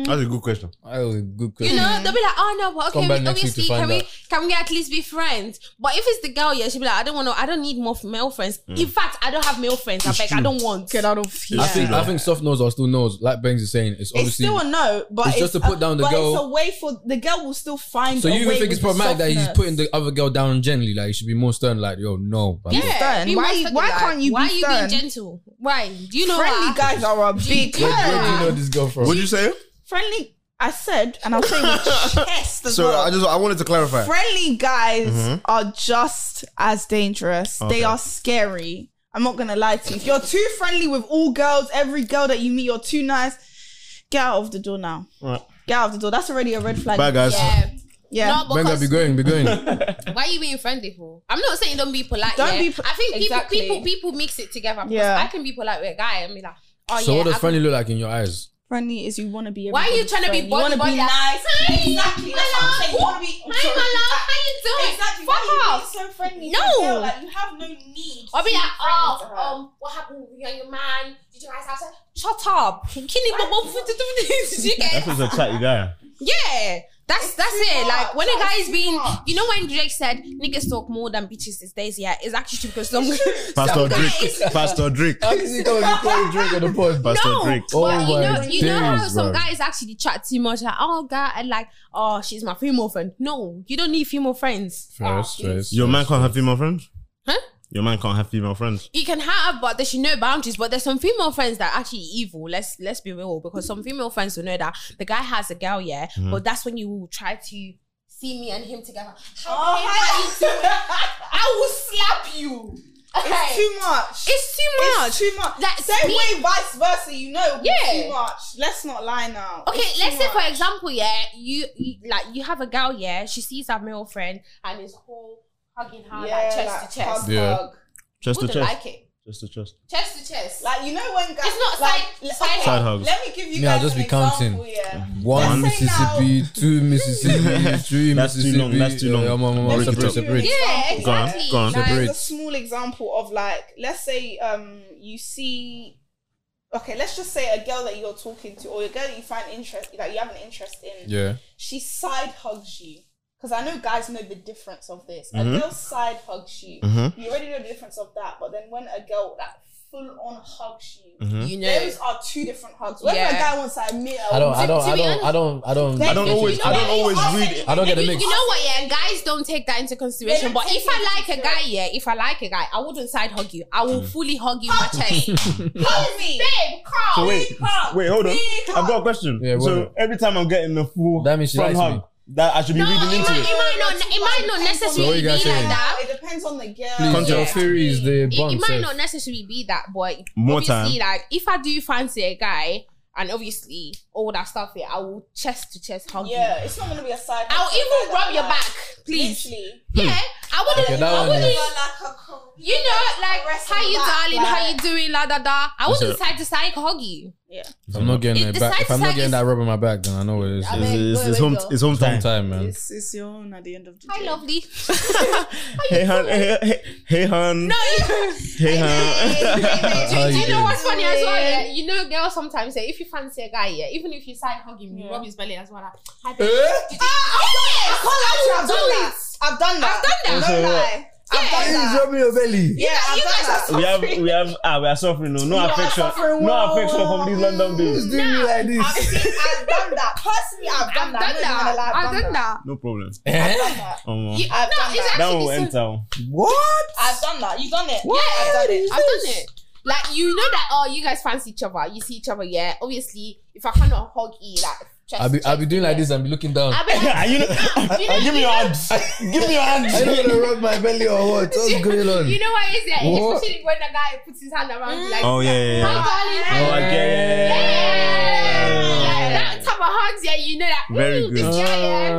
That's a good question. Oh, good You question. know, they'll be like, oh no, but Come okay, back we, next week to obviously, can find we out. can we at least be friends? But if it's the girl, yeah, she'll be like, I don't want to, I don't need more male friends. In fact, I don't have male friends. I beg, I don't want. Get out of here. I think I think soft knows or still knows. Like Bangs is saying, it's It's obviously. still a no, but it's just to put down the but girl- It's a way for the girl will still find. so a you way even think with it's problematic that he's softness. putting the other girl down gently? Like he should be more stern. Like yo, no. bro. stern. be Why- more stern, why like, can't you Why be you being stern? gentle? Why? Do you know friendly why? guys are a big Where, where do you yeah. know this girl from? What'd you say? friendly. I said, and I'll say with chest as So well. I just I wanted to clarify. friendly guys are just as dangerous. Okay. They are scary. I'm not gonna lie to you. If you're too friendly with all girls, every girl that you meet, you're too nice. Get out of the door now. Right. Get out of the door. That's already a red flag. Bye guys. Yeah. Yeah. No, Benga, because be going, be going. why are you being friendly for? I'm not saying don't be polite. Don't yeah. be po- I think people, Exactly. people, people mix it together. Because Yeah. I can be polite with a guy and be like, oh so yeah. what does I- friendly look like in your eyes? Friendly is you want to be. why are you everybody's trying to be friend. You want body to be body? nice. Exactly. Exactly. That's what I'm saying. You wanna Hi, be- my love. How you doing? Exactly. Fuck Why are you off. being so friendly? No. to her? Like, you have no need. I'll to be like, friends with her. oh, um, what happened with you and your man? Did you guys have sex? Shut up. Can you Did you get That's just a chatty guy. Yeah. That's that's too it. Like when a much. guy It's is too being, much. you know, when Drake said niggas talk more than bitches these days, yeah, it's actually true because some, Pastor some guys. Drake. Pastor Drake. How can you come and call drink on the pod? Pastor No, Drake. but Oh you know, my you know how days, some bro. guys actually chat too much. Like, oh, God, and like, oh, she's my female friend. No, you don't need female friends. First, first. Your man can't have female friends. Huh? Your man can't have female friends. You can have, but there should know boundaries. But there's some female friends that are actually evil. Let's let's be real, because some female friends will know that the guy has a girl, yeah, but that's when you will try to see me and him together. How Oh, the hi. hell are you doing? I will slap you. It's Okay. too much. It's too much. It's too much. That's Same me- way, vice versa. You know, it'll be Yeah. too much. Let's not lie now. Okay, It's too let's say for much. example, yeah, you, you like you have a girl, yeah, she sees her male friend and is whole hugging her Ah, like chest like, to chest. hug, Yeah. hug. Chest to Wouldn't chest. like it. Chest to chest. Chest to chest. Like you know when guys. It's not like, side- let- side okay, Side hugs. Let me give you Yeah, I'll guys just an be counting. example, Yeah. One Let's say now- Mississippi, two Mississippi, three That's too Mississippi. long, that's too long. Yeah, mom, mom, mom, Break it separate, up. separate. yeah, example. Go on, exactly. go on. Like, There's a Braids. small example of like, let's say um you see okay, let's just say a girl that you're talking to or a girl that you find interest that you have an interest in, Yeah. she side hugs you. Because I know guys know the difference of this. Mm-hmm. A girl side hugs you. You already know the difference of that, but then when a girl that full on hugs you, Mm-hmm. you know, those are two different hugs. Whether Yeah. a guy wants to admit I don't, I don't, To I be don't, I don't, I don't, I don't don't, always- I don't always read it. I don't get the mix. You know what? Yeah, guys don't take that into consideration. They don't But take if it into I like a guy, yeah, if I like a guy, I wouldn't side hug you. I Mm. will fully hug you in my chest. Hug me. Babe, So Carl. wait, wait, hold on. I've got a question. Yeah, what is so it? every time I'm getting the full That means she front likes hug, me. that I should be No, it reading might, into it it. might not. It might not So what necessarily you be guys like saying? that. It depends on the girl. Please, your Context. theory is the it, bomb. it might safe. not necessarily be that, but More obviously, like if I do fancy a guy, and obviously all that stuff, yeah, I will chest to chest hug you. Yeah, it's not gonna be a side. hug. I'll It's even like rub your that. back, please. Literally. Yeah, I wouldn't. Hmm. Okay, that I one wouldn't. is- You know, like Caress how your you back, darling, how you like- doing, la da da. I wouldn't it- side to side hug you. Yeah. If I'm not getting It- it the back. side If I'm not side getting is- that rubber in my back, then I know what it is. I It's mean- It's, Wait, it's wait, home, go. it's home time. time, man. it's your own at the end of the Hi, lovely. Hey, hun. Hey, hey, hey, hun. no, you- hey, hun. Do How you, you know doing? what's funny as well? Yeah, you know, girls sometimes say if you fancy a guy, yeah, even if you side hug him, you Yeah. rub his belly as well. Like, hi, Eh? babe. Ah, Did you- oh, Yes! I've Do done that. I've done it. that. I've done that. No So what? lie. I've done Please that. rub me your belly. Yeah, I've you done guys that. are We have, we have, ah, we are suffering. No, no are affection. suffering, No wow, affection wow. from these London Just babes. do me like I've, this. seen, I've done that. Personally, I've done I've that. done that. i I've done that. No problem. Um, You- I've no, done it's that. that one actually will so- enter. What? I've done that. You've done it. Yeah. I've done it. I've done it. Like you know that oh you guys fancy each other, you see each other, yeah. Obviously, if I cannot hug you, like Chest, I'll be I'll be chest, doing like yeah. this and be looking down. I'll be like, Are you know, you know- give me your hands. Give me your hands. I don't wanna rub my belly or what? What's going on? You know what is it? What? Especially when the guy puts his hand around you like, Oh yeah, yeah, my yeah. darling, Oh, I hand." get it. Yeah. That type of hugs, yeah, you know that. Very mm, good. This guy, yeah.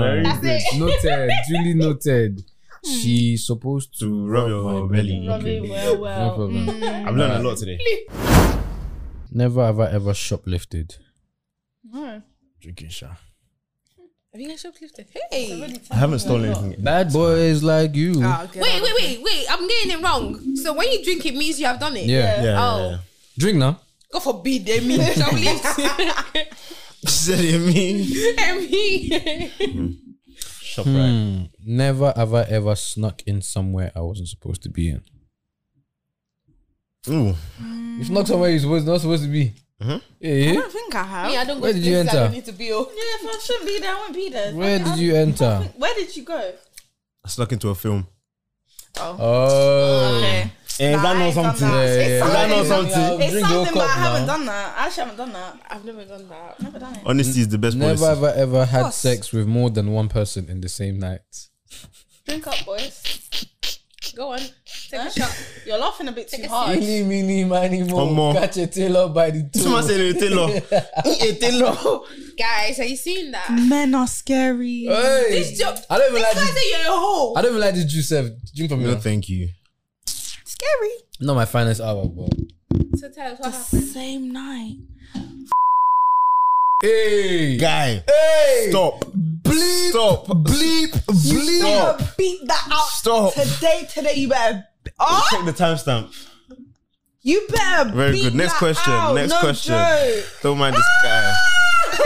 Very That's good. it. Ah. Hmm. noted, duly noted. She's supposed to To rub Oh your belly. Love it, Okay. well, no well. problem. Hmm. I've learned a lot today. Never have I ever shoplifted. Drinking sha. Have you guys shoplifted? Hey. I haven't Oh. stolen anything. yet. Bad boys like you. Wait, wait, wait, wait. I'm getting it wrong. So when you drink, it means you have done it. yeah. Yeah, yeah, Oh. yeah. Drink now. God forbid, they mean shoplift. Said it me. I Shop right. Never have I ever snuck in somewhere I wasn't supposed to be in. Ooh. You've snuck somewhere you're supposed, not supposed to be. I Eh? don't think I have. don't Where to did you places I don't enter? need to be. oh. Yeah, if I shouldn't be there, I won't be there. Where did you enter? Where did you go? I snuck into a film. Oh. Okay. Hey, Nah, I ain't done Eh, that. It's Yeah, yeah, yeah. something- Is that not something? It's Drink your something, but I cup haven't now. done that. I actually haven't done that. I've never done that. I've never done it. Honesty is the best Never policy. have I ever had course. sex with more than one person in the same night. Drink up, boys. Go on. Take Huh? a shot. You're laughing a bit too hard. Eeny, meeny, miny, moe. Omo. Catch a tail up by the Someone toe. said a tailor. A tailor. Guys, are you seeing that? Men are scary. Hey. joke- I don't even like Guys, this. are you a hoe? I don't even like this juice. Sef. Drink from No, me. thank you. Scary. Not my finest hour, but So tell us what happened. Same night. hey, Guy, hey, stop. Bleep. Stop. Bleep. Bleep. Stop. better beat that out Stop. today. Today, you better. Oh, Check the timestamp. you better. Very beat good. Next that question. out. Next No question. joke. Don't mind this guy. I'm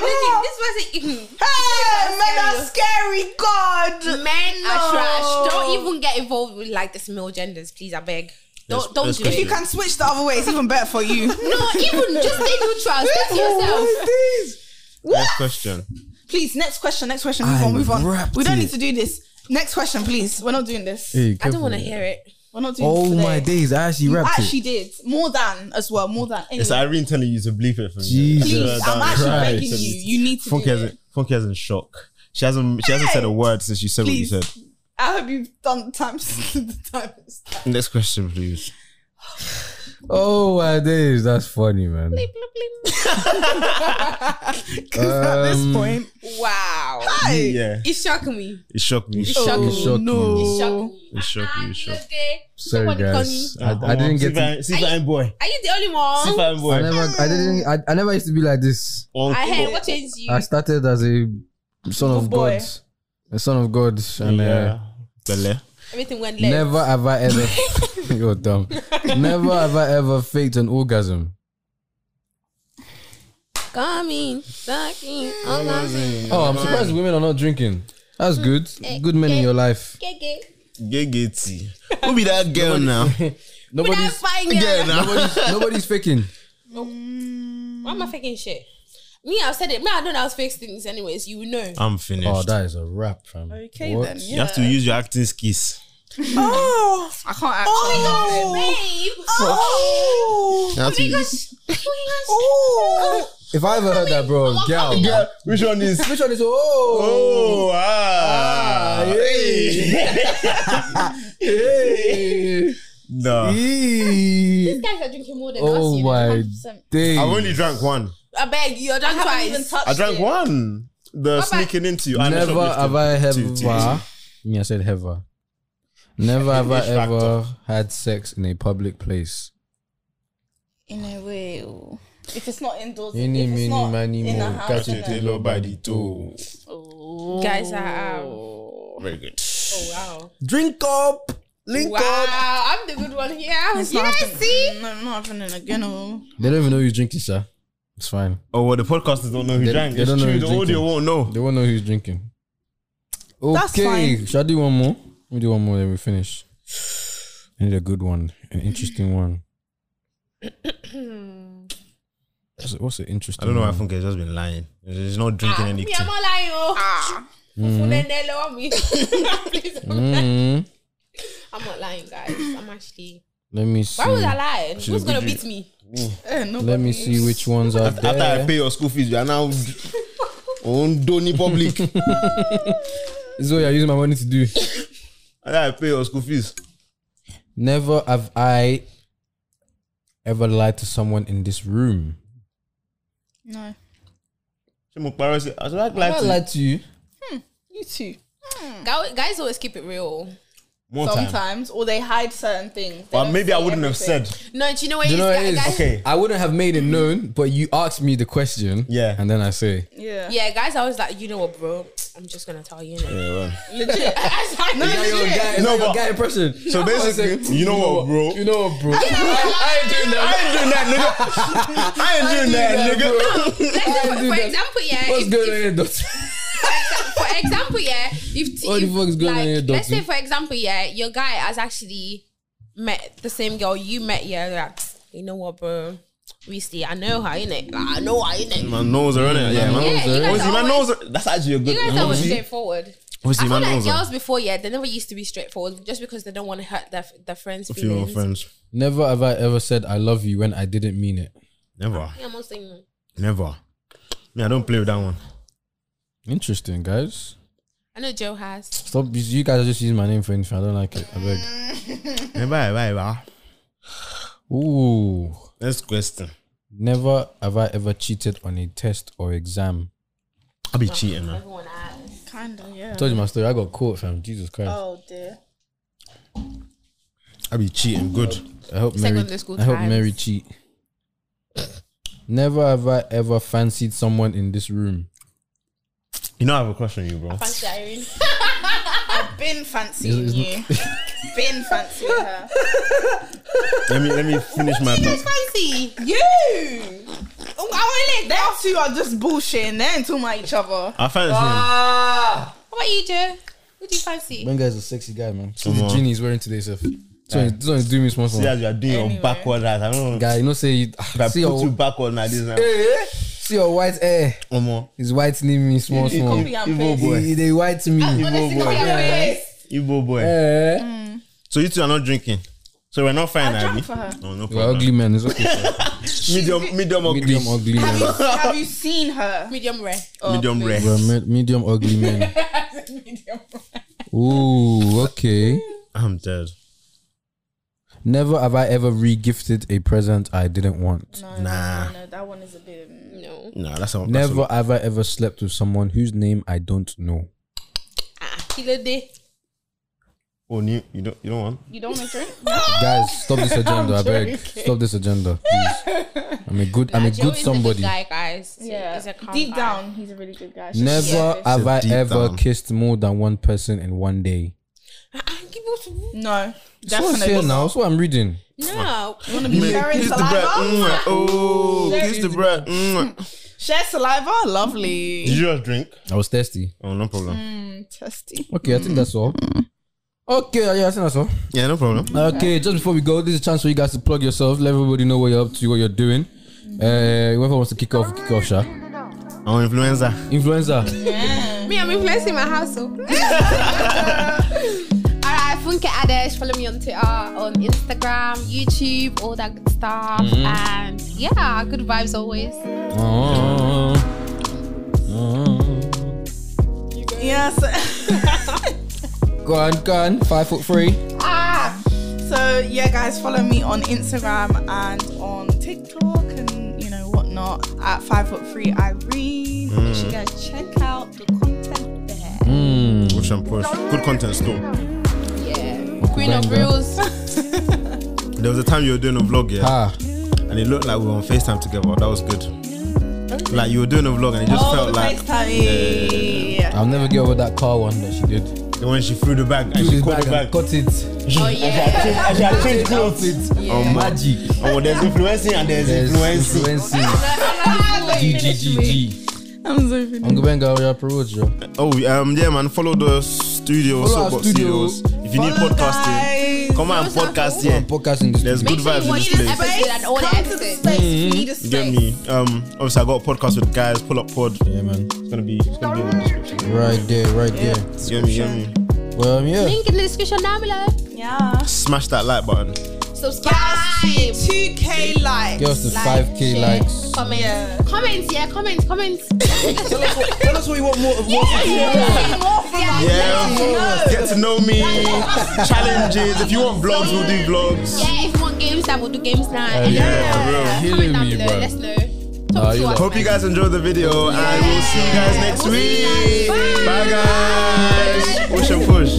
looking. This was a. Hey, men are scary. God. Men are No. trash. Don't even get involved with like the male genders, please. I beg. Don't Let's- don't let's do go it. to You can switch the other way. It's even better for you. No, even just stay neutral. Stay to yourself. Next question. Please, next question. Next question. Move on. Move on. We don't need to do this. Next question, please. We're not doing this. I don't want to hear it. We're not doing this. today. Oh days! I actually I actually did more than as well. More than. Anyway, It's Irene telling you to bleep it for me. Jesus please, I'm actually Christ. begging you. You need to. Funky do has it. in, Funky has in shock. She hasn't. She hasn't said a word since you said Please. what you said. I hope you've done the times. the times. Next question, please. Oh my days! That's funny, man. Because at this Um, point, Wow. hi. Oh, Yeah, It's shocking me. it shocked me. It shocked, Shocking, Oh, shocking. no. Shocking me. it shocked me. It shocked. Sorry, guys. I, I didn't get. To, See if I am boy. Are you the only See if one? I am I boy. never. I didn't. I, I never used to be like this. Oh, I heard what changed you. I started as a son of boy. God, a son of God, and uh, yeah. Bele. Everything went left. never have I ever. you're dumb. Never have I ever faked an orgasm. Coming, sucking, amazing. Oh, I'm surprised women are not drinking. That's good. Eh, Good men in your life. Gege. Gegeti. Who be that girl now? That Nobody's fine Girl girl. now. nobody's faking. Why am I faking shit? Me, I said it. Me, I don't know I was fake things anyways. You would know. I'm finished. Oh, that is a wrap, fam. Okay What? then. Yeah. you have to use your acting skills. Oh, I can't actually. Oh, Oh, babe. oh, You have to use- oh. If I ever heard that, bro, girl, Yeah, Which one is? which one is oh? Oh, ah, hey. Hey. Oh. no. Eee. Guys are drinking more than us. Oh You know. my days. I only drank one. I beg you. You're I drunk haven't twice. even touched I drank it. one. The sneaking into you. I Never have I Two, two, ever. Me, I said ever. Never have I English factor. ever had sex in a public place. In a way, oh. if it's not indoors, Any, if it's many, not many in more. a house, Catch then a it- tail by the toe. Guys are um, Oh. Very good. Wow. Drink up, link up. Wow. I'm the good one here. it's you not guys happening. see? No, not happening again. Oh. They don't even know you're drinking, sir. It's fine. Oh well, the podcasters don't know who They- drank. they It's don't know true. who the drinking. audio won't know. They won't know who's drinking. That's Okay, fine. shall I do one more? Let me do one more, then we finish. I need a good one, an interesting one. What's a- What's an interesting? I don't know. why One? I think it's just been lying. He's not drinking Ah, Me, anything. I'm not lying. Oh. Ah. Mm-hmm. Funenelo on me. Please, I'm Mm. I'm not lying, guys. I'm actually Let me see. Why would I lie? Should Who's I gonna give beat me? Eh, Let me see which ones are there. After I pay your school fees, you are now on Donny Public. After This is what you're using my money to do. I pay your school fees. Never have I ever lied to someone in this room. No, She mo paro say, I like I to lied to you. you too. Guy- Guys always keep it real. more time. Sometimes, or they hide certain things. They But don't maybe I say wouldn't have everything. said. No, do you know what Do you know it what is? it Guy- is? guys- Okay. I wouldn't have made it known, but you asked me the question. Yeah. And then I say, Yeah. Yeah, guys are always like, you know what, bro? I'm just gonna tell you. innit?" Yeah, well. Legit. no, Is that your legit. guy, is No, that your but- guy impression? So basically, you know what, bro? You know what, bro? I, I ain't doing I that. ain't doing that, nigga. I ain't doing that, that, nigga. Let's say, do for that. example, yeah. What's if- going if- on here, doctor? for example, yeah, if, What the if, fuck is going on here, Let's say, doctor? for example, yeah, your guy has actually met the same girl you met. Yeah, they're like, you know what, bro? We see, I know her, innit? Like, I know her, innit? My nose are in it. Yeah, my Yeah, nose. you guys Ozzy, are my always- nose. are- That's actually a good. You guys are always Ozzy, straightforward. I Ozzy, feel my like nose. are- girls before, yeah, they never used to be straightforward just because they don't want to hurt their their friends' If you're feelings. friends, Never have I ever said I love you when I didn't mean it. never, Yeah, I'm not saying. never. Me, I don't play with that one. Interesting, guys. I know Joe has. Stop. You guys are just using my name for anything. I don't like it. I beg. Never, ever, ever. Ooh. Next question. Never have I ever cheated on a test or exam. I'll be cheating, man. Everyone has. Kinda, yeah. I told you my story. I got caught, fam. Jesus Christ. Oh dear. I'll be cheating. Good. I hope Mary. Secondary school I hope times. Mary cheat. Never have I ever fancied someone in this room. You know I have a crush on you, bro. Fancy Irene. Been fancying It's- you. Been fancying her. Let me let me finish my. Fancy. You. Oh, I want to let them two are just bullshitting. They're into my each other. I fancy Ah. How about you, Joe? Who do you fancy? One guy's a sexy guy, man. See Come the on. genie he's wearing today, sir. This one is- this one is doing me small, small. him. See as you are doing your backward ass. I don't know. Guy, you know, say you, If I see put you your backward like this now. see your white hair. Omo. Is whitening me small, small. Copy and Evil paste. boy. They they white me. Evil Honestly, boy. copy and paste. Evil boy. Eh. So you two are not drinking. So we're not fine, I Abby. drank Mm. for her. No, no You're ugly problem. man. It's okay. sir. Medium, medium ugly. Medium ugly Have Ah, man. you, have you seen her? Oh, Medium rare. Medium rare. We're me- medium ugly man. Ooh, okay. I'm dead. Never have I ever regifted a present I didn't want. No, Nah. No, no, that one is a bit. mm. No. Nah, that's a, Never That's have I ever slept with someone whose name I don't know. Ah, killer day. a, oh, you, you don't you don't want. You don't want to drink? Guys, stop this agenda, I beg. Stop this agenda, please. I'm a good, I'm a Joe good is somebody. A good guy, guys. Yeah. He's a calm Deep guy. down, he's a really good guy. She's Never selfish. have I Deep ever down. kissed more than one person in one day. Ah, ah, give us a- No, That's what's here definitely. now. That's what I'm reading. No. Sharing Kiss the saliva. bread. Mm, oh, kiss the bread. Mm. Share saliva, Did lovely. Mm, you just drink? I was thirsty. Oh, no problem. Testy. Okay, I think that's all. Okay, yeah, I think that's all. Yeah, no problem. Okay, just before we go, this is a chance for you guys to plug yourself. Let everybody know what you're up to, what you're doing. Uh, whoever wants to kick off, kick off, Sha. I'm an influencer. Influencer. Me, I'm influencing my household. Alright, Funke Adesh, follow me on Twitter, on Instagram, YouTube, all that good stuff. And yeah, good vibes always. Uh-huh. Oh, Yes. Go on, go on. Five foot three. Ah. So yeah, guys, follow me on Instagram and on TikTok and you know whatnot at five foot three Irene. Make sure you guys check out the content there. Mm-hmm. Mm. Push and push. Good content still. Queen of Banger. Reels. There was a time you were doing a vlog, yeah, Ah, and it looked like we were on FaceTime together. That was good. Like you were doing a vlog, and it just Oh, felt the like FaceTime. I'll never get over that car one that she did. when she threw the bag and Threw she the caught the bag and bag. cut it. Oh, yeah. And she had changed clothes. Oh, man. Magic. Oh, there's influencing and there's, There's influencing. influencing. GGGG. I'm so finished. Uncle Ben, your approach, yo. Oh, um, yeah, man. Follow the studio, Follow our Soapbox studio. Studios. If you need podcasting, come on and podcast here. Podcast in the There's studio. good vibes in this watch this place. Mm-hmm. episode and all the Come to the episodes. space. if You need a You space. get me? Um, obviously I got a podcast with guys. Pull up pod. Yeah, man. It's gonna be. It's gonna be in the description. Right there, right there. You get me? You get me? Well, um, yeah. Link in the description down below. Yeah. Smash that like button. subscribe. 2k likes. Get us to 5k share, likes. Comments. Comments, yeah, comments, comments. Tell us, what, tell us what you want more of. What Yeah, Yeah, yeah. get to know me. Challenges. If you want vlogs, we'll do vlogs. Yeah, if you want games, then we'll do games now. yeah. Yeah, for real. Comment down Killing me, below, bro. let's know. Nah, Talk you to us. lot- Hope you guys enjoyed the video, and we'll see you guys next We'll see you guys. week. Bye. Bye, guys. Push and push.